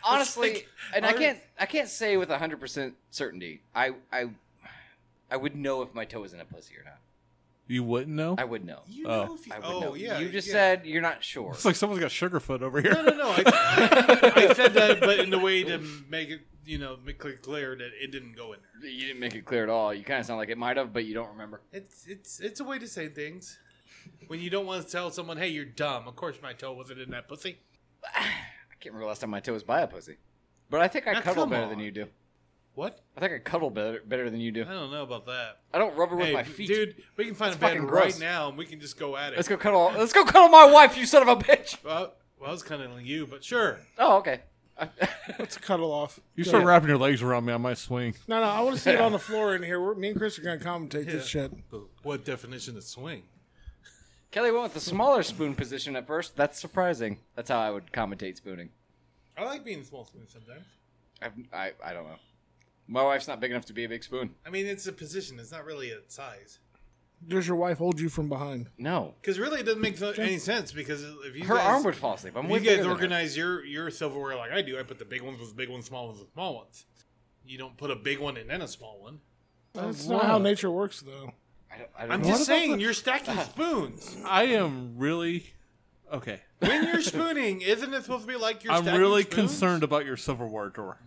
Speaker 2: honestly,
Speaker 3: like-
Speaker 2: and I
Speaker 3: Ar-
Speaker 2: can't I can't say with hundred percent certainty. I I I would know if my toe was in a pussy or not.
Speaker 5: You wouldn't know.
Speaker 2: I would know.
Speaker 3: You
Speaker 5: Oh.
Speaker 3: know if you,
Speaker 2: I would
Speaker 3: oh
Speaker 2: know.
Speaker 3: yeah.
Speaker 2: you just
Speaker 3: yeah.
Speaker 2: said you're not sure.
Speaker 5: It's like someone's got sugarfoot over
Speaker 3: No, no,
Speaker 5: here.
Speaker 3: no. I, I said that, but in the way to make it, you know, make it clear that it didn't go in there.
Speaker 2: You didn't make it clear at all. You kind of sound like it might have, but you don't remember.
Speaker 3: It's it's it's a way to say things when you don't want to tell someone, "Hey, you're dumb." Of course, my toe wasn't in that pussy.
Speaker 2: I can't remember last time my toe was by a pussy. But I think I
Speaker 3: Now,
Speaker 2: cuddle
Speaker 3: come
Speaker 2: better
Speaker 3: on.
Speaker 2: than you do.
Speaker 3: What?
Speaker 2: I think I cuddle better better than you do.
Speaker 3: I don't know about that.
Speaker 2: I don't rubber with
Speaker 3: Uh, Hey,
Speaker 2: my feet.
Speaker 3: dude, we can find
Speaker 2: It's
Speaker 3: a bed
Speaker 2: fucking
Speaker 3: right
Speaker 2: gross.
Speaker 3: now, and we can just go at it.
Speaker 2: Let's go cuddle. Let's go cuddle my wife, you son of a bitch.
Speaker 3: Well, well, I was kind of you, but sure.
Speaker 2: Oh, okay. I-
Speaker 4: Let's cuddle off.
Speaker 5: You
Speaker 4: Go
Speaker 5: start
Speaker 4: ahead.
Speaker 5: wrapping your legs around me, I might swing.
Speaker 4: No, no. I want to see it on the floor in here. We're, me and Chris are gonna commentate this shit.
Speaker 3: What definition of swing?
Speaker 2: Kelly went with the smaller spoon position at first. That's surprising. That's how I would commentate spooning.
Speaker 3: I like being small spoon sometimes.
Speaker 2: I've, I I don't know. My wife's not big enough to be a big spoon.
Speaker 3: I mean, it's a position. It's not really a size.
Speaker 4: Does your wife hold you from behind?
Speaker 2: No,
Speaker 3: Because really, it doesn't make so- any sense. Because if you
Speaker 2: her
Speaker 3: guys,
Speaker 2: arm would fall asleep. I'm
Speaker 3: if
Speaker 2: way
Speaker 3: you guys
Speaker 2: bigger than her.
Speaker 3: organize your your silverware like I do, I put the big ones with big ones, small ones with small ones. You don't put a big one and then a small one.
Speaker 4: That's not how nature works, though.
Speaker 2: I don't, I don't
Speaker 3: I'm
Speaker 2: know.
Speaker 3: just saying, you're stacking spoons.
Speaker 5: I am really okay.
Speaker 3: When you're spooning, isn't it supposed to be like you're?
Speaker 5: I'm
Speaker 3: stacking
Speaker 5: really
Speaker 3: spoons?
Speaker 5: concerned about your silverware drawer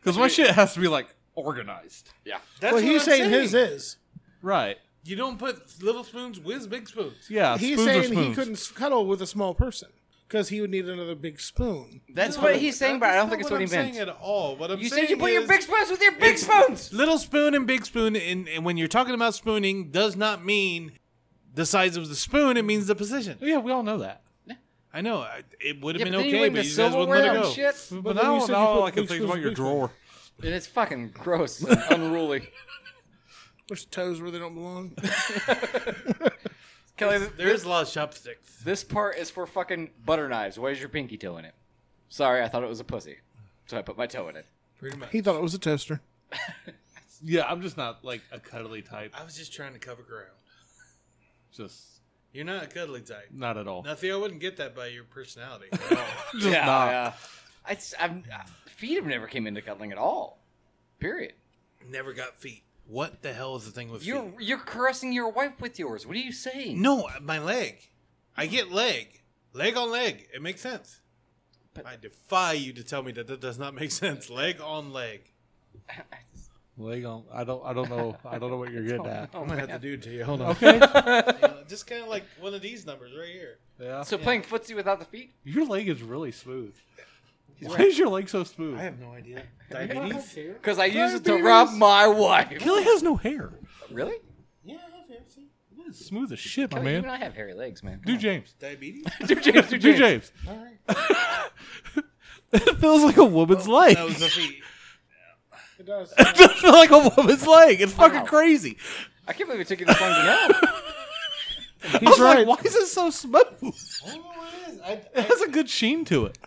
Speaker 5: because my shit has to be like organized,
Speaker 2: yeah.
Speaker 3: That's
Speaker 4: well,
Speaker 3: what
Speaker 4: he's
Speaker 3: I'm
Speaker 4: saying, his is.
Speaker 5: right?
Speaker 3: You don't put little spoons with big spoons.
Speaker 5: Yeah,
Speaker 4: He's
Speaker 5: Uh, spoons are
Speaker 4: saying he
Speaker 5: spoons.
Speaker 4: couldn't s- cuddle with a small person because he would need another big spoon.
Speaker 2: That's what he's saying, but I
Speaker 3: That's
Speaker 2: don't
Speaker 3: not
Speaker 2: think it's what,
Speaker 3: I'm
Speaker 2: he meant.
Speaker 3: saying at all. What I'm
Speaker 2: You
Speaker 3: saying
Speaker 2: said you put your
Speaker 3: is-
Speaker 2: big spoons with your big
Speaker 3: It's-
Speaker 2: spoons.
Speaker 3: Little spoon and big spoon, and, and when you're talking about spooning, does not mean the size of the spoon. It means the position.
Speaker 5: yeah, we all know that.
Speaker 3: I know I, it would have
Speaker 2: Yeah,
Speaker 3: been
Speaker 2: but then you
Speaker 3: okay,
Speaker 2: went
Speaker 3: but
Speaker 2: to
Speaker 3: you guys wouldn't let it
Speaker 2: silverware
Speaker 3: go.
Speaker 2: and shit.
Speaker 5: But,
Speaker 4: But then you
Speaker 5: now,
Speaker 4: said
Speaker 5: now
Speaker 4: you put
Speaker 5: all I can
Speaker 4: big
Speaker 5: think is about
Speaker 4: spoons,
Speaker 5: your
Speaker 4: big
Speaker 5: drawer.
Speaker 2: And it's fucking gross and unruly.
Speaker 4: There's toes where they don't belong.
Speaker 2: Kelly,
Speaker 3: There is a lot of chopsticks.
Speaker 2: This part is for fucking butter knives. Why is your pinky toe in it? Sorry, I thought it was a pussy. So I put my toe in it.
Speaker 3: Pretty much.
Speaker 4: he thought it was a toaster.
Speaker 5: Yeah, I'm just not like a cuddly type.
Speaker 3: I was just trying to cover ground.
Speaker 5: Just
Speaker 3: You're not a cuddly type.
Speaker 5: not at all.
Speaker 3: Nothing. I wouldn't get that by your personality.
Speaker 5: Just not.
Speaker 2: I, am feet have never came into cuddling at all. Period.
Speaker 3: Never got feet. What the hell is the thing with
Speaker 2: You're
Speaker 3: feet?
Speaker 2: you're caressing your wife with yours. What are you saying?
Speaker 3: No, my leg. I get leg. Leg on leg. It makes sense.
Speaker 2: But-
Speaker 3: I defy you to tell me that that does not make sense. Leg on leg.
Speaker 5: Leg on. I don't. I don't know. I don't know what you're getting at.
Speaker 3: I'm gonna have to do it to you. Hold on.
Speaker 5: Okay.
Speaker 3: just kind of like one of these numbers right here.
Speaker 5: Yeah.
Speaker 2: So playing footsie without the feet?
Speaker 5: Your leg is really smooth. Why is your leg so smooth?
Speaker 3: have no idea. Diabetes?
Speaker 2: Because I use it to rub my wife.
Speaker 5: Kelly has no hair.
Speaker 2: Really?
Speaker 4: Oh,
Speaker 3: yeah, I have hair. see?
Speaker 5: It's smooth as shit, my
Speaker 2: Kelly, You and
Speaker 5: man.
Speaker 2: I have hairy legs, man.
Speaker 5: Do James.
Speaker 3: Diabetes?
Speaker 2: Do James. Do
Speaker 5: Do
Speaker 2: James.
Speaker 5: James. it feels like a woman's leg.
Speaker 3: that was a feat.
Speaker 4: It does.
Speaker 5: it does feel like a woman's leg. It's fucking
Speaker 2: Wow.
Speaker 5: crazy.
Speaker 2: I can't believe it took you this long to know.
Speaker 5: I was
Speaker 4: He's right.
Speaker 5: like, why is it so smooth? It
Speaker 3: I don't know what it is. I,
Speaker 5: has a good sheen to it.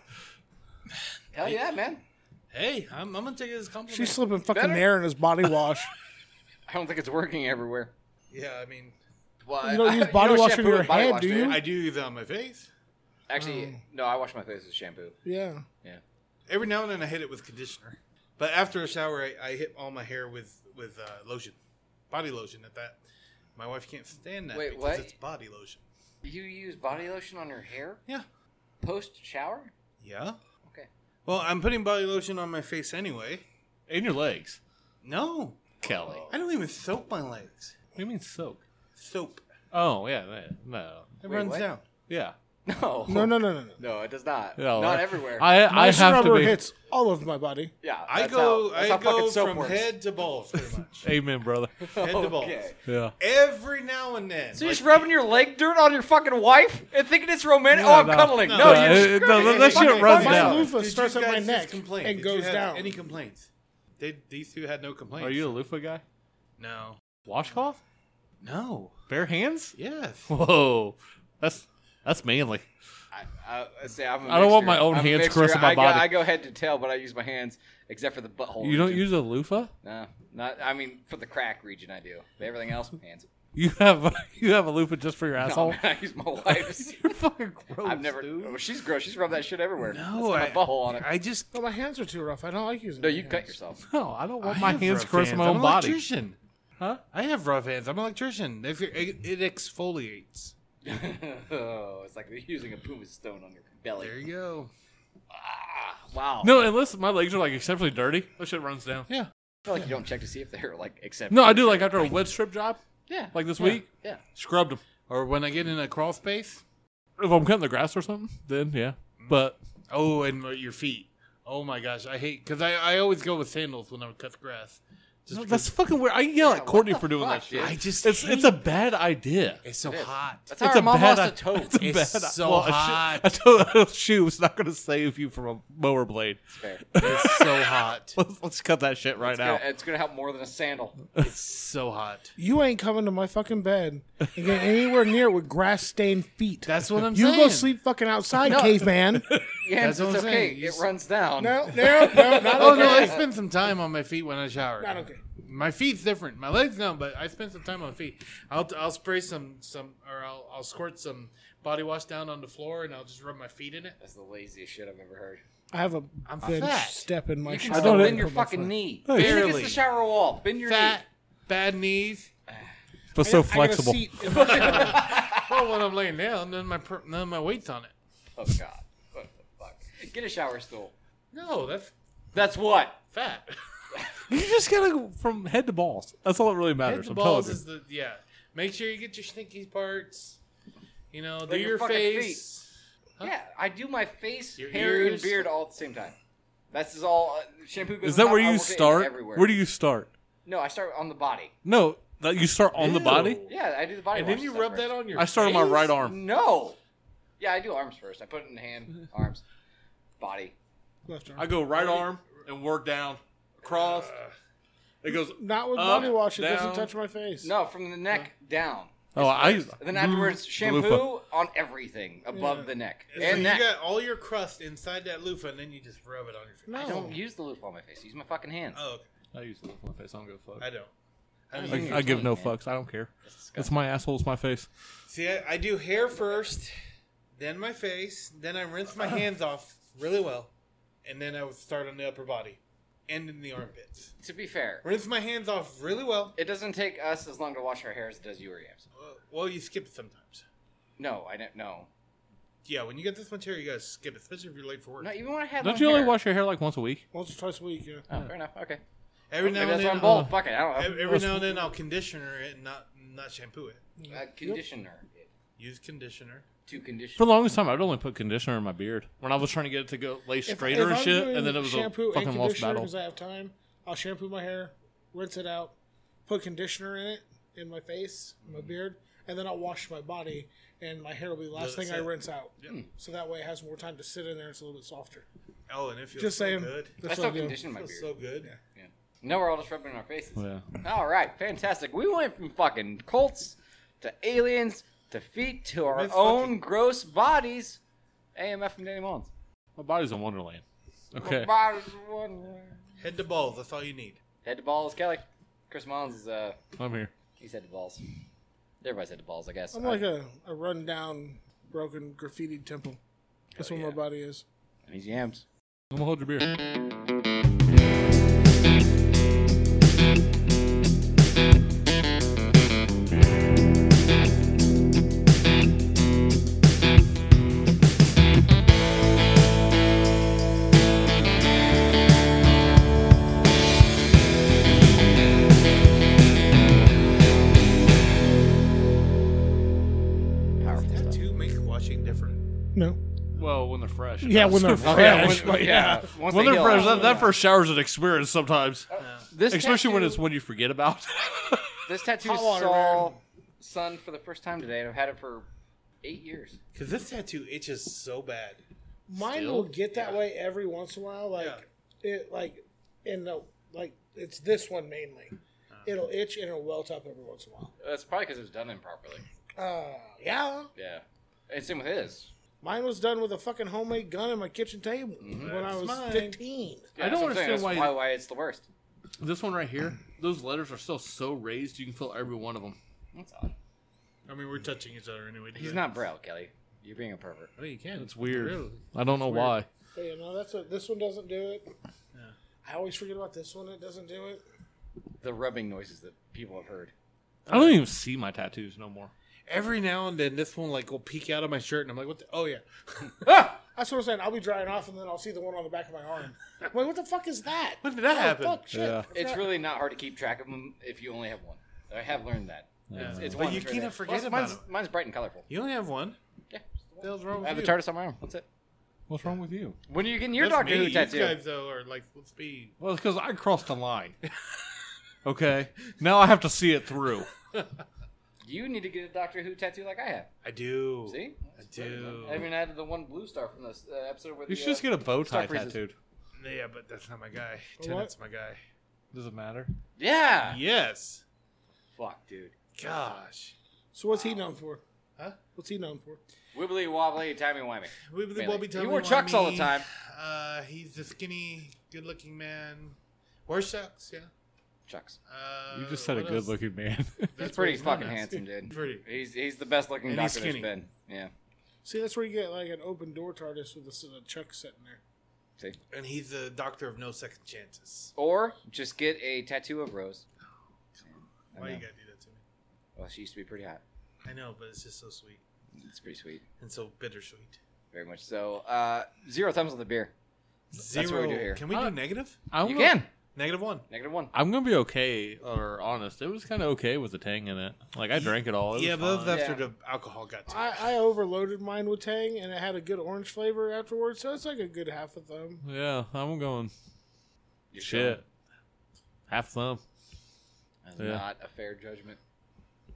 Speaker 2: Hell yeah, man.
Speaker 3: Hey, I'm, I'm gonna take it as a compliment.
Speaker 4: She's slipping fucking
Speaker 2: Better?
Speaker 4: air in his body wash.
Speaker 2: I don't think it's working everywhere.
Speaker 3: yeah, I mean,
Speaker 2: Well,
Speaker 4: You don't
Speaker 2: I-
Speaker 4: use body
Speaker 2: don't
Speaker 4: wash on
Speaker 2: shampoo
Speaker 4: your
Speaker 2: with body
Speaker 4: head,
Speaker 2: wash,
Speaker 4: do you?
Speaker 3: I do use it on my face.
Speaker 2: Actually, no, I wash my face with shampoo.
Speaker 4: yeah.
Speaker 2: Yeah.
Speaker 3: Every now and then I hit it with conditioner, but after a shower I, I hit all my hair with with uh, lotion, body lotion at that. My wife can't stand that
Speaker 2: Wait,
Speaker 3: because
Speaker 2: what?
Speaker 3: it's body lotion.
Speaker 2: You use body lotion on your hair
Speaker 3: Yeah,
Speaker 2: post shower?
Speaker 3: yeah.
Speaker 2: Okay.
Speaker 3: Well, I'm putting body lotion on my face anyway.
Speaker 5: And your legs,
Speaker 3: No,
Speaker 5: Kelly. What
Speaker 3: I don't even soap my legs.
Speaker 5: do you mean soak?
Speaker 3: Soap.
Speaker 5: Oh yeah, man, no,
Speaker 3: It
Speaker 2: Wait,
Speaker 3: runs
Speaker 2: what?
Speaker 3: down.
Speaker 5: yeah.
Speaker 2: No.
Speaker 4: No, no, no, no, no.
Speaker 2: No, it does not.
Speaker 5: No,
Speaker 2: not
Speaker 5: I-
Speaker 2: everywhere.
Speaker 5: I
Speaker 4: My
Speaker 5: I have to
Speaker 4: rubber
Speaker 5: be.
Speaker 4: hits all of my body.
Speaker 2: yeah.
Speaker 3: I
Speaker 2: that's how-
Speaker 3: go,
Speaker 2: that's
Speaker 3: I
Speaker 2: how fucking
Speaker 3: go
Speaker 2: soap
Speaker 3: from
Speaker 2: works.
Speaker 3: head to balls, pretty much.
Speaker 5: Amen, brother.
Speaker 3: head to balls.
Speaker 2: Okay.
Speaker 5: Yeah.
Speaker 3: Every now and then.
Speaker 2: So you're
Speaker 3: like-
Speaker 2: just rubbing your leg dirt on your fucking wife and thinking it's romantic? oh, I'm
Speaker 5: no.
Speaker 2: cuddling. No,
Speaker 5: No,
Speaker 2: you're
Speaker 5: it-
Speaker 2: just
Speaker 5: no,
Speaker 2: screwing
Speaker 5: that
Speaker 2: it.
Speaker 5: shit
Speaker 2: Fucking-
Speaker 5: runs
Speaker 2: fucking-
Speaker 4: My
Speaker 5: down.
Speaker 4: loofah
Speaker 3: Did you
Speaker 4: starts at
Speaker 3: guys
Speaker 4: my
Speaker 3: just
Speaker 4: neck
Speaker 3: complain?
Speaker 4: and
Speaker 3: Did you
Speaker 4: goes
Speaker 3: have
Speaker 4: down.
Speaker 3: Any complaints? They, these two had no complaints.
Speaker 5: Are you a loofah guy?
Speaker 3: No.
Speaker 5: Washcloth?
Speaker 3: No.
Speaker 5: Bare hands?
Speaker 3: Yes.
Speaker 5: Whoa, that's that's manly.
Speaker 2: I, I, I say Uh, I'm a
Speaker 5: I don't want
Speaker 2: mixture.
Speaker 5: my own
Speaker 2: I'm a
Speaker 5: hands
Speaker 2: mixture.
Speaker 5: caressing my
Speaker 2: I go,
Speaker 5: body.
Speaker 2: I go head to tail, but I use my hands except for the butthole.
Speaker 5: You don't
Speaker 2: region.
Speaker 5: use a loofah?
Speaker 2: No, not. I mean, for the crack region, I do. But everything else, hands.
Speaker 5: You have you have a loofah just for your
Speaker 2: No,
Speaker 5: asshole?
Speaker 2: man, I use my wife's.
Speaker 5: You're fucking gross.
Speaker 2: I've never.
Speaker 5: Dude.
Speaker 2: Oh, she's gross. She's rubbed that shit everywhere.
Speaker 3: No.
Speaker 2: It's got a butthole on it.
Speaker 3: I just.
Speaker 4: No, my hands are too rough. I don't like using.
Speaker 2: no,
Speaker 4: my
Speaker 2: you cut
Speaker 4: hands.
Speaker 2: yourself.
Speaker 5: No, I don't want
Speaker 3: I
Speaker 5: my
Speaker 3: have
Speaker 5: hands
Speaker 3: rough
Speaker 5: caressing my
Speaker 3: hands.
Speaker 5: own
Speaker 3: I'm an
Speaker 5: body.
Speaker 3: Electrician.
Speaker 5: Huh?
Speaker 3: I have rough hands. I'm an electrician. They fi- It, it exfoliates.
Speaker 2: oh, it's like using a puma stone on your belly.
Speaker 3: There you go.
Speaker 2: Ah, wow.
Speaker 5: No, unless my legs are like exceptionally dirty, that shit runs down.
Speaker 3: Yeah.
Speaker 2: I feel like you don't check to see if they're like except.
Speaker 5: No, I do like after a wet strip job,
Speaker 2: Yeah.
Speaker 5: like this
Speaker 2: yeah,
Speaker 5: week,
Speaker 2: Yeah.
Speaker 5: scrubbed them.
Speaker 3: Or when I get in a crawl space.
Speaker 5: If I'm cutting the grass or something, then yeah. But
Speaker 3: Oh, and like, your feet. Oh my gosh, I hate because I, I always go with sandals when I would cut the grass. Just
Speaker 5: No, that's
Speaker 3: because
Speaker 5: fucking weird. I yell
Speaker 2: Yeah,
Speaker 5: at Courtney
Speaker 2: what
Speaker 5: for
Speaker 2: the
Speaker 5: doing
Speaker 2: fuck,
Speaker 5: that shit.
Speaker 2: dude?
Speaker 3: I just
Speaker 5: It's
Speaker 3: hate
Speaker 5: it's a bad idea.
Speaker 3: it's so
Speaker 2: is.
Speaker 3: hot.
Speaker 2: That's how
Speaker 5: it's
Speaker 2: our
Speaker 5: a
Speaker 2: mom
Speaker 5: bad
Speaker 2: lost a
Speaker 5: i-
Speaker 2: toe.
Speaker 5: It's a
Speaker 3: It's
Speaker 5: bad i-
Speaker 3: so
Speaker 5: well, a shoe-
Speaker 3: hot.
Speaker 5: A, toe, a shoe is not going to save you from a mower blade.
Speaker 2: Fair.
Speaker 3: It's so hot.
Speaker 5: Let's, let's cut that shit right
Speaker 2: It's
Speaker 5: now.
Speaker 2: gonna, it's gonna help more than a sandal.
Speaker 3: It's so hot.
Speaker 4: You ain't coming to my fucking bed and getting anywhere near it with grass stained feet.
Speaker 3: That's what I'm
Speaker 4: you
Speaker 3: saying.
Speaker 4: go sleep fucking outside,
Speaker 2: No.
Speaker 4: caveman.
Speaker 2: Yeah, it's
Speaker 3: That's what I'm
Speaker 2: okay.
Speaker 3: saying. You
Speaker 2: It
Speaker 3: s-
Speaker 2: runs down.
Speaker 4: no, no, no, not
Speaker 3: Oh
Speaker 4: okay.
Speaker 3: no, I spend some time on my feet when I shower.
Speaker 4: Not okay.
Speaker 3: My feet's different. My legs no, but I spend some time on feet. I'll I'll spray some some or I'll I'll squirt some body wash down on the floor and I'll just rub my feet in it.
Speaker 2: That's the laziest shit I've ever heard.
Speaker 4: I have a
Speaker 3: I'm
Speaker 4: bench
Speaker 3: fat.
Speaker 4: step in my
Speaker 2: You can
Speaker 4: shower.
Speaker 2: still
Speaker 5: don't
Speaker 2: bend
Speaker 5: know.
Speaker 2: your
Speaker 4: Put my
Speaker 2: fucking
Speaker 4: foot-
Speaker 2: knee.
Speaker 5: Hey.
Speaker 2: Bend against
Speaker 3: Barely.
Speaker 2: the shower wall. Bend your
Speaker 3: Fat,
Speaker 2: knee.
Speaker 3: bad knees.
Speaker 5: but so flexible.
Speaker 4: I got a seat in my shower.
Speaker 3: Well, when I'm laying down, then my per- then my weight's on it.
Speaker 2: Oh god. What the fuck? Get a shower stool.
Speaker 3: No, that's
Speaker 2: That's what.
Speaker 3: fat.
Speaker 5: you just got to go from head to balls. That's all that really
Speaker 3: Head
Speaker 5: matters.
Speaker 3: to
Speaker 5: I'm telling
Speaker 3: balls
Speaker 5: you.
Speaker 3: is the yeah. Make sure you get your stinky parts. You know, do
Speaker 2: Like your
Speaker 3: your,
Speaker 2: fucking
Speaker 3: face.
Speaker 2: Yeah, I do my face,
Speaker 3: Your
Speaker 2: hair, and
Speaker 3: ears.
Speaker 2: beard all at the same time. That's is all. Uh, shampoo goes.
Speaker 5: Is
Speaker 2: on
Speaker 5: that
Speaker 2: top,
Speaker 5: where
Speaker 2: I
Speaker 5: you
Speaker 2: work it in
Speaker 5: start?
Speaker 2: Everywhere.
Speaker 5: Where do you start?
Speaker 2: No, I start on the body.
Speaker 5: No, that you start on the
Speaker 3: Ew.
Speaker 5: body.
Speaker 2: Yeah, I do the body.
Speaker 3: And then
Speaker 2: wash
Speaker 3: you
Speaker 2: stuff
Speaker 3: rub
Speaker 2: first.
Speaker 3: that on your.
Speaker 5: I start on my
Speaker 3: face?
Speaker 5: right arm.
Speaker 2: No. Yeah, I do arms first. I put it in the hand, arms, body.
Speaker 4: Left arm.
Speaker 5: I go right arm and work down, across. It goes.
Speaker 4: Not with
Speaker 5: Up,
Speaker 4: body wash. It
Speaker 5: down.
Speaker 4: doesn't touch my face.
Speaker 2: No, from the neck down.
Speaker 5: Oh, I.
Speaker 2: And then afterwards, shampoo
Speaker 5: Loofah.
Speaker 2: on everything above
Speaker 4: Yeah.
Speaker 2: the neck
Speaker 3: So
Speaker 2: and
Speaker 3: you
Speaker 2: neck.
Speaker 3: got all your crust inside that loofah, and then you just rub it on your face.
Speaker 4: No.
Speaker 2: I don't use the loofah on my face. I use my fucking hands.
Speaker 3: Oh, okay.
Speaker 5: I use loofah on my face. I don't give a fuck.
Speaker 3: I don't. I don't
Speaker 5: I,
Speaker 3: use-
Speaker 5: I give no fucks. I don't care. It's my asshole. It's my face.
Speaker 3: See, I, I do hair first, then my face, then I rinse my hands off really well, and then I would start on the upper body and in the armpits.
Speaker 2: To be fair,
Speaker 3: Rinse my hands off really well.
Speaker 2: it doesn't take us as long to wash our hair as it does you or Yams.
Speaker 3: Uh, Well, you skip it sometimes.
Speaker 2: No, I don't know.
Speaker 3: Yeah, when you get this much hair, you gotta skip it, especially if you're late for work.
Speaker 2: No, even when I had
Speaker 5: Don't
Speaker 2: long
Speaker 5: you only
Speaker 2: hair-
Speaker 5: wash your hair like once a week?
Speaker 4: Once or twice a week. Yeah.
Speaker 2: Oh, fair enough. Okay.
Speaker 3: every now
Speaker 2: Maybe
Speaker 3: and
Speaker 2: that's why
Speaker 3: then,
Speaker 2: I'm bald.
Speaker 3: I'll-
Speaker 2: Fuck it. I don't know.
Speaker 3: ev- every now and then I'll conditioner it and not not shampoo it.
Speaker 2: Uh, conditioner.
Speaker 3: Use conditioner.
Speaker 2: To
Speaker 5: For
Speaker 2: condition.
Speaker 5: the longest time, I'd only put conditioner in my beard when I was trying to get it to go lay straighter and
Speaker 4: I'm
Speaker 5: shit,
Speaker 4: doing
Speaker 5: and then it was a
Speaker 4: shampoo and
Speaker 5: fucking lost
Speaker 4: conditioner
Speaker 5: battle.
Speaker 4: 'cause I have time. I'll shampoo my hair, rinse it out, put conditioner in it in my face,
Speaker 5: Mm.
Speaker 4: my beard, and then I'll wash my body, and my hair will be the last
Speaker 3: That's
Speaker 4: thing I
Speaker 3: it.
Speaker 4: rinse out.
Speaker 5: Hmm.
Speaker 3: Yeah.
Speaker 4: So that way it has more time to sit in there. It's a little bit softer.
Speaker 3: Oh, and it feels
Speaker 4: Just
Speaker 3: so
Speaker 4: saying.
Speaker 3: good.
Speaker 2: I
Speaker 4: That's
Speaker 2: still
Speaker 4: what I do.
Speaker 2: condition my
Speaker 3: feels
Speaker 2: beard.
Speaker 3: so good.
Speaker 2: Yeah. No, we're all just rubbing it in our faces.
Speaker 5: Yeah.
Speaker 2: All right, fantastic. We went from fucking cults to aliens to feet to our
Speaker 3: Myth
Speaker 2: own
Speaker 3: fucking-
Speaker 2: gross bodies. AMF from Danny Mullins.
Speaker 5: My body's a wonderland. Okay.
Speaker 2: Body's one-
Speaker 3: Head to balls. That's all you need.
Speaker 2: Head to balls, Kelly. Chris Mullins is uh,
Speaker 5: I'm here.
Speaker 2: he's head to balls. Everybody's head to balls, I guess.
Speaker 4: I'm like a, a rundown, broken, graffitied temple. That's what my body is.
Speaker 2: I- he's yams.
Speaker 5: I'm gonna hold your beer.
Speaker 2: Powerful
Speaker 3: Does
Speaker 2: stuff.
Speaker 3: tattoo make washing different?
Speaker 4: No.
Speaker 5: Well, when they're fresh.
Speaker 4: Yeah, when they're
Speaker 5: Oh,
Speaker 4: fresh.
Speaker 5: when-
Speaker 2: Well, yeah. Once
Speaker 5: when
Speaker 2: they
Speaker 5: they're
Speaker 2: get
Speaker 5: fresh,
Speaker 2: out.
Speaker 5: that, that first shower is an experience sometimes,
Speaker 2: This
Speaker 5: especially when
Speaker 2: tattoo-
Speaker 5: it's one you forget about.
Speaker 2: This tattoo
Speaker 4: Hot water,
Speaker 2: saw
Speaker 4: man.
Speaker 2: sun for the first time today, and I've had it for eight years.
Speaker 3: Because this tattoo itches so bad.
Speaker 4: Mine
Speaker 5: Still?
Speaker 4: will get that way every once in a while. Like it, like in the like it's this one mainly. It'll itch and it'll welt up every once in a while.
Speaker 2: That's probably because it was done improperly.
Speaker 4: Uh, yeah.
Speaker 2: Yeah. And same with his.
Speaker 4: Mine was done with a fucking homemade gun in my kitchen table when I was
Speaker 3: mine.
Speaker 4: 15.
Speaker 2: Yeah,
Speaker 5: I don't
Speaker 2: so I'm saying
Speaker 5: understand
Speaker 2: that's
Speaker 5: why-
Speaker 2: why why it's the worst.
Speaker 5: this one right here, those letters are still so raised you can feel every one of them.
Speaker 2: That's odd.
Speaker 3: I mean, we're touching each other anyway.
Speaker 2: He's not Braille, Kelly. You're being a pervert.
Speaker 3: Oh, you can.
Speaker 5: It's weird. I don't know why.
Speaker 4: But you know, that's what this one doesn't do it. I always forget about this one. It doesn't do it.
Speaker 2: The rubbing noises that people have heard.
Speaker 5: I don't even see my tattoos no more.
Speaker 3: Every now and then, this one like will peek out of my shirt, and I'm like, "What? The? Oh yeah,
Speaker 4: That's what I'm saying. I'll be drying off and then I'll see the one on the back of my arm. I'm like, what the fuck is that? Oh,
Speaker 3: when
Speaker 2: Oh,
Speaker 3: did that happen?"
Speaker 4: Fuck shit.
Speaker 5: Yeah.
Speaker 4: I
Speaker 2: It's
Speaker 4: forgot.
Speaker 2: really not hard to keep track of them if you only have one. I have learned that. It's, it's
Speaker 3: But
Speaker 2: one
Speaker 3: you
Speaker 2: that's right
Speaker 3: can't
Speaker 2: there.
Speaker 3: forget
Speaker 2: Plus,
Speaker 3: about
Speaker 2: mine's,
Speaker 3: it.
Speaker 2: mine's bright and colorful.
Speaker 3: You only have one.
Speaker 2: Yeah.
Speaker 3: What the hell's wrong
Speaker 2: I have the
Speaker 3: with you?
Speaker 2: TARDIS on my arm. That's it.
Speaker 5: What's wrong with you?
Speaker 2: When are you getting your
Speaker 3: That's
Speaker 2: Doctor
Speaker 3: me.
Speaker 2: Who tattoo?
Speaker 3: You guys though are like, let's be.
Speaker 5: Well, it's because I crossed the line. okay, now I have to see it through.
Speaker 2: You need to get a Doctor Who tattoo like I have.
Speaker 3: I do.
Speaker 2: See?
Speaker 3: I do.
Speaker 2: I even added the one blue star from this uh, episode where the,
Speaker 5: You should just
Speaker 2: uh,
Speaker 5: get a bow tie
Speaker 2: Star freezes.
Speaker 5: tattooed.
Speaker 3: Yeah, but that's not my guy.
Speaker 4: What?
Speaker 3: Tenet's my guy.
Speaker 5: Doesn't matter.
Speaker 2: Yeah.
Speaker 3: Yes.
Speaker 2: Fuck, dude.
Speaker 3: Gosh.
Speaker 4: So what's he known for?
Speaker 3: Huh?
Speaker 4: What's he known for?
Speaker 2: Wibbly wobbly, timey wimey.
Speaker 3: Wibbly
Speaker 2: Really?
Speaker 3: wobbly
Speaker 2: You
Speaker 3: tummy
Speaker 2: wore chucks all the
Speaker 3: wimey.
Speaker 2: time.
Speaker 3: Uh, he's a skinny, good-looking man. Wears chucks, yeah.
Speaker 2: Chucks.
Speaker 3: Uh,
Speaker 5: You just said a
Speaker 3: what else?
Speaker 5: good-looking man.
Speaker 3: That's
Speaker 2: he's pretty
Speaker 3: what known
Speaker 2: fucking
Speaker 3: as.
Speaker 2: handsome, dude.
Speaker 3: Pretty.
Speaker 2: He's he's the best looking
Speaker 3: And he's
Speaker 2: doctor there's
Speaker 3: skinny.
Speaker 2: been. Yeah.
Speaker 4: See, that's where you get like an open door TARDIS with a, s- a Chuck sitting there.
Speaker 2: See.
Speaker 3: And he's the doctor of no second chances.
Speaker 2: Or just get a tattoo of Rose. I
Speaker 3: Why you
Speaker 2: know.
Speaker 3: gotta do that to me?
Speaker 2: Well, she used to be pretty hot.
Speaker 3: I know, but it's just so sweet
Speaker 2: It's pretty sweet.
Speaker 3: and so bittersweet.
Speaker 2: Very much so. Uh, zero thumbs on the beer.
Speaker 3: Zero.
Speaker 2: what we do here.
Speaker 3: Can we
Speaker 5: Uh,
Speaker 3: do negative?
Speaker 5: I'm
Speaker 2: you
Speaker 5: gonna-
Speaker 2: can.
Speaker 3: Negative one.
Speaker 2: Negative one.
Speaker 5: I'm gonna be okay or honest. It was kind of okay with the tang in it. Like I drank it all. It
Speaker 3: yeah,
Speaker 5: was
Speaker 3: but that
Speaker 5: fine.
Speaker 3: was after
Speaker 2: Yeah.
Speaker 3: the alcohol got to.
Speaker 4: I, I overloaded mine with Tang and it had a good orange flavor afterwards, so it's like a good half a thumb.
Speaker 5: yeah, I'm going
Speaker 2: You're
Speaker 5: shit.
Speaker 2: done.
Speaker 5: Half thumb.
Speaker 2: That's
Speaker 5: Yeah.
Speaker 2: not a fair judgment.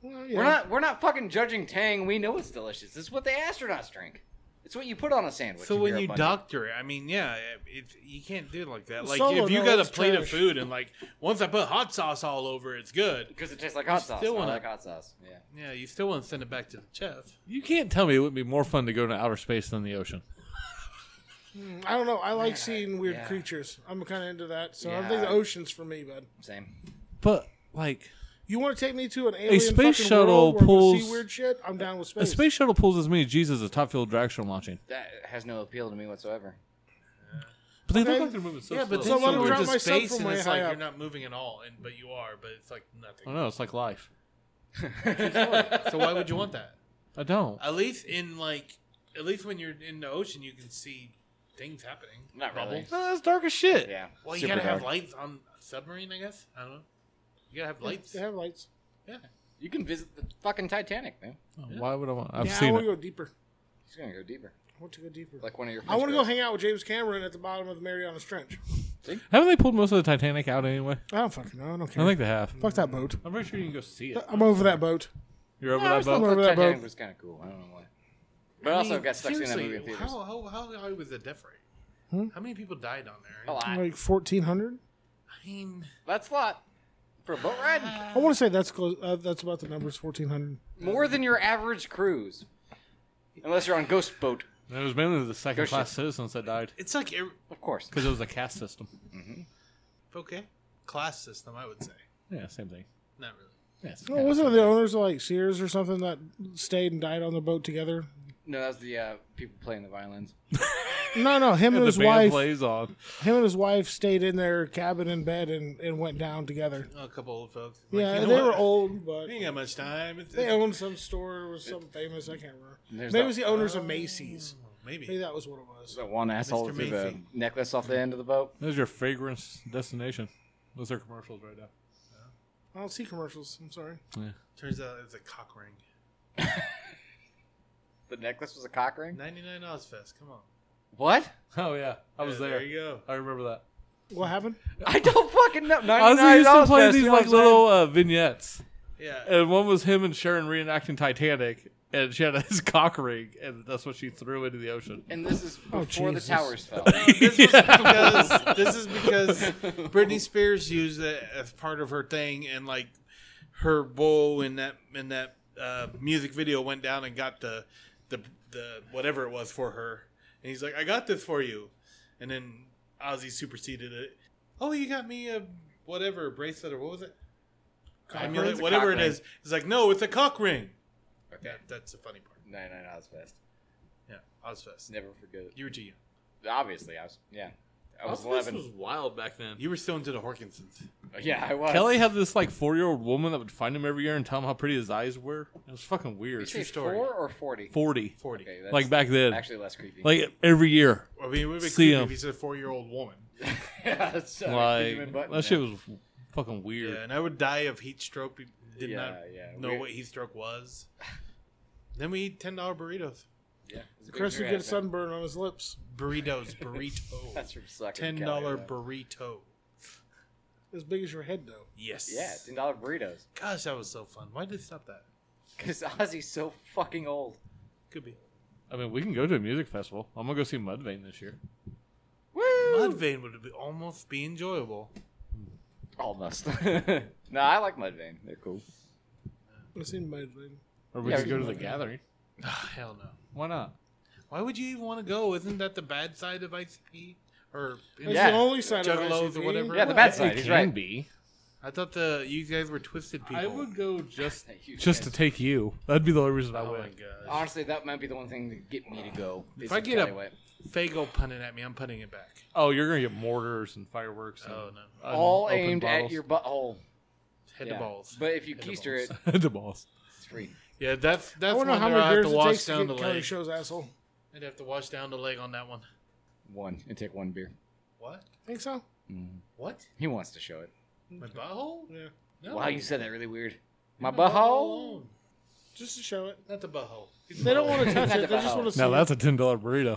Speaker 4: Well, yeah.
Speaker 2: We're not we're not fucking judging Tang. We know it's delicious. It's what the astronauts drink. It's what you put on a sandwich.
Speaker 3: so
Speaker 2: if
Speaker 3: when
Speaker 2: you're a
Speaker 3: you
Speaker 2: bunny.
Speaker 3: doctor it, I mean, yeah, it, you can't do it like that. Like
Speaker 4: Solo,
Speaker 3: if you
Speaker 4: no,
Speaker 3: got a
Speaker 4: that's
Speaker 3: plate of
Speaker 4: trash.
Speaker 3: food and like once I put hot sauce all over, it's good.
Speaker 2: because it tastes like hot sauce.
Speaker 3: still
Speaker 2: I
Speaker 3: wanna-
Speaker 2: like hot sauce. Yeah.
Speaker 3: Yeah, you still want to send it back to the chef.
Speaker 5: You can't tell me it wouldn't be more fun to go to outer space than the ocean.
Speaker 4: I don't know. I like seeing weird
Speaker 2: yeah.
Speaker 4: creatures. I'm kind of into that, so I
Speaker 2: Yeah.
Speaker 4: think the ocean's for me, bud.
Speaker 2: Same.
Speaker 5: But like
Speaker 4: You want to take me to an alien
Speaker 5: space
Speaker 4: fucking
Speaker 5: shuttle
Speaker 4: world where I'm gonna
Speaker 5: pulls-
Speaker 4: see weird shit? I'm down with space.
Speaker 5: a space shuttle pulls as many G's as a top field drag show launching.
Speaker 2: That has no appeal to me whatsoever.
Speaker 5: But they
Speaker 4: Okay.
Speaker 5: look like they're moving so
Speaker 3: Yeah, but
Speaker 5: slow.
Speaker 4: then
Speaker 3: then
Speaker 4: So let
Speaker 3: you
Speaker 4: me drop
Speaker 3: into
Speaker 4: myself
Speaker 3: space
Speaker 4: from
Speaker 3: and
Speaker 4: way
Speaker 3: it's
Speaker 4: high
Speaker 3: like
Speaker 4: up.
Speaker 3: you're not moving at all, and but you are, but it's like
Speaker 5: I
Speaker 3: nothing.
Speaker 5: don't know. It's like life.
Speaker 3: so why would you want that?
Speaker 5: I don't.
Speaker 3: At least in like, at least when you're in the ocean, you can see things happening.
Speaker 2: Not
Speaker 3: Bubbles.
Speaker 2: really.
Speaker 5: No, it's dark as shit.
Speaker 2: Yeah.
Speaker 3: Well, you
Speaker 2: Super
Speaker 3: gotta have
Speaker 2: dark.
Speaker 3: lights on a submarine, I guess. I don't know. You gotta have lights.
Speaker 4: They have lights.
Speaker 3: Yeah.
Speaker 2: You can visit the fucking Titanic, man.
Speaker 5: Oh, Why would I want? I've
Speaker 4: yeah, I
Speaker 5: seen
Speaker 4: want
Speaker 5: it.
Speaker 4: to go deeper.
Speaker 2: He's gonna go deeper,
Speaker 4: I want to go deeper.
Speaker 2: like one of your.
Speaker 4: I want to go
Speaker 2: French
Speaker 4: hang out with James Cameron at the bottom of the Marianas Trench.
Speaker 5: Haven't they pulled most of the Titanic out anyway?
Speaker 4: I don't fucking know. I don't care.
Speaker 5: I think they have.
Speaker 4: Fuck that boat.
Speaker 5: I'm pretty sure you can go see it.
Speaker 4: I'm over that boat.
Speaker 5: You're over
Speaker 2: girls.
Speaker 5: that boat.
Speaker 2: I
Speaker 4: over
Speaker 2: thought
Speaker 4: that
Speaker 2: Titanic
Speaker 4: boat.
Speaker 2: was kind of cool. I don't know why. But I also got stuck seeing that movie in theaters.
Speaker 3: How, how, how high was the death rate? How many people died on there?
Speaker 2: A lot.
Speaker 4: Like 1400.
Speaker 3: I mean,
Speaker 2: That's a lot for a boat ride.
Speaker 4: I want to say that's close. Uh, that's about the numbers 1400.
Speaker 2: More than your average cruise, unless you're on Ghost Boat.
Speaker 5: It was mainly the second class
Speaker 2: shit.
Speaker 5: citizens that died
Speaker 3: It's like every,
Speaker 2: Of course.
Speaker 5: because it was a caste system.
Speaker 3: okay class system, I would say.
Speaker 5: Yeah, same thing.
Speaker 3: Not really.
Speaker 5: Yeah, it's
Speaker 4: Well, Oh, wasn't it the owners of like Sears or something that stayed and died on the boat together?
Speaker 2: No, that's the uh, people playing the violins.
Speaker 4: No, no, him and,
Speaker 5: the
Speaker 4: his
Speaker 5: band
Speaker 4: wife,
Speaker 5: plays on.
Speaker 4: him and his wife stayed in their cabin in bed and, and went down together.
Speaker 3: A couple old folks.
Speaker 4: yeah,
Speaker 3: you know
Speaker 4: they
Speaker 3: what?
Speaker 4: were old, but
Speaker 3: We ain't got much time. It's,
Speaker 4: they owned some store or something famous. I can't remember.
Speaker 2: There's that- Oh.
Speaker 4: Maybe it was the owners of Macy's. Maybe
Speaker 3: maybe.
Speaker 4: that was what it was.
Speaker 2: That one asshole
Speaker 3: Mr.
Speaker 2: threw the
Speaker 3: Macy.
Speaker 2: necklace off the end of the boat.
Speaker 5: That was your fragrance destination. Those are commercials right now.
Speaker 4: I don't see commercials. I'm sorry.
Speaker 3: Turns out it's a cock ring.
Speaker 2: The necklace was a cock ring.
Speaker 3: Ninety nine Ozfest. Come on.
Speaker 2: What?
Speaker 5: Oh yeah, I was
Speaker 3: Yeah,
Speaker 5: there.
Speaker 3: you go.
Speaker 5: I remember that.
Speaker 4: What happened?
Speaker 2: I don't fucking know.
Speaker 5: I was
Speaker 2: Ninety-nine
Speaker 5: used to
Speaker 2: dollars.
Speaker 5: play these like little uh, vignettes,
Speaker 3: Yeah.
Speaker 5: and one was him and Sharon reenacting Titanic, and she had his cock ring, and that's what she threw into the ocean.
Speaker 2: And this is
Speaker 4: Oh,
Speaker 2: before the
Speaker 4: Jesus.
Speaker 2: towers fell.
Speaker 3: This was because this is because Britney Spears used it as part of her thing, and like her bowl in that in that uh, music video went down and got the the the whatever it was for her, and he's like, "I got this for you," and then Ozzy superseded it. Oh, you got me a whatever bracelet or what was it? Amulet,
Speaker 2: It's a
Speaker 3: whatever
Speaker 2: cock
Speaker 3: it is. It's like, no, it's a cock ring.
Speaker 2: Okay.
Speaker 3: That, that's the funny part.
Speaker 2: Ninety-nine dollars fest.
Speaker 3: Yeah, Ozfest.
Speaker 2: Never forget it.
Speaker 3: You were too young.
Speaker 2: Obviously, I was. Yeah, I was
Speaker 5: This
Speaker 2: eleven.
Speaker 5: was wild back then.
Speaker 3: You were still into the Horkinsons.
Speaker 2: Yeah, I Oh, was.
Speaker 5: Kelly had this like four year old woman that would find him every year and tell him how pretty his eyes were. It was fucking
Speaker 2: Did
Speaker 5: weird.
Speaker 2: you say
Speaker 3: story.
Speaker 2: four or forty?
Speaker 5: Forty,
Speaker 3: Forty.
Speaker 2: Okay, that's
Speaker 5: like back then,
Speaker 2: Actually, less creepy.
Speaker 5: like every year.
Speaker 3: I mean, it would be
Speaker 5: See
Speaker 3: creepy
Speaker 5: him.
Speaker 3: if he's a four-year-old woman.
Speaker 2: yeah, that's, uh,
Speaker 5: Like
Speaker 2: Benjamin Button,
Speaker 5: that
Speaker 2: yeah.
Speaker 5: shit was fucking weird.
Speaker 3: Yeah, and I would die of heat stroke. be- Did
Speaker 2: Yeah,
Speaker 3: not
Speaker 2: yeah,
Speaker 3: know
Speaker 2: we-
Speaker 3: what heat stroke was. then we eat ten dollar burritos.
Speaker 2: Yeah, it's a big
Speaker 4: Chris would
Speaker 2: drag,
Speaker 4: get a
Speaker 2: man.
Speaker 4: sunburn on his lips.
Speaker 3: Burritos,
Speaker 2: That's
Speaker 3: burrito.
Speaker 2: from sucking
Speaker 3: ten
Speaker 2: Kelly,
Speaker 3: dollar
Speaker 2: though.
Speaker 3: burrito.
Speaker 4: As big as your head, though.
Speaker 3: Yes.
Speaker 2: Yeah, ten dollar burritos.
Speaker 3: Gosh, that was so fun. Why did they stop that?
Speaker 2: Because Ozzy's so fucking old.
Speaker 3: Could be.
Speaker 5: I mean, we can go to a music festival. I'm gonna go see Mudvayne this year.
Speaker 2: Woo!
Speaker 3: Mudvayne would be, almost be enjoyable.
Speaker 2: Almost. no, I like Mudvayne. They're cool.
Speaker 4: I seen Mudvayne.
Speaker 5: Or we
Speaker 2: Yeah,
Speaker 5: could
Speaker 2: we
Speaker 5: go
Speaker 2: can
Speaker 5: to the
Speaker 2: go.
Speaker 5: gathering.
Speaker 3: Ah, hell no.
Speaker 5: Why not?
Speaker 3: Why would you even want to go? Isn't that the bad side of ICP? Or
Speaker 4: It's
Speaker 2: Yeah.
Speaker 4: the only side of
Speaker 3: Juggalos or
Speaker 4: ICP.
Speaker 3: whatever.
Speaker 2: Yeah, the bad
Speaker 5: It
Speaker 2: side. He's
Speaker 5: can
Speaker 2: right.
Speaker 5: be.
Speaker 3: I thought the you guys were twisted people.
Speaker 5: I would go just
Speaker 2: You
Speaker 5: just to
Speaker 2: guys-
Speaker 5: take you. That'd be the only reason I
Speaker 3: Oh my
Speaker 5: went.
Speaker 3: gosh.
Speaker 2: Honestly, that might be the one thing to get me to go.
Speaker 3: If
Speaker 2: is
Speaker 3: I get a-
Speaker 2: Kelly White.
Speaker 3: Fago punning at me. I'm punning it back.
Speaker 5: Oh, you're gonna get mortars and fireworks. And
Speaker 3: Oh no.
Speaker 2: all
Speaker 5: unopened
Speaker 2: aimed
Speaker 5: bottles.
Speaker 2: at your butthole.
Speaker 3: Head
Speaker 2: Yeah.
Speaker 3: to balls.
Speaker 2: But if you
Speaker 3: Hit the
Speaker 2: keister it,
Speaker 5: the balls.
Speaker 2: it's free.
Speaker 3: Yeah, that's
Speaker 4: I
Speaker 3: that's
Speaker 4: wonder
Speaker 3: one
Speaker 4: how
Speaker 3: there I
Speaker 4: many
Speaker 3: have
Speaker 4: beers
Speaker 3: to
Speaker 4: it
Speaker 3: wash
Speaker 4: takes
Speaker 3: down
Speaker 4: to
Speaker 3: the
Speaker 4: get Kelly
Speaker 3: leg.
Speaker 4: Show's asshole.
Speaker 3: I'd have to wash down the leg on that one.
Speaker 2: One and take one beer.
Speaker 3: What?
Speaker 4: Think so?
Speaker 3: What?
Speaker 2: He wants to show it.
Speaker 3: My butthole?
Speaker 4: Yeah.
Speaker 3: No.
Speaker 2: Wow, you said that really weird. My
Speaker 3: The
Speaker 2: butthole.
Speaker 3: alone.
Speaker 4: Just to show it.
Speaker 3: Not the butthole.
Speaker 4: They don't want to touch
Speaker 2: Not
Speaker 4: it. They
Speaker 2: about
Speaker 4: just want
Speaker 2: how.
Speaker 4: to see
Speaker 5: Now
Speaker 4: it.
Speaker 5: that's a ten dollar burrito.